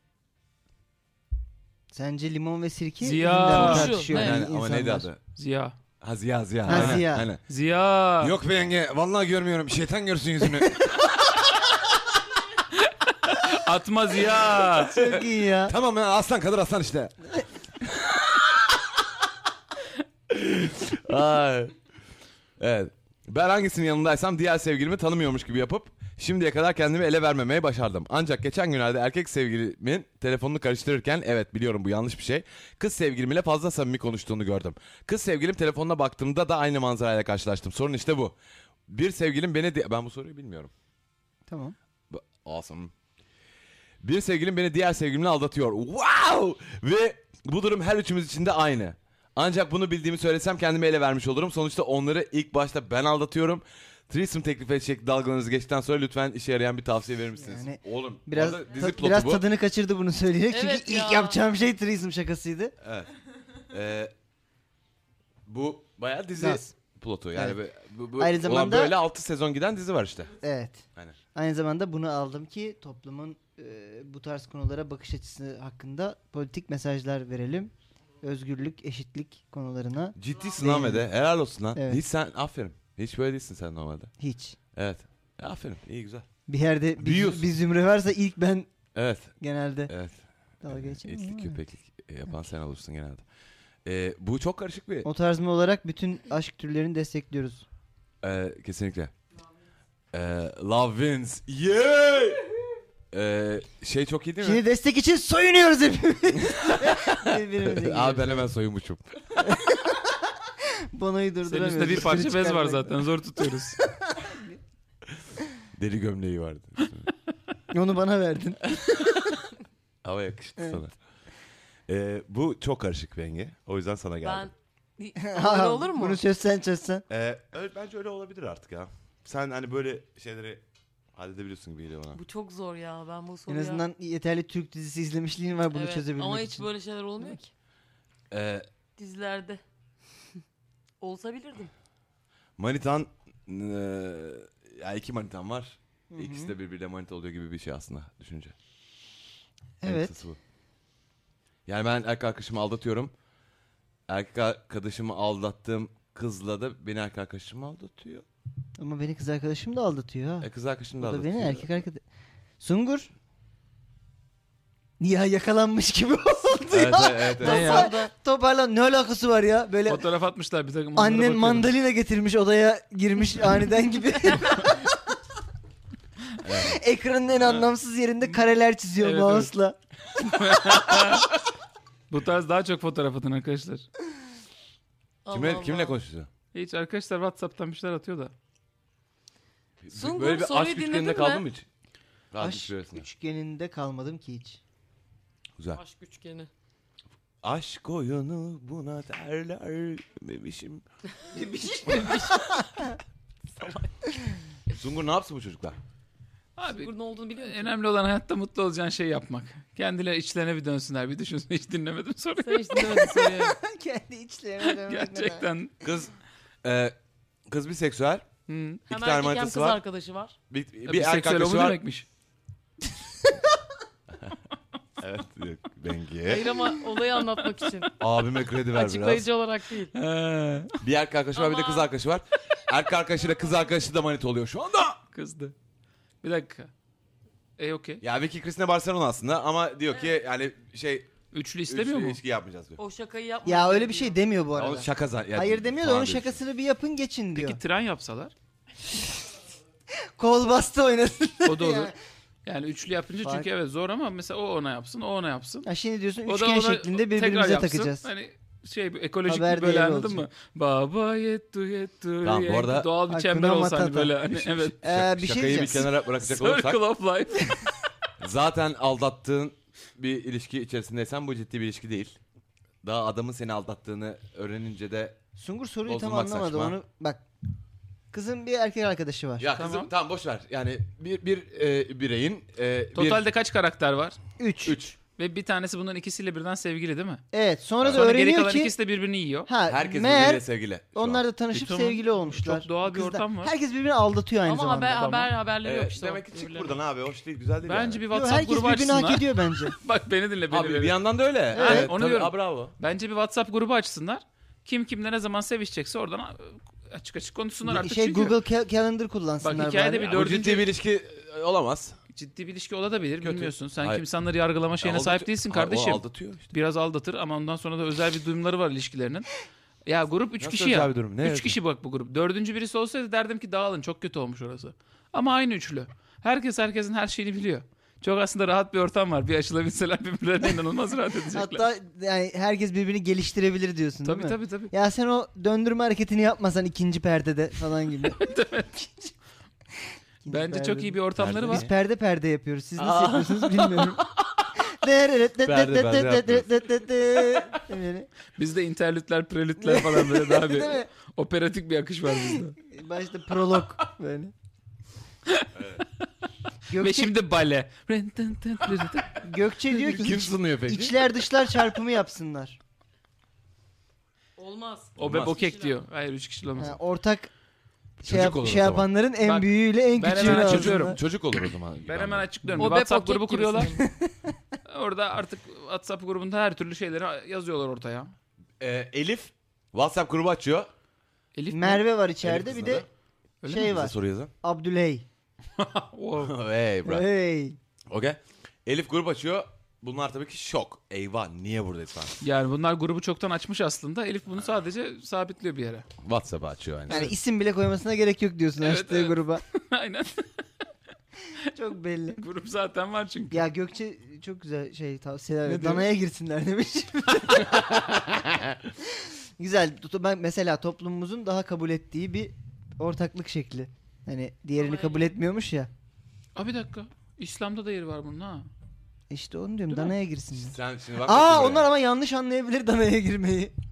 E: Sence limon ve sirke
D: Ziya.
E: yüzünden mi
C: Turşu,
E: tartışıyor
C: evet.
G: yani,
E: yani
G: ama neydi
E: insanlar?
G: adı?
D: Ziya.
G: Ha Ziya Ziya.
E: Ha,
G: Aynen,
E: Ziya.
G: aynen.
D: Ziya.
H: Yok be yenge. Vallahi görmüyorum. Şeytan görsün yüzünü.
D: Atma Ziya.
E: Çok iyi ya.
H: tamam ya aslan kadar aslan işte.
G: Ay. Evet. Ben hangisinin yanındaysam diğer sevgilimi tanımıyormuş gibi yapıp şimdiye kadar kendimi ele vermemeye başardım. Ancak geçen günlerde erkek sevgilimin telefonunu karıştırırken evet biliyorum bu yanlış bir şey. Kız sevgilimle fazla samimi konuştuğunu gördüm. Kız sevgilim telefonuna baktığımda da aynı manzarayla karşılaştım. Sorun işte bu. Bir sevgilim beni... di- Ben bu soruyu bilmiyorum.
E: Tamam.
G: B- Awesome. Bir sevgilim beni diğer sevgilimle aldatıyor. Wow! Ve bu durum her üçümüz için de aynı. Ancak bunu bildiğimi söylesem kendimi ele vermiş olurum. Sonuçta onları ilk başta ben aldatıyorum. Threesome teklif edecek dalgalarınızı geçtikten sonra lütfen işe yarayan bir tavsiye verir misiniz?
E: Yani
G: Oğlum
E: Biraz
G: orada
E: ta-
G: dizi plotu
E: biraz
G: bu.
E: tadını kaçırdı bunu söyleyerek.
C: Evet
E: Çünkü
C: ya.
E: ilk yapacağım şey trizm şakasıydı.
G: Ee, bu bayağı dizi
E: Biraz.
G: plotu. Yani
E: Evet.
G: bu, bu,
E: Aynı
G: olan
E: zamanda-
G: böyle 6 sezon giden dizi var işte.
E: Evet.
G: Aynen.
E: Aynı zamanda bunu aldım ki toplumun e, bu tarz konulara bakış açısı hakkında politik mesajlar verelim. Özgürlük, eşitlik konularına
G: Ciddi sınav
E: Değil.
G: de helal olsun lan.
E: Evet.
G: Hiç sen aferin. Hiç böyle değilsin sen normalde.
E: hiç.
G: Evet. Aferin. iyi güzel.
E: Bir yerde bir,
G: Büyüyorsun.
E: bir zümre varsa ilk ben
G: Evet,
E: genelde
G: evet.
E: dalga geçerim.
G: İtlik
E: ama.
G: köpeklik e, yapan sen olursun genelde. E, bu çok karışık bir...
E: O tarzma olarak bütün aşk türlerini destekliyoruz.
G: E, kesinlikle. E, love wins. Yeah! Ee, şey çok iyi değil mi?
E: Şimdi destek için soyunuyoruz hepimiz. Birbirimize
G: Abi ben
E: giriyoruz.
G: hemen soyunmuşum.
E: Bonoyu
D: Senin
E: durduramıyoruz.
D: üstünde bir parça
E: Dışarı
D: bez var
E: çıkarmak.
D: zaten zor tutuyoruz.
G: Deri gömleği vardı.
E: Onu bana verdin.
G: Ama yakıştı
E: Evet.
G: sana. Ee, bu çok karışık Bengi. O yüzden sana
C: Ben
G: geldim.
C: öyle olur mu?
E: Bunu şey- çözsen çözsen.
G: Ee, öyle- bence öyle olabilir artık ya. Sen hani böyle şeyleri halledebiliyorsun gibi geliyor bana.
C: Bu çok zor ya. Ben bu
E: En
C: soruya...
E: azından yeterli Türk dizisi izlemişliğin var bunu
C: Evet,
E: çözebilmek
C: Ama hiç
E: için.
C: böyle şeyler olmuyor ki.
G: Ee,
C: Dizilerde. Olsa bilirdim.
G: manitan... e, ya iki manitan var. İkisi de birbiriyle manita oluyor gibi bir şey aslında düşünce. En
E: Evet.
G: kısası bu. Yani ben erkek arkadaşımı aldatıyorum. Erkek arkadaşımı aldattığım kızla da beni erkek arkadaşım aldatıyor.
E: Ama beni kız arkadaşım da aldatıyor ha.
G: E kız arkadaşım
E: O
G: da
E: da
G: aldatıyor.
E: beni erkek arkadaş. Sungur. Ya yakalanmış gibi oldu
G: Evet,
E: ya.
G: evet, evet.
D: Ne ya?
E: Toparlan ne alakası var ya? Böyle
D: Fotoğraf atmışlar bir takım. onlara
E: annen
D: bakıyorum.
E: mandalina getirmiş odaya girmiş aniden gibi. Ekranın en anlamsız yerinde kareler çiziyor
D: Evet, evet.
E: mouse'la.
D: Bu tarz daha çok fotoğraf atın arkadaşlar.
G: Kimle,
C: Allah
G: kimle
C: Allah.
G: konuşuyorsun?
D: Hiç arkadaşlar Whatsapp'tan bir şeyler atıyor da.
C: Sungur
G: Böyle bir
C: soruyu
G: aşk
C: dinledin
G: üçgeninde
C: mi?
G: kaldın mı hiç? Aşk
E: Aşk
G: üçgeninde.
E: üçgeninde kalmadım ki hiç.
G: Güzel.
C: Aşk üçgeni.
G: Aşk oyunu buna derler bebişim. Sungur ne yapsın bu çocuklar?
D: Abi
C: Sungur ne olduğunu biliyor musun?
D: önemli olan hayatta mutlu olacağın şeyi yapmak. Kendileri içlerine bir dönsünler bir düşünsün. Hiç dinlemedim soruyu.
C: Sen hiç dinlemedin soruyu.
E: Kendi içlerine dönmek ne kadar-
D: Gerçekten.
G: Kız e, kız biseksüel.
D: Hı.
G: İki
C: Hem
G: tane
C: erkek hem
G: manitası
C: kız
G: var.
C: arkadaşı var.
G: Bir, bir,
D: E, Bir
G: erkek
D: seksüel o
G: arkadaşı
D: mu
G: var.
D: demekmiş?
G: Evet. Bengi'ye.
C: Hayır ama olayı anlatmak için.
G: Abime kredi ver E? biraz.
C: Açıklayıcı olarak değil.
D: He,
G: Bir erkek arkadaşı var bir de kız
C: Ama-
G: arkadaşı var. Erkek arkadaşıyla kız arkadaşı da manit oluyor şu anda.
D: kızdı. Bir dakika. E okey.
G: Ya Vicky Cristina Barcelona aslında ama diyor ki yani şey
D: Üçlü
G: üstü
D: istemiyor mu?
G: ilişki yapmayacağız diyor.
C: O şakayı yapmak.
E: Ya öyle bir şey demiyor bu
G: Ama
E: arada.
G: şaka zaten. yani
E: Hayır demiyor da
G: falan
E: onun
G: diyor.
E: şakasını bir yapın geçin diyor.
D: Peki tren yapsalar?
E: Kol bastı oynasın.
D: O da olur.
E: Yani-
D: Yani üçlü yapınca çünkü evet zor ama mesela o ona yapsın, o ona yapsın.
E: Ya şimdi diyorsun
D: O da
E: üçgen
D: ona
E: şeklinde
D: tekrar
E: birbirimize
D: yapsın.
E: takacağız.
D: Hani şey bu ekolojik
E: Haber
D: bir böyle
E: değeri
D: anladın mı?
E: olacak.
D: Baba yettu yettu.
G: Tamam, bu
D: yettu.
G: arada-
D: doğal bir
E: Hakuna
D: çember olsa hani
E: matata.
D: böyle hani evet.
E: Ee, bir şey
G: Şakayı bir
E: diyeceğim.
G: kenara bırakacak olursak.
D: Circle of life.
G: Zaten aldattığın bir ilişki içerisindeysen bu ciddi bir ilişki değil. Daha adamın seni aldattığını öğrenince de
E: Sungur soruyu tam
G: Bozulmak
E: anlamadı
G: saçma.
E: onu. Bak. Kızın bir erkek arkadaşı var.
G: ya
D: Tamam.
G: kızım tamam boş ver. Yani bir bir e, bireyin e,
D: Totalde kaç karakter var?
E: Üç.
G: bir, üç.
D: Ve bir tanesi bunların ikisiyle birden sevgili değil mi?
E: Evet sonra da
D: Sonra geri
E: öğreniyor
D: kalan
E: ki
D: ikisi de birbirini yiyor.
E: ha,
G: Herkes birbiriyle
E: meğer
G: sevgili. şu an.
E: onlar da tanışıp
D: E, tamam.
E: sevgili olmuşlar.
D: Çok doğal bir
E: Kızlar-
D: ortam var.
E: Herkes birbirini aldatıyor aynı
C: Ama
E: zamanda.
C: haber,
D: Tamam.
C: haber haberleri
G: E,
C: yok işte.
G: demek ki çık
C: birbirlerine.
G: buradan abi. Hoş değil, güzel değil.
D: Bence
G: yani.
D: bir
E: Yo,
D: WhatsApp
E: herkes
D: grubu
E: birbirini hak
D: açsınlar.
E: ediyor bence.
D: Bak beni dinle beni.
G: Abi
D: beni.
G: bir yandan da öyle.
D: Evet, onu
G: tabii.
D: diyorum.
G: Aa, bravo.
D: Bence bir WhatsApp grubu açsınlar. Kim kimle ne zaman sevişecekse oradan açık açık konuşsunlar artık.
E: şey
D: çünkü
E: Google Cal- Calendar kullansınlar.
D: Bak, hikayede
E: bari.
D: bir
G: Bu
D: Dördüncü-
G: ciddi bir ilişki e, olamaz.
D: ciddi bir ilişki olabilir
G: Kötü.
D: bilmiyorsun. Sen
G: Hayır.
D: kim insanları yargılama şeyine
G: Aldatıyor-
D: sahip değilsin
G: Ha, o
D: kardeşim.
G: aldatıyor işte.
D: Biraz aldatır ama ondan sonra da özel bir duyumları var ilişkilerinin. Ya grup 3
G: Nasıl
D: kişi
G: özel
D: ya.
G: bir durum? Ne
D: 3
G: yazık?
D: kişi bak bu grup. Dördüncü birisi olsaydı derdim ki dağılın çok kötü olmuş orası. Ama aynı üçlü. Herkes herkesin her şeyini biliyor. Çok aslında rahat bir ortam var. Bir açılabilseler birbirlerine inanılmaz rahat edecekler.
E: Hatta yani herkes birbirini geliştirebilir diyorsun
D: tabii
E: değil mi?
D: tabii tabii.
E: Ya sen o döndürme hareketini yapmasan ikinci perdede falan gibi. İkinci
D: Bence çok
E: perdede.
D: iyi bir ortamları var.
E: Biz perde perde yapıyoruz. Siz
G: Aa.
E: nasıl yapıyorsunuz bilmiyorum. Deret, det, det,
G: Perde
E: det, det,
G: perde
E: det, det, det, det. Böyle.
D: Bizde interlütler, prelütler falan böyle daha bir
E: Değil mi?
D: operatik bir akış var bizde.
E: Başta E, prolog böyle. Gökçe,
D: Ve şimdi bale.
E: Gökçe diyor ki
G: Kim
E: iç-
G: sunuyor peki?
E: içler dışlar çarpımı yapsınlar.
C: Olmaz. şey
D: o be
G: Olmaz.
D: bokek diyor. Hayır üç kişi olmaz.
E: Ha, ortak şey,
G: Çocuk
E: yap-
G: olur o
E: şey
G: zaman.
E: yapanların en
D: Bak,
E: büyüğüyle en
D: ben hemen
E: küçüğünü
D: açıklıyorum.
E: alsınlar.
G: Çocuk olur o zaman.
D: Ben hemen açıklıyorum.
C: O
D: Bir
C: be
D: WhatsApp
C: paket
D: grubu
C: gibisin.
D: kuruyorlar. Orada artık WhatsApp grubunda her türlü şeyleri yazıyorlar ortaya.
G: E, Elif WhatsApp grubu açıyor.
D: Elif mi?
E: Merve var içeride
G: Elif
E: bir
G: kızına
E: de
G: da.
D: Öyle
E: şey
G: Bize
E: var.
G: soru yazan.
E: Abdüley.
D: Wow.
G: hey bro.
E: Hey.
G: Okey. Elif grup açıyor. Bunlar tabii ki şok. Eyvah niye buradayız falan.
D: Yani bunlar grubu çoktan açmış aslında. Elif bunu sadece sabitliyor bir yere.
G: Whatsapp'ı açıyor aynı.
E: Yani isim bile koymasına gerek yok diyorsun
D: Evet,
E: açtığı
D: evet.
E: gruba.
D: Aynen.
E: Çok belli.
D: Grup zaten var çünkü.
E: Ya Gökçe çok güzel şey tavsiyeler.
D: Ne
E: veriyor.
D: diyor?
E: Danaya girsinler demiş. güzel. Tutu- Ben mesela toplumumuzun daha kabul ettiği bir ortaklık şekli. Hani diğerini
C: Ama
E: kabul etmiyormuş ya.
D: Aa bir dakika. İslam'da da yeri var bunun ha.
E: İşte onu diyorum.
D: Değil mi?
E: danaya girsinler.
G: Sen şimdi bak.
E: Aa
G: bakayım
E: onlar
G: buraya.
E: ama yanlış anlayabilir danaya girmeyi.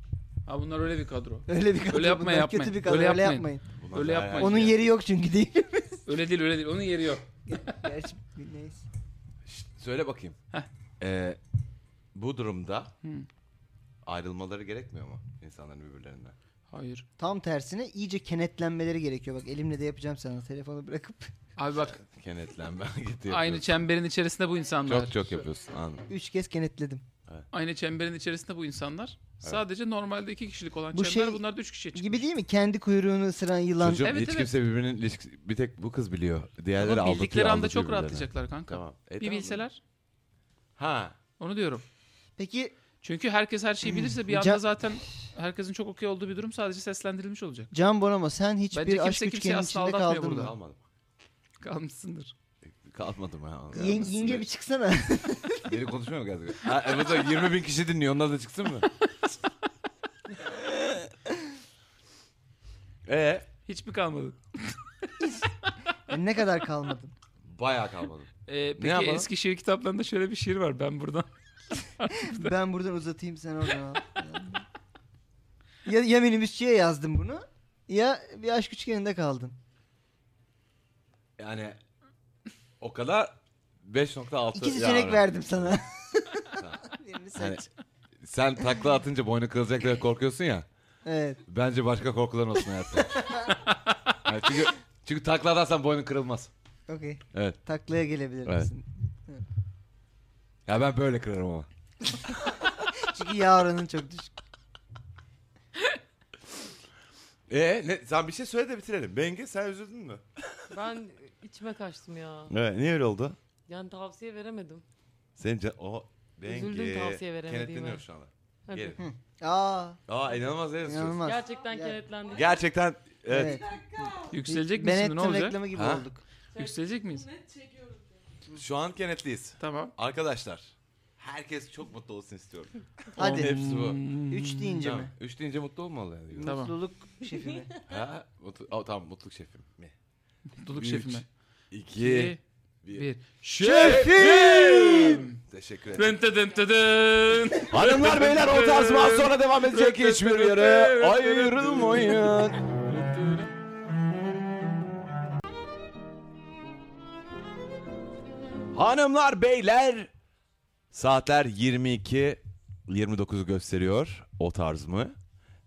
D: Ha bunlar öyle bir kadro.
E: Öyle bir kadro.
D: Öyle yapma,
E: bunlar.
D: yapmayın.
E: Kötü bir kadro.
D: Öyle
E: Öyle,
D: yapmayın.
E: yapmayın.
G: Bunlar
D: öyle
G: bayağı-
D: yapmayın.
E: Onun
D: ya.
E: yeri yok çünkü değil mi?
D: Öyle değil öyle değil. Onun yeri yok.
E: Gerçi neyse.
G: Şşt, söyle bakayım.
D: Heh.
G: Ee, bu durumda
D: Hı.
G: ayrılmaları gerekmiyor mu insanların birbirlerinden?
D: Hayır.
E: Tam tersine iyice kenetlenmeleri gerekiyor. Bak elimle de yapacağım sana. Telefonu bırakıp.
D: Abi bak
G: Kenetlenme gitti
D: aynı çemberin içerisinde bu insanlar.
G: Çok çok yapıyorsun anladım.
E: Üç kez kenetledim.
D: Aynı çemberin içerisinde bu insanlar. Sadece normalde iki kişilik olan
E: Bu
D: çember
E: şey
D: bunlar da üç kişiye çıkıyor.
E: Gibi değil mi? Kendi kuyruğunu ısıran yılan.
G: Çocuğum
D: Evet,
G: hiç
D: evet.
G: kimse birbirinin ilişkisi- bir tek bu kız biliyor. Diğerleri
D: Ama
G: aldatıyor.
D: bildikleri anda
G: aldatıyor
D: çok
G: birbirlerini.
D: rahatlayacaklar kanka.
G: Tamam. E,
D: Bir
G: tamam.
D: bilseler.
G: Ha.
D: Onu diyorum.
E: Peki
D: Çünkü herkes her şeyi bilirse bir
E: Ca-
D: anda zaten herkesin çok okey olduğu bir durum sadece seslendirilmiş olacak.
E: Can Bonomo sen
D: Bence kimse
E: hiçbir aşk
D: kimseyi
E: üçgenin
D: asla
E: içinde
D: aldatmıyor
E: kaldın
D: burada.
E: mı?
G: Kalmadım.
D: Kalmışsındır.
G: Kalmadım ya.
E: Yenge, yenge bir çıksana.
I: Deli konuşmuyor mu gerçekten?
G: Ha, e, bu da 20 bin kişi dinliyor. Onlar da çıksın mı? Ee,
D: Hiçbir kalmadı.
E: Yani ne kadar kalmadın?
G: bayağı kalmadım.
D: Ee, peki
G: yapalım?
D: eski şiir kitaplarında şöyle bir şiir var. Ben buradan
E: ben buradan uzatayım sen oradan al. ya, ya minibüsçüye yazdım bunu ya bir aşk üçgeninde kaldın.
G: Yani o kadar 5.6
E: İki
G: yarın.
E: seçenek verdim sana. Birini seç.
G: Hani sen takla atınca boynu kırılacak diye korkuyorsun ya.
E: Evet.
G: Bence başka korkuların olsun hayatta. Yani çünkü, çünkü takla atarsan boynun kırılmaz.
E: Okey.
G: Evet.
E: Taklaya gelebilir
G: Evet.
E: misin?
G: Ya ben böyle kırarım ama.
E: Çünkü yağ oranın çok düşük.
G: Ee, ne, sen bir şey söyle de bitirelim. Bengi sen üzüldün mü?
C: Ben içime kaçtım ya.
G: Evet, niye öyle oldu?
C: Yani tavsiye veremedim.
G: Senin can... O Bengi.
C: Üzüldüm tavsiye veremediğime.
G: Kenetleniyor şu anda.
C: Hadi.
G: Gelin.
E: Aa
G: Aa inanılmaz değil mi?
E: inanılmaz.
C: Gerçekten
E: Ya-
C: kenetlendik.
G: Gerçekten evet.
D: yükselecek
E: ben
D: misin? Ne olacak?
E: reklamı gibi
G: Ha?
E: olduk.
D: Yükselecek miyiz?
G: Şu an kenetliyiz.
D: Tamam.
G: Arkadaşlar herkes çok mutlu olsun istiyorum.
E: Hadi.
G: Hepsi bu.
E: Üç deyince
G: Tamam.
E: mi?
G: Üç deyince mutlu olmalı yani.
D: Hmm, Tamam.
E: Mutluluk şefi mi?
G: ha? Mutlu... Aa, tamam mutluluk şefim. Mi?
D: Mutluluk
G: Üç,
D: şefime.
G: İki.
D: bir.
G: bir.
D: bir.
G: Şefim! Teşekkür ederim.
D: Dın tı dın tı dın.
G: Hanımlar beyler o tarz var sonra devam edecek hiçbir yere ayrılmayın. Hanımlar beyler saatler 22 29'u gösteriyor o tarz mı?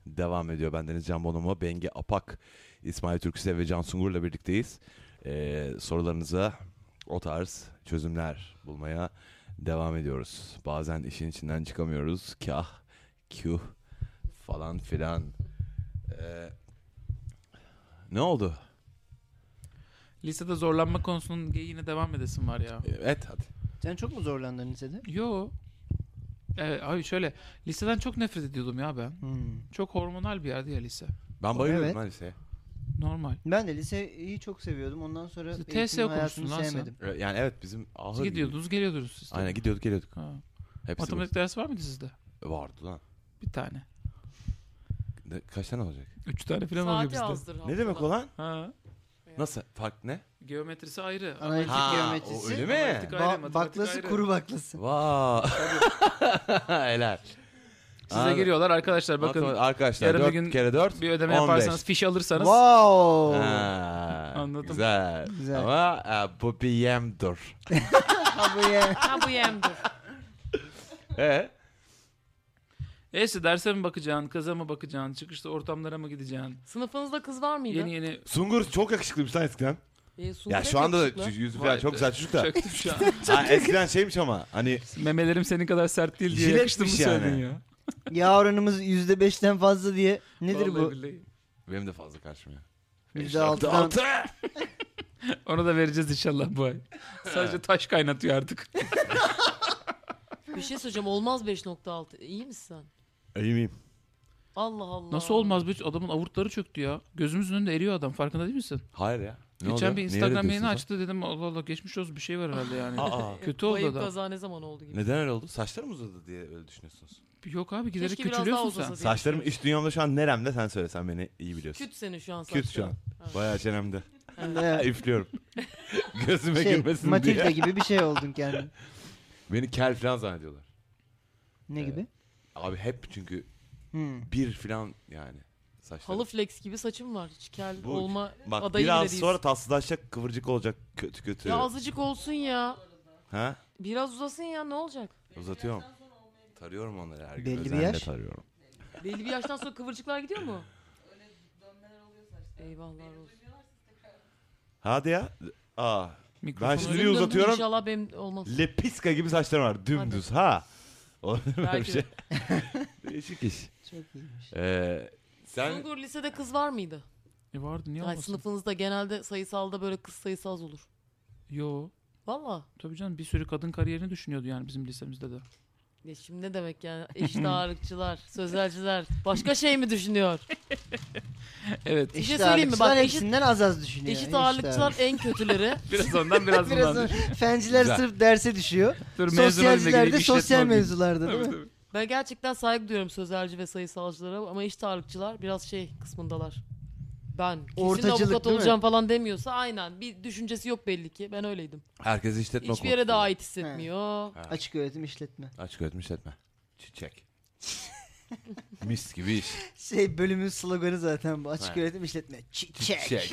G: Devam ediyor bendeniz Can Bonomo, Bengi Apak, İsmail Türküsev ve Can Sungur'la birlikteyiz. Ee, sorularınıza o tarz çözümler bulmaya devam ediyoruz. Bazen işin içinden çıkamıyoruz. Kah, küh falan filan. Ee, ne oldu?
D: Lisede zorlanma konusunun geyiğine devam edesin var ya.
G: Evet hadi.
E: Sen çok mu zorlandın lisede?
D: Yo. Evet abi şöyle liseden çok nefret ediyordum ya ben.
E: Hmm.
D: Çok hormonal bir yerdi ya lise.
G: Ben bayılıyorum
E: Evet.
G: lan liseye.
D: Normal.
E: Ben de liseyi çok seviyordum. Ondan sonra
D: Siz
E: eğitim
D: TSE okumuşsun
E: hayatını
D: lan sen.
E: sevmedim.
G: Ee, Yani evet bizim ahır
D: Siz
G: gibi.
D: gidiyordunuz geliyordunuz siz. de.
G: Aynen gidiyorduk geliyorduk.
D: Ha.
G: Hepsi
D: Matematik dersi var mıydı sizde?
G: bu- vardı lan.
D: Bir tane.
G: Ne- Kaç tane olacak?
D: Üç tane falan oluyor
C: Saati
D: bizde.
C: azdır. haftada.
G: Ne demek o lan?
D: Ha.
G: Nasıl? Fark ne?
D: Geometrisi ayrı.
E: Analitik
G: Ha, o
E: geometrisi.
G: öyle mi?
D: Matematik ayrı,
E: Ba-
D: matematik
E: baklası
D: ayrı.
E: kuru baklası.
G: Vaa. Helal.
D: Size
G: Anladım.
D: geliyorlar arkadaşlar bakın
G: Matematik- Arkadaşlar
D: yarın bir
G: 4
D: gün
G: kere 4.
D: bir ödeme
G: 15.
D: yaparsanız fiş alırsanız
E: Wow.
G: Ha,
D: Anladım.
G: Güzel.
E: Güzel.
G: Ama e, bu bir yemdir.
E: Ha bu ya.
C: Ha bu yemdir.
G: E?
D: neyse derse mi bakacaksın kıza mı bakacaksın çıkışta ortamlara mı gideceksin
C: Sınıfınızda kız var mıydı?
D: yeni yeni
G: Sungur çok yakışıklıymış lan eskiden.
C: E, Sungur
G: Ya
C: hep
G: şu anda da
C: yakışıklı.
G: yüzü falan çok güzel çocuk da.
D: Çöktüm şu an.
G: Ha, eskiden şeymiş ama hani
D: Memelerim senin kadar sert değil diye
G: Jiletmiş
D: yakıştım mı
G: yani.
D: söyledin ya?
E: Yağ oranımız %5'ten fazla diye. Nedir
D: Vallahi
E: bu?
D: billahi.
G: benim de fazla karşıma.
E: %6'dan.
D: Onu da vereceğiz inşallah bu ay. Sadece taş kaynatıyor artık.
C: Bir şey söyleyeceğim olmaz 5.6. İyi misin sen?
G: İyi miyim?
C: Allah Allah.
D: Nasıl olmaz bu adamın avurtları çöktü ya. Gözümüzün önünde eriyor adam farkında değil misin?
G: Hayır ya.
D: Geçen
A: oldu?
D: bir
A: Niye öyle
D: Instagram yayını
A: diyorsunuz
D: açtı dedim Allah Allah geçmiş olsun bir şey var herhalde yani.
A: lan? Aa,
D: Kötü oldu
C: Bayım
D: adam.
C: E, kaza ne zaman oldu gibi.
A: neden öyle oldu? Saçlarım uzadı diye öyle düşünüyorsunuz.
D: Yok abi giderek
C: Keşke biraz daha
D: küçülüyorsun
C: uzasa
D: sen.
C: diye
A: Saçlarım
C: düşünüyorum.
A: iç dünyamda şu an neremde sen söylesen beni iyi biliyorsun.
C: Küt senin şu an saçların.
A: Küt şu an.
C: Evet.
A: Bayağı çenemde.
E: Ee,
A: Üflüyorum. Gözüme
E: şey,
A: girmesin
E: Matilda
A: diye.
E: gibi bir şey oldun yani.
A: Beni kel falan zannediyorlar.
E: Ne
A: Evet.
E: gibi?
A: Abi hep çünkü
E: Hmm.
A: bir falan yani saçlarım.
C: Halı flex gibi saçım var. Hiç kel
A: Bu-
C: olma
A: Bak
C: adayı bile
A: biraz
C: değilsin.
A: sonra tatsızlaşacak kıvırcık olacak kötü kötü.
C: Ya azıcık olsun ya.
A: Ha?
C: Biraz uzasın ya ne olacak?
A: Uzatıyorum. Tarıyorum onları her gün.
E: Belli bir
A: Özenle
E: yaş.
A: tarıyorum.
C: Belli bir yaştan sonra kıvırcıklar gidiyor mu? Eyvallah olsun.
A: Hadi ya. Aa.
D: Mikrofonu-
A: şimdi-
C: Dümdüz
A: uzatıyorum.
C: İnşallah benim olmaz.
A: Lepiska gibi saçlarım var. Dümdüz ha. Olabilir mi öyle bir
C: Belki
A: şey?
C: de.
A: Değişik iş.
E: Çok iyiymiş.
A: Ee, sen
C: Sungur lisede kız var mıydı?
D: E vardı niye
C: Yani
D: olmasın?
C: sınıfınızda genelde sayısalda böyle kız sayısı az olur.
D: Yo.
C: Valla.
D: Tabii canım bir sürü kadın kariyerini düşünüyordu yani bizim lisemizde de.
C: Ya şimdi ne demek yani? Eşit ağırlıkçılar, sözelciler. Başka şey mi düşünüyor?
D: evet.
C: Bir şey söyleyeyim mi? Bak,
E: ağırlıkçılar
C: eşit-
E: hepsinden az az düşünüyor.
C: Eşit ağırlıkçılar en kötüleri.
D: Biraz ondan biraz
E: Biraz
D: bundan.
E: sonra fenciler
A: Güzel.
E: sırf derse düşüyor.
D: Dur, mezun olunca
E: Sosyalciler
D: gireyim,
E: de
D: işletme
E: sosyal
D: okuyayım.
E: mevzularda değil mi?
C: Ben gerçekten saygı duyuyorum sözelci ve sayısalcılara ama eşit ağırlıkçılar biraz şey kısmındalar. Ben kesin
E: Ortacılık,
C: avukat
E: değil mi?
C: olacağım falan demiyorsa aynen bir düşüncesi yok belli ki. Ben öyleydim.
A: herkes işletme
C: Hiçbir
A: okumak
C: yere de
A: istiyor.
C: ait hissetmiyor.
A: Ha.
E: Açık öğretim işletme.
A: Açık öğretim işletme. Çiçek. Mis gibi iş.
E: Şey bölümün sloganı zaten bu. Açık
A: Ha.
E: öğretim işletme. Çiçek.
A: Çiçek.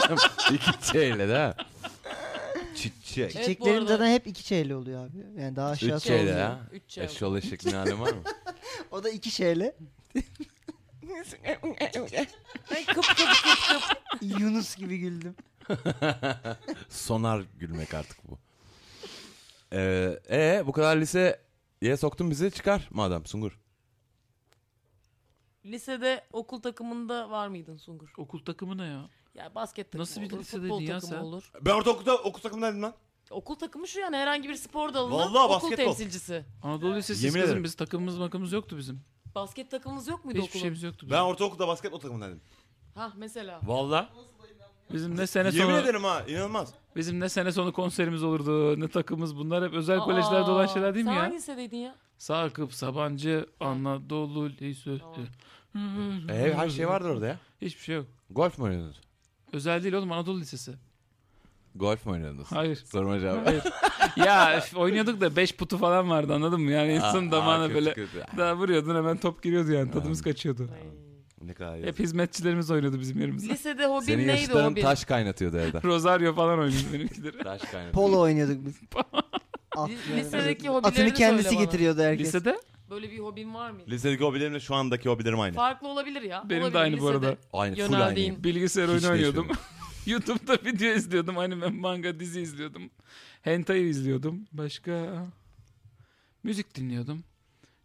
A: İki çeyle de. ha. Çiçek.
C: Evet,
E: Çiçeklerin
C: bu arada-
E: zaten hep iki şeyli oluyor abi. Yani daha aşağı
A: Üç şey. şeyle
E: olmuyor.
A: ya. e,
C: Üç çay oldu.
A: Eşol eşek ne alem var mı?
E: O da iki şeyle.
C: Ben kıp kıp kıp kıp.
E: Yunus gibi güldüm.
A: Sonar gülmek artık bu. Ee, ee, bu kadar liseye soktun bizi çıkar madem Sungur.
C: Lisede okul takımında var mıydın Sungur?
D: Okul takımı ne ya?
C: Ya basket takımı
D: Nasıl bir
C: olur,
D: lisedeydin
C: futbol
D: ya
C: takımı
D: sen?
C: olur.
A: Ben ortaokulda okul takımındaydım lan.
C: Okul takımı şu yani herhangi bir spor dalının
A: Vallahi
C: okul
A: basketbol.
C: temsilcisi.
D: Anadolu Lisesi
A: Yemin
D: kızım
A: ederim.
D: biz takımımız makamımız yoktu bizim.
C: Basket takımımız yok muydu
D: Hiçbir
C: okulun?
D: şeyimiz yoktu
A: Ben
D: bizim.
A: ortaokulda basketbol takımındaydım.
C: Hah mesela.
A: Valla.
D: Bizim ne sene
A: Yemin
D: sonu
A: ederim ha inanılmaz.
D: bizim ne sene sonu konserimiz olurdu. Ne takımımız bunlar hep özel
C: Aa,
D: kolejlerde olan şeyler değil mi
C: sen
D: ya?
C: hangi lisedeydin ya?
D: Sakıp Sabancı Anadolu Lisesi.
A: Ee, her şey vardır orada ya.
D: Hiçbir şey yok.
A: Golf mu oynuyordunuz?
D: Özel değil oğlum Anadolu Lisesi.
A: Golf mu oynuyordunuz?
D: Hayır.
A: Sorma cevap.
D: Hayır. ya üf, oynuyorduk da 5 putu falan vardı anladın mı? Yani
A: Aa,
D: insan
A: aa,
D: damağına
A: kötü
D: böyle
A: kötü.
D: daha vuruyordun hemen top giriyordu yani tadımız kaçıyordu.
C: Ay.
A: Ne kadar
D: Hep
A: yazık.
D: hizmetçilerimiz oynuyordu bizim yerimize.
C: Lisede hobin
A: Senin
C: neydi
A: yaşıtların
C: hobin?
A: taş kaynatıyordu evde.
D: Rosario falan oynuyordu benimkileri.
A: taş kaynatıyordu.
E: Polo oynuyorduk biz. At
C: Li-
E: yani.
C: lisedeki
E: Atını
C: hobilerini
E: kendisi
C: söyle bana.
E: getiriyordu herkes.
D: Lisede
C: Böyle bir hobin var mıydı?
A: Lisedeki hobilerimle şu andaki hobilerim aynı.
C: Farklı olabilir ya.
D: Benim de
C: Olabilir.
D: aynı bu
C: Lisede
D: arada.
A: Aynı full
C: Yöneldiğin.
A: aynı.
D: bilgisayar oyunu
A: Hiç
D: oynuyordum. YouTube'da video izliyordum. Anime, manga, dizi izliyordum. Hentai izliyordum. Başka müzik dinliyordum.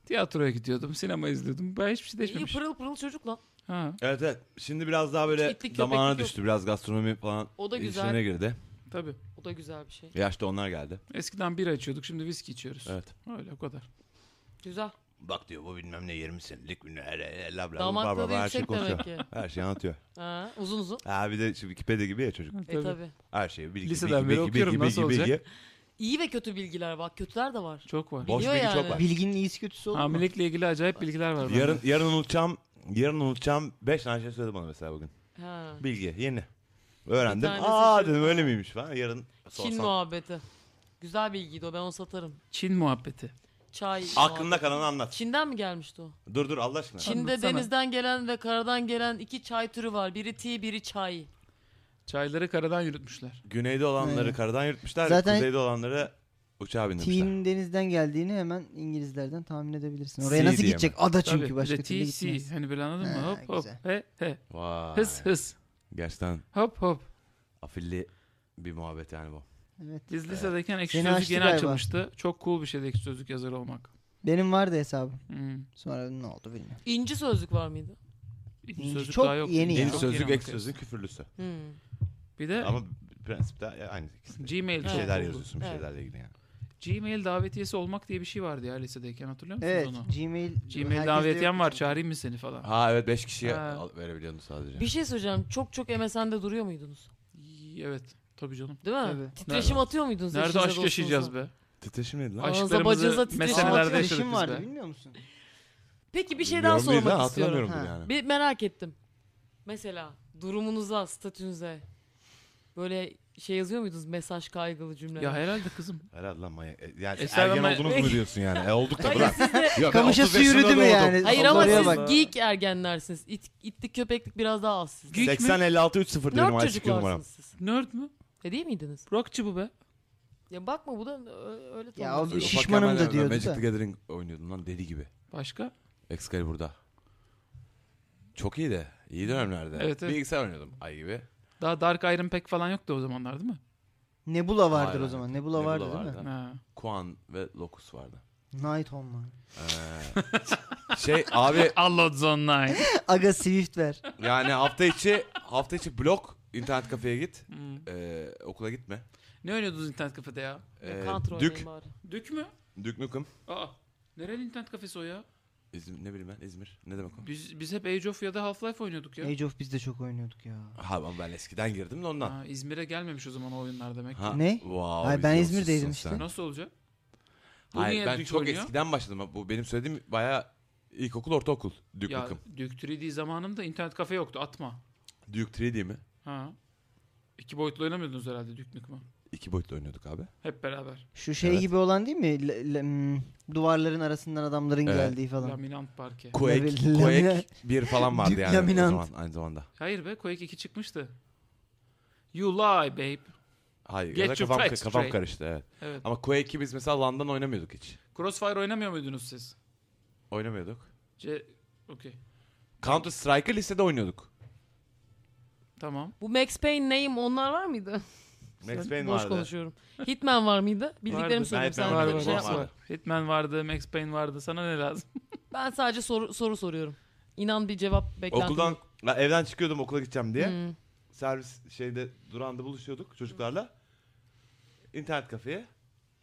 D: Tiyatroya gidiyordum. Sinema izliyordum. Ben hiçbir şey
C: İyi
D: değişmemiş.
C: pırıl pırıl çocuk lan.
D: Ha,
A: Evet evet. Şimdi biraz daha böyle
C: İtlik, köpeklik
A: damağına
C: yok.
A: düştü. Biraz gastronomi falan
C: O da güzel.
A: işine girdi.
D: tabii.
C: O da güzel bir şey.
A: Yaşta onlar geldi.
D: Eskiden bira içiyorduk. Şimdi viski içiyoruz.
A: Evet.
D: Öyle o kadar.
C: Güzel.
A: Bak diyor bu bilmem ne 20 senelik ünlü hele hele labra
C: Damaklığı
A: barbar,
C: da
A: her şey
C: yüksek demek
A: konuşuyor.
C: ki.
A: Her şeyi anlatıyor.
C: Ha, uzun uzun.
A: Ha bir de şimdi Wikipedia gibi ya çocuk.
D: Ha,
C: E
D: tabii.
C: tabi.
A: Her şeyi bilgi
D: Liseden
A: bilgi
D: beri
A: bilgi
D: okuyorum,
A: bilgi
D: nasıl
A: bilgi bilgi.
D: olacak?
C: İyi ve kötü bilgiler bak. Kötüler de var.
D: Çok var.
A: Boş
C: Biliyor
A: bilgi çok
C: yani.
A: var.
E: Bilginin iyisi kötüsü olur mu?
D: Hamilelikle ilgili acayip bilgiler var. bende.
A: Yarın yarın unutacağım. Yarın unutacağım 5 tane şey söyledi bana mesela bugün.
C: Ha.
A: Bilgi yeni. Öğrendim.
C: tanesi
A: Aa
C: şu-
A: dedim öyle miymiş falan. Yarın
C: Çin
A: sorsam.
C: muhabbeti. Güzel bilgiydi o. Ben onu satarım.
D: Çin muhabbeti.
C: Çay.
A: Aklında
C: muhabbeti.
A: kalanı anlat.
C: Çin'den mi gelmişti o?
A: Dur dur Allah aşkına.
C: Çin'de
D: Anlatsana.
C: denizden gelen ve karadan gelen iki çay türü var. Biri tea, biri çay.
D: Çayları karadan yürütmüşler.
A: Güneyde olanları
E: Aynen.
A: karadan yürütmüşler.
E: Zaten-
A: Kuzeyde olanları uçağa bindirmişler.
E: T'nin denizden geldiğini hemen İngilizlerden tahmin edebilirsin.
A: C
E: Oraya nasıl
A: diye
E: gidecek? Ada çünkü
D: Tabii.
E: başka
D: Bir de
E: türlü
D: TC.
E: gitmez.
D: Hani böyle anladın mı?
E: Ha,
D: Hop hop.
E: güzel.
D: He he.
A: Vay.
D: Hız hız.
A: Gerçekten
D: Hop hop.
A: afilli bir muhabbet yani bu.
E: Evet.
D: Biz lisedeyken ekşi
E: Seni
D: sözlük
E: açtı
D: yeni
E: galiba.
D: açılmıştı. Çok cool bir şeydi ekşi sözlük yazarı olmak.
E: Benim vardı hesabım.
D: Hmm.
E: Sonra ne oldu bilmiyorum.
C: İnci sözlük var mıydı?
D: İkinci sözlük
E: Çok
D: daha yok.
E: yeni
D: İkinci
E: ya.
A: Yeni
D: çok
A: sözlük,
D: ama
A: ek sözlük küfürlüsü.
C: Hmm.
D: Bir de
A: Ama prensipte aynı ikisi.
D: Gmail
A: Bir
C: Evet.
D: çok
A: şeyler
D: oldu.
A: yazıyorsun, bir
C: Evet.
A: şeylerle ilgili yani.
D: Gmail davetiyesi olmak diye bir şey vardı ya lisedeyken hatırlıyor musunuz
E: Evet.
D: onu?
E: Gmail. herkes de
D: Gmail davetiyem
E: yok.
D: var çağırayım mı seni falan.
A: Ha evet 5 kişiye
D: Ha.
A: al- verebiliyordun sadece.
C: Bir şey söyleyeceğim. Çok çok MSN'de duruyor muydunuz?
D: Evet. Tabii canım.
C: Değil mi?
E: Tabii.
C: Titreşim atıyor muydunuz?
D: Nerede
C: eşinize,
D: aşk yaşayacağız
C: dostunuza?
D: be?
G: Titreşim neydi lan?
C: Ağza
D: Aşklarımızı
C: bacınıza titreşim
D: meselelerde
E: Ama
D: yaşadık
E: titreşim vardı
D: biz be.
E: bilmiyor musun?
C: Peki bir şey daha
G: Bilmiyorum değil de
C: sormak istiyorum.
G: Hatırlamıyorum
E: Ha.
G: bunu yani.
C: Bir merak ettim. Mesela durumunuza, statünüze böyle şey yazıyor muydunuz mesaj kaygılı cümleler?
D: Ya herhalde kızım.
G: Herhalde lan manyak. E, Yani
D: Esra
G: ergen
D: ben-
G: oldunuz mu diyorsun yani? E olduk da
C: Hayır,
G: bırak.
C: siz de-
G: Yok, ben
E: Kamışa
G: 30
E: su
G: yaşında
E: yürüdü mü
G: doğdum.
E: yani?
C: Hayır ama
E: Soruya
C: siz
E: bak.
C: geek ergenlersiniz. İt, itlik köpeklik biraz daha az sizde.
D: Geek mi?
G: 80 56 30 benim
C: Nerd
G: ICQ numaram.
C: çocuklarsınız siz.
D: Nerd mü?
C: E değil miydiniz?
D: Rockçı bu be.
C: Ya bakma bu da ö- öyle
E: Ya
C: tanımlar.
E: o bir
G: Ufakken
E: şişmanım
G: ben
E: da diyordu
G: Magic
E: da.
G: the Gathering oynuyordum lan deli gibi.
D: Başka?
G: Excalibur'da. Çok iyi de. İyi dönemlerde.
D: Evet, evet.
G: Bilgisayar oynuyordum ay gibi.
D: Daha Dark Iron Pack falan yoktu o zamanlar değil mi?
E: Nebula vardır
G: Aynen.
E: o zaman. Nebula,
G: Nebula
E: vardı, değil
G: vardı.
E: mi?
D: Ha.
G: Kuan ve Locus vardı.
E: Night Online.
G: Şey abi
D: Allods Online.
E: Aga Swift ver.
G: yani hafta içi hafta içi blok internet kafeye git. Ee, okula gitme.
D: Hmm. ne oynuyordunuz internet kafede ya?
G: Ee,
C: Counter
G: Dük,
C: oynayın bari.
D: Dük mü?
G: Dük Nukem.
D: Aa. Nereli internet kafesi o ya?
G: İzmir, ne bileyim ben İzmir. Ne demek o?
D: Biz, biz hep Age of ya da Half-Life oynuyorduk ya.
E: Age of biz de çok oynuyorduk ya.
G: Ha ama ben eskiden girdim de ondan.
D: Ha, İzmir'e gelmemiş o zaman o oyunlar demek. ki.
G: Ha.
E: Ne?
G: Wow,
E: Hayır, ben
G: vizyonsuzsun
E: İzmir'deydim
G: sen.
E: işte.
D: Nasıl olacak? Bu
G: Hayır
D: niye
G: ben
D: Dük
G: çok
D: oynuyor?
G: eskiden başladım. Bu benim söylediğim bayağı ilkokul, ortaokul. Dük
D: Ya
G: Nukem.
D: Dük 3D zamanımda internet kafe yoktu atma.
G: Dük 3D mi?
D: Ha. İki boyutlu oynamıyordunuz herhalde Dük Nüküm'ü.
G: İki boyutlu oynuyorduk abi.
D: Hep beraber.
E: Şu şey
G: Evet.
E: gibi olan değil mi? L- l- m, duvarların arasından adamların
G: Evet.
E: geldiği falan.
D: Laminant parke.
G: Quake,
E: Lamin-
G: Quake
E: laminat.
G: 1 falan vardı
E: Dük
G: yani
E: laminant.
G: o zaman aynı zamanda.
D: Hayır be Quake 2 çıkmıştı. You lie babe.
G: Hayır
D: Get
G: ya da
D: your
G: kafam,
D: facts
G: kafam
D: straight.
G: karıştı evet.
D: Evet.
G: Ama Quake'i biz mesela LAN'dan oynamıyorduk hiç.
D: Crossfire oynamıyor muydunuz siz?
G: Oynamıyorduk.
D: C... Okey.
G: Counter Strike'ı lisede oynuyorduk.
D: Tamam.
C: Bu Max Payne name onlar var mıydı?
G: Max Payne
C: Boş
G: vardı.
C: konuşuyorum. Hitman var mıydı? Bildiklerimi
D: Vardı.
C: söyleyeyim. Sen
G: Hitman
D: var,
G: vardı,
C: bir şey
G: var,
C: yapma.
G: var.
D: Hitman vardı, Max Payne vardı. Sana ne lazım?
C: Ben sadece soru, soru soruyorum. İnan bir cevap beklentim.
G: Okuldan,
C: yok.
G: ben evden çıkıyordum okula gideceğim diye.
C: Hmm.
G: Servis şeyde duranda buluşuyorduk çocuklarla. İnternet kafeye.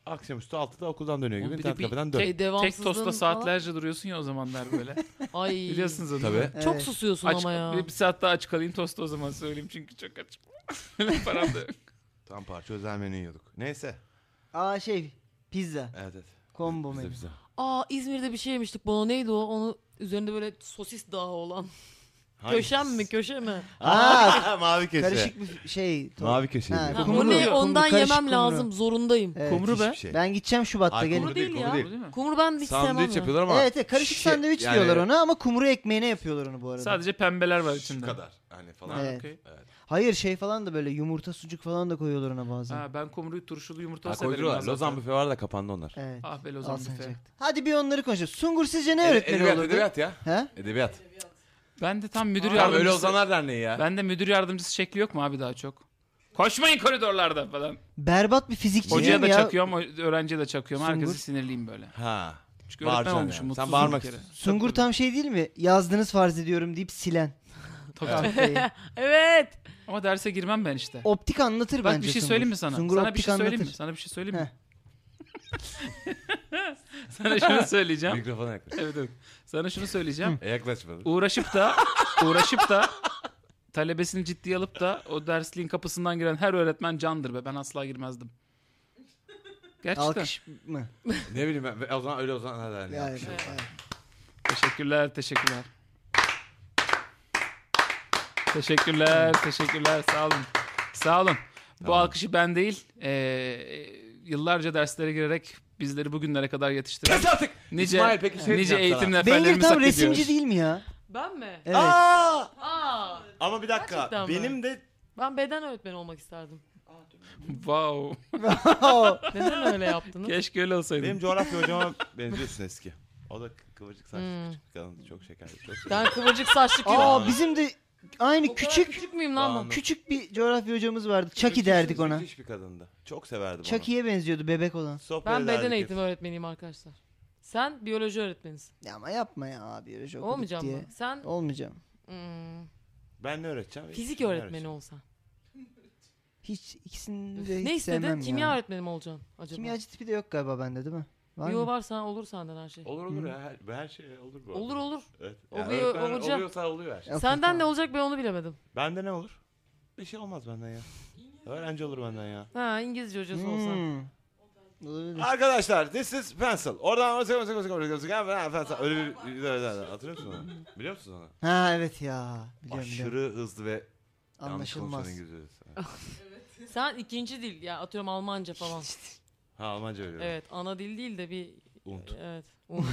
G: Akşamüstü 6'da okuldan dönüyor
D: Oğlum
G: gibi
D: bir de
G: internet
D: bir
G: kafeden dön.
D: tek-
C: Şey, devamsızlığın
D: Tek tosta
C: falan-
D: saatlerce duruyorsun ya o zamanlar böyle.
C: Ay.
D: Biliyorsunuz onu.
G: Tabii.
E: Evet.
C: Çok susuyorsun
D: Aç,
C: ama ya.
D: bir, bir saat daha aç kalayım tosta o zaman söyleyeyim çünkü çok aç. Param da yok.
G: Tam parça özel menü yiyorduk. Neyse.
E: Aa şey pizza.
G: Evet evet.
E: Combo
G: Bize
E: menü.
G: bize.
C: Aa İzmir'de bir şey yemiştik. Bono neydi o? Onu üzerinde böyle sosis dağı olan.
G: Hangi-
C: Köşem mi köşe mi?
E: Aa
G: Mavi köşe.
E: karışık bir şey. top.
G: Mavi köşe.
E: Ha,
G: diyor.
C: Ha,
E: Kumru,
C: o ne?
E: kumru,
C: Ondan
E: karışık
C: yemem
E: kumru.
C: lazım. Zorundayım.
E: Evet.
D: Kumru be.
G: Hiçbir şey.
E: Ben gideceğim Şubat'ta
G: Ay,
E: gelin.
G: kumru değil,
C: Değil
G: kumru
C: ya.
G: değil.
D: Değil mi?
C: Kumru ben hiç sevmem
G: Sandviç
C: ya.
G: yapıyorlar ama
E: Evet, evet, karışık
G: şey-
E: sandviç
G: yani-
E: diyorlar ona ama kumru ekmeğine yapıyorlar onu bu arada.
D: Sadece pembeler var
G: şu
D: içinde.
G: kadar. Hani falan.
D: Ha,
E: Evet.
D: okey.
E: Hayır şey falan da böyle yumurta sucuk falan da koyuyorlar ona bazen.
D: Ha, ben kumruyu turşulu yumurta
G: Ha,
D: severim.
G: koydular.
D: ben zaten.
G: Lozan büfe var da kapandı onlar.
E: Evet.
D: Ah be Lozan büfe.
E: Alsanacaktı. Hadi bir onları konuşalım. Sungur sizce ne
G: Ede-
E: öğretmeni
G: edebiyat,
E: olurdu?
G: E, edebiyat ya.
E: He?
G: Edebiyat.
D: Ben de tam müdür
G: Tamam öyle
D: yardımcısı.
G: Ozanlar Derneği ya.
D: Ben de müdür yardımcısı şekli yok mu abi daha çok? Koşmayın koridorlarda falan.
E: Berbat bir fizikçi
D: Hocaya
E: değil mi
D: da
E: ya?
D: çakıyorum, o- öğrenciye de çakıyorum.
E: Sungur.
D: Herkese sinirliyim böyle.
G: Ha.
D: Çünkü öğretmen
G: Bağıracaksın
D: olmuşum.
G: yani. Sen
D: mutsuzum
G: bağırmak
D: bir kere.
G: istiyorsun.
E: Sungur tam şey değil mi? Yazdınız farz ediyorum deyip silen.
D: Tabii.
E: Tahtayı.
C: Evet.
D: Ama derse girmem ben işte.
E: optik anlatır
D: Bak
E: bence
D: bir şey
E: Sungur.
D: söyleyeyim mi sana?
E: Sungur
D: sana
E: optik
D: bir şey söyleyeyim mi?
E: anlatır.
D: Sana bir şey söyleyeyim mi? sana şunu söyleyeceğim.
G: Mikrofona yaklaş.
D: evet evet. Sana şunu söyleyeceğim.
G: E yaklaşmadı.
D: uğraşıp da uğraşıp da talebesini ciddiye alıp da o dersliğin kapısından giren her öğretmen candır be. Ben asla girmezdim. Gerçekten.
E: Alkış mı?
G: ne bileyim ben. O zaman öyle Ozanlar Derneği.
E: Yani,
G: yapmışım.
E: evet.
D: Teşekkürler, teşekkürler. Teşekkürler, teşekkürler. Sağ olun. Sağ olun. Bu
G: Tamam.
D: alkışı ben değil, ee, yıllarca derslere girerek bizleri bugünlere kadar yetiştiren
G: Kes artık.
D: nice,
G: İsmail peki şey
D: nice
G: diyeceğim
D: eğitim
G: sana.
E: Bengir
D: neferlerimizi
E: tam
D: hak
E: resimci
D: ediyoruz.
E: değil mi ya?
C: Ben mi?
E: Evet.
G: Aa!
C: Aa.
G: Ama bir dakika.
C: Gerçekten mi?
G: benim de
C: Ben beden öğretmeni olmak isterdim.
D: Wow.
C: Neden öyle yaptınız?
D: Keşke öyle
G: benim
D: olsaydı.
G: coğrafya hocama benziyorsun eski. O da kı- kıvırcık saçlı
C: Hmm.
G: küçük bir kadın. Çok şekerli. Çok
C: ben kıvırcık saçlı kim?
E: Aa bizim de aynı
C: O kadar
E: küçük
C: küçük müyüm lan ben?
G: Anladım.
E: küçük bir coğrafya hocamız vardı. Chucky derdik ona.
G: Müthiş bir kadındı. Çok severdim onu.
E: Chucky'ye benziyordu bebek olan.
G: Sohbet
C: Ben beden
G: ederdik.
C: eğitimi öğretmeniyim arkadaşlar. Sen biyoloji öğretmenisin.
E: Ya ama yapma ya abi biyoloji okuduk
C: Olmayacağım
E: diye.
C: mı? Sen
E: Olmayacağım.
C: hmm,
G: Ben ne öğreteceğim?
C: fizik
G: Ne
E: şey-
C: öğretmeni olsan.
E: Hiç ikisini de hiç
C: Ne istedin?
E: sevmem
C: Kimya
E: ya.
C: öğretmeni mi olacaksın acaba?
E: Kimyacı tipi de yok galiba bende değil mi? Var
C: Yo
E: mı?
C: var sen olur senden her şey.
G: Olur olur ya. Her, her şey olur bu. arada.
C: Olur olur.
G: Evet.
C: Oluyor,
G: öğretmen
C: olacak.
G: Oluyorsa oluyor her şey.
E: Yok,
C: Senden
E: yok,
C: ne olacak ben onu bilemedim.
G: Bende ne olur? Bir şey olmaz benden ya. Öğrenci olur benden ya.
C: Ha İngilizce hocası olsan.
E: Hmm. Olabilir.
G: Arkadaşlar this is pencil. Oradan masaya masaya masaya masaya masaya masaya pencil. Öyle bir hatırlıyor musun onu? Biliyor musun onu?
E: Ha evet ya. Biliyorum, biliyorum.
G: Aşırı hızlı ve yanlış konuşan
E: Anlaşılmaz.
G: İngilizce.
C: Sen ikinci dil ya atıyorum Almanca falan.
G: Ha Almanca öyle.
C: evet ana dil değil de bir
G: Unt.
C: evet. Unt,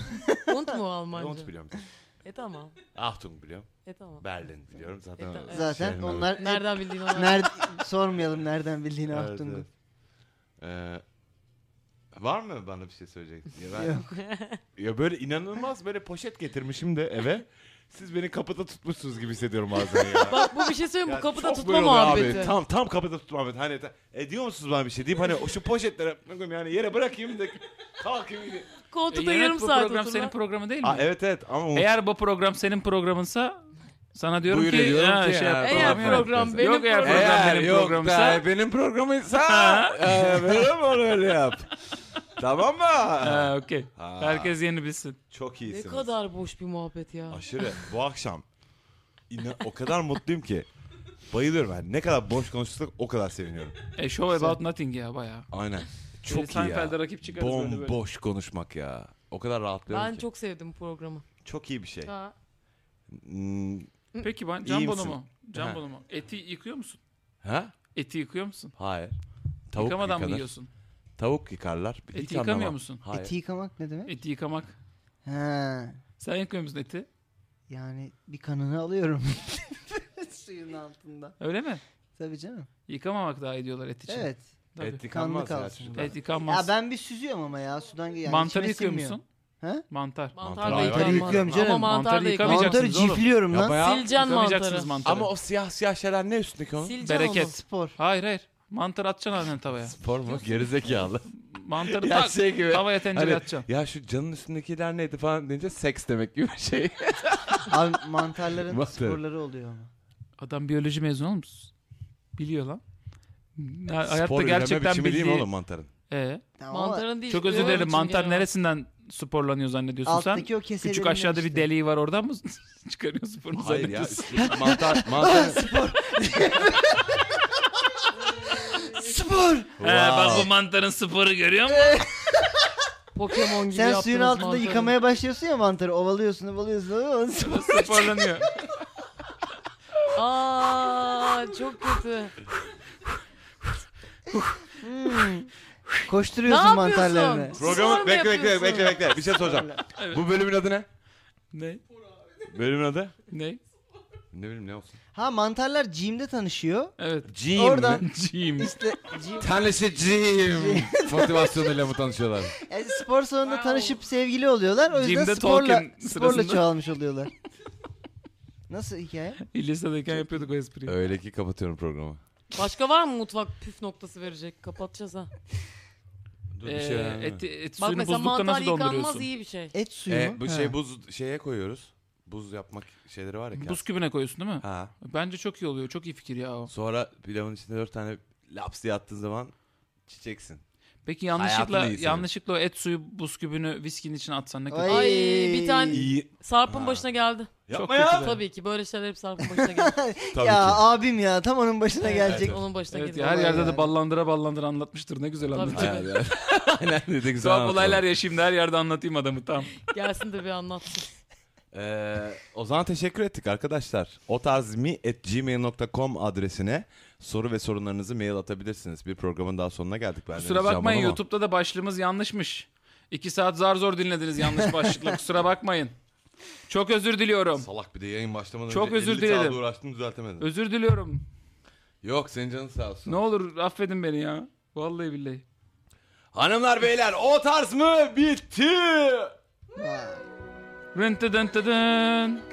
C: Unt mu Almanca?
G: Unt biliyorum.
C: E tamam.
G: Achtung biliyorum.
C: E tamam.
G: Berlin biliyorum zaten.
C: Evet, evet.
E: Zaten
G: Şey,
E: onlar hep-
C: Nereden bildiğin onlar?
E: Nerede, sormayalım nereden bildiğini
G: Evet,
E: Ahtungu.
G: evet. Ee, var mı bana bir şey söyleyeceksin? Ya, ben,
E: Yok.
G: ya böyle inanılmaz böyle poşet getirmişim de eve. Siz beni kapıda tutmuşsunuz gibi hissediyorum bazen ya.
C: Bak bu bir şey söyleyeyim
G: Ya
C: bu kapıda
G: çok
C: tutma
G: böyle oluyor abi.
C: muhabbeti.
G: Tam tam kapıda tutma muhabbeti. Hani ta- e, diyor musunuz bana bir şey deyip hani o şu poşetlere bakıyorum yani yere bırakayım da kalkayım gideyim.
C: Koltukta
G: E,
D: yönet
C: yarım
D: E, bu
C: saat
D: program
C: oturma. E,
D: senin programı değil mi?
G: Aa, evet evet ama Umut-
D: Eğer bu program senin programınsa sana diyorum
A: Buyur
D: ki,
A: ediyorum
D: ha,
A: ki
D: şey
A: ya,
D: yap,
C: Eğer
D: program
C: program
D: yap.
C: E,
A: Yok,
C: benim
D: eğer
C: programım.
D: program-
A: Eğer
D: benim
A: yok
D: programımsa-
A: da benim programıysa
D: Ha.
A: e, böyle mi onu öyle yap. tamam mı?
D: Ha, okey.
G: Ha,
D: Herkes yeni bilsin.
G: çok
C: Ne
G: iyisiniz.
C: kadar boş bir muhabbet ya.
G: Aşırı bu akşam inan- o kadar mutluyum ki bayılıyorum ben. Ne kadar boş konuştuk o kadar seviniyorum.
D: E, show about nothing ya bayağı.
G: Aynen. Çok iyi ya.
D: Seinfeld'e rakip çıkarız böyle böyle.
A: Bomboş konuşmak ya. O kadar rahatlıyorum
C: Ben
A: ki.
C: çok sevdim bu programı.
G: Çok iyi bir şey.
C: Ha.
G: Hmm,
D: Peki ben
G: İyi
D: can
G: misin?
D: bonomo.
G: Ha.
D: Can bonomo. Eti yıkıyor musun?
A: Ha?
D: Eti yıkıyor musun?
A: Hayır. Tavuk
D: Yıkamadan mı
A: yıkanır.
D: yiyorsun?
A: Tavuk yıkarlar.
D: Eti
A: Hiç
D: yıkamıyor
A: anlamam.
D: musun?
A: Hayır.
E: Eti yıkamak ne demek?
D: Eti yıkamak.
E: Ha.
D: Sen yıkıyor musun eti?
E: Yani bir kanını alıyorum. Suyun altında.
D: Öyle mi?
E: Tabii canım.
D: Yıkamamak daha iyi diyorlar et için.
E: Evet.
D: Tabii.
G: et
E: Kanlı
G: yıkanmaz ya
E: kalsın.
G: çocuklar.
D: Et yıkanmaz.
E: Ya ben bir süzüyorum ama ya sudan yani
D: Mantarı
E: içime
D: yıkıyor
E: sinmiyor.
D: musun?
E: He?
D: Mantar.
C: Mantar da
G: Mantar
C: yıkanmaz.
E: yıkıyorum canım.
C: Ama mantar
D: Mantarı
C: da yıkanmaz.
D: yıkamayacaksın.
E: Mantarı
D: Yıkamayacaksınız oğlum.
E: cifliyorum lan.
A: bayağı-
C: Sileceksin mantarı.
D: Yıkamayacaksınız mantarı.
A: Ama o siyah siyah şeyler ne üstündeki onun?
C: Sileceksin
D: Bereket.
C: onu.
E: Spor.
D: Hayır hayır. Mantarı atacaksın aynen tavaya.
A: Spor mu? Gerizekalı.
D: Mantarı
A: ya
D: tak.
A: şey gibi.
D: Tavaya tencere
A: Hani,
D: atacaksın.
A: ya şu canın üstündekiler neydi falan deyince seks demek gibi bir şey.
E: Abi mantarların
A: Mantar.
E: sporları oluyor ama.
D: Adam biyoloji mezunu olmuş. Biliyor lan. Ne-
G: Spor
D: Hayatta
G: üreme
D: gerçekten
G: biçimi değil
D: bildiği.
G: mi oğlum mantarın?
D: Ee,
E: Tamam ama
C: Mantarın değil.
D: çok özür
C: duyuyorum
D: dilerim.
C: şimdi
D: Mantar
C: ya.
D: neresinden sporlanıyor zannediyorsun sen?
E: Alttaki o keselerin
D: Küçük aşağıda bir deliği var oradan mı çıkarıyorsun sporunu
A: Hayır ya.
D: zannediyorsun?
A: üstündeki mantar. mantar.
E: Spor.
D: Ee, bak bu mantarın sporu görüyor musun?
C: Pokemon gibi
E: Sen
C: yaptınız
E: suyun altında
C: mantarı.
E: yıkamaya başlıyorsun ya mantarı. Ovalıyorsun, ovalıyorsun, ovalıyorsun.
D: sporlanıyor.
C: Aa çok kötü.
D: Hmm.
C: Ne
E: Koşturuyorsun
C: yapıyorsun?
E: mantarlarını.
G: Programı
C: mu
G: bekle bekle
C: yapıyorsun?
G: bekle bekle. Bir şey soracağım. Bu bölümün adı ne?
D: ne?
G: Bölümün adı?
D: Ne?
G: Ne bileyim ne olsun.
E: Ha mantarlar gym'de tanışıyor.
D: Evet.
A: Jim.
E: Oradan-
D: Jim.
E: İşte gym-
A: Tanesi Jim. Motivasyonuyla mı tanışıyorlar?
E: e, spor salonunda tanışıp sevgili oluyorlar. O yüzden
D: Gym'de
E: sporla,
D: Tolkien
E: sporla
D: sırasında.
E: çoğalmış oluyorlar. Nasıl hikaye?
D: İlyasa'dayken yapıyorduk o espriyi.
A: Öyle ki kapatıyorum programı.
C: Başka var mı mutfak püf noktası verecek? Kapatacağız ha.
G: Dur
D: Ee,
G: bir şey.
D: et, et
C: Bak
D: suyunu
C: mesela
D: buzlukta
C: mantar
D: nasıl
C: yıkanmaz
D: donduruyorsun?
C: iyi bir şey.
E: Et suyu mu?
G: E, bu
E: Ha.
G: şey buz şeye koyuyoruz. Buz yapmak şeyleri var ya. kağıt.
D: Buz kübüne koyuyorsun değil mi?
G: Ha.
D: Bence çok iyi oluyor. Çok iyi fikir ya o.
G: Sonra pilavın içinde dört tane laps diye attığın zaman çiçeksin.
D: Peki
G: Hayatın
D: yanlışlıkla
G: iyisi.
D: yanlışlıkla o et suyu buz kübünü viskinin içine atsan ne
E: Ay.
D: kadar?
C: Ay bir tane
G: İyi.
C: Sarp'ın
G: Ha.
C: başına geldi.
G: Yapma
D: kötü
G: ya.
D: be.
C: Tabii ki böyle şeyler hep Sarp'ın başına geldi.
G: Tabii
E: ya
G: ki.
E: abim ya tam onun başına
C: Evet,
E: gelecek.
C: Onun başına
D: Evet
C: geldi.
D: ya, her
E: Olay
D: yerde
E: yani.
D: de ballandıra ballandıra anlatmıştır. Ne güzel
C: Tabii,
D: anlatıyor.
C: tabii.
A: Aynen. Aynen dedi güzel
D: Tuhaf
A: anlatalım.
D: olaylar ya şimdi her yerde anlatayım adamı tamam.
C: Gelsin de bir anlatsın.
G: Ee, o zaman teşekkür ettik arkadaşlar. otazmi.gmail.com adresine soru ve sorunlarınızı mail atabilirsiniz. Bir programın daha sonuna geldik. Ben
D: Kusura
G: Deniz Can
D: bakmayın
G: Bonomo.
D: YouTube'da da başlığımız yanlışmış. İki saat zar zor dinlediniz yanlış başlıkla kusura bakmayın. Çok özür diliyorum.
G: Salak bir de yayın başlamadan
D: Çok
G: önce
D: özür
G: 50 saat
D: dilerim.
G: uğraştım düzeltemedim.
D: Özür diliyorum.
A: Yok senin canın sağ olsun.
D: Ne olur affedin beni ya. Vallahi billahi.
G: Hanımlar beyler o tarz mı bitti?
E: Vay.
D: Rın tı dın tı dın.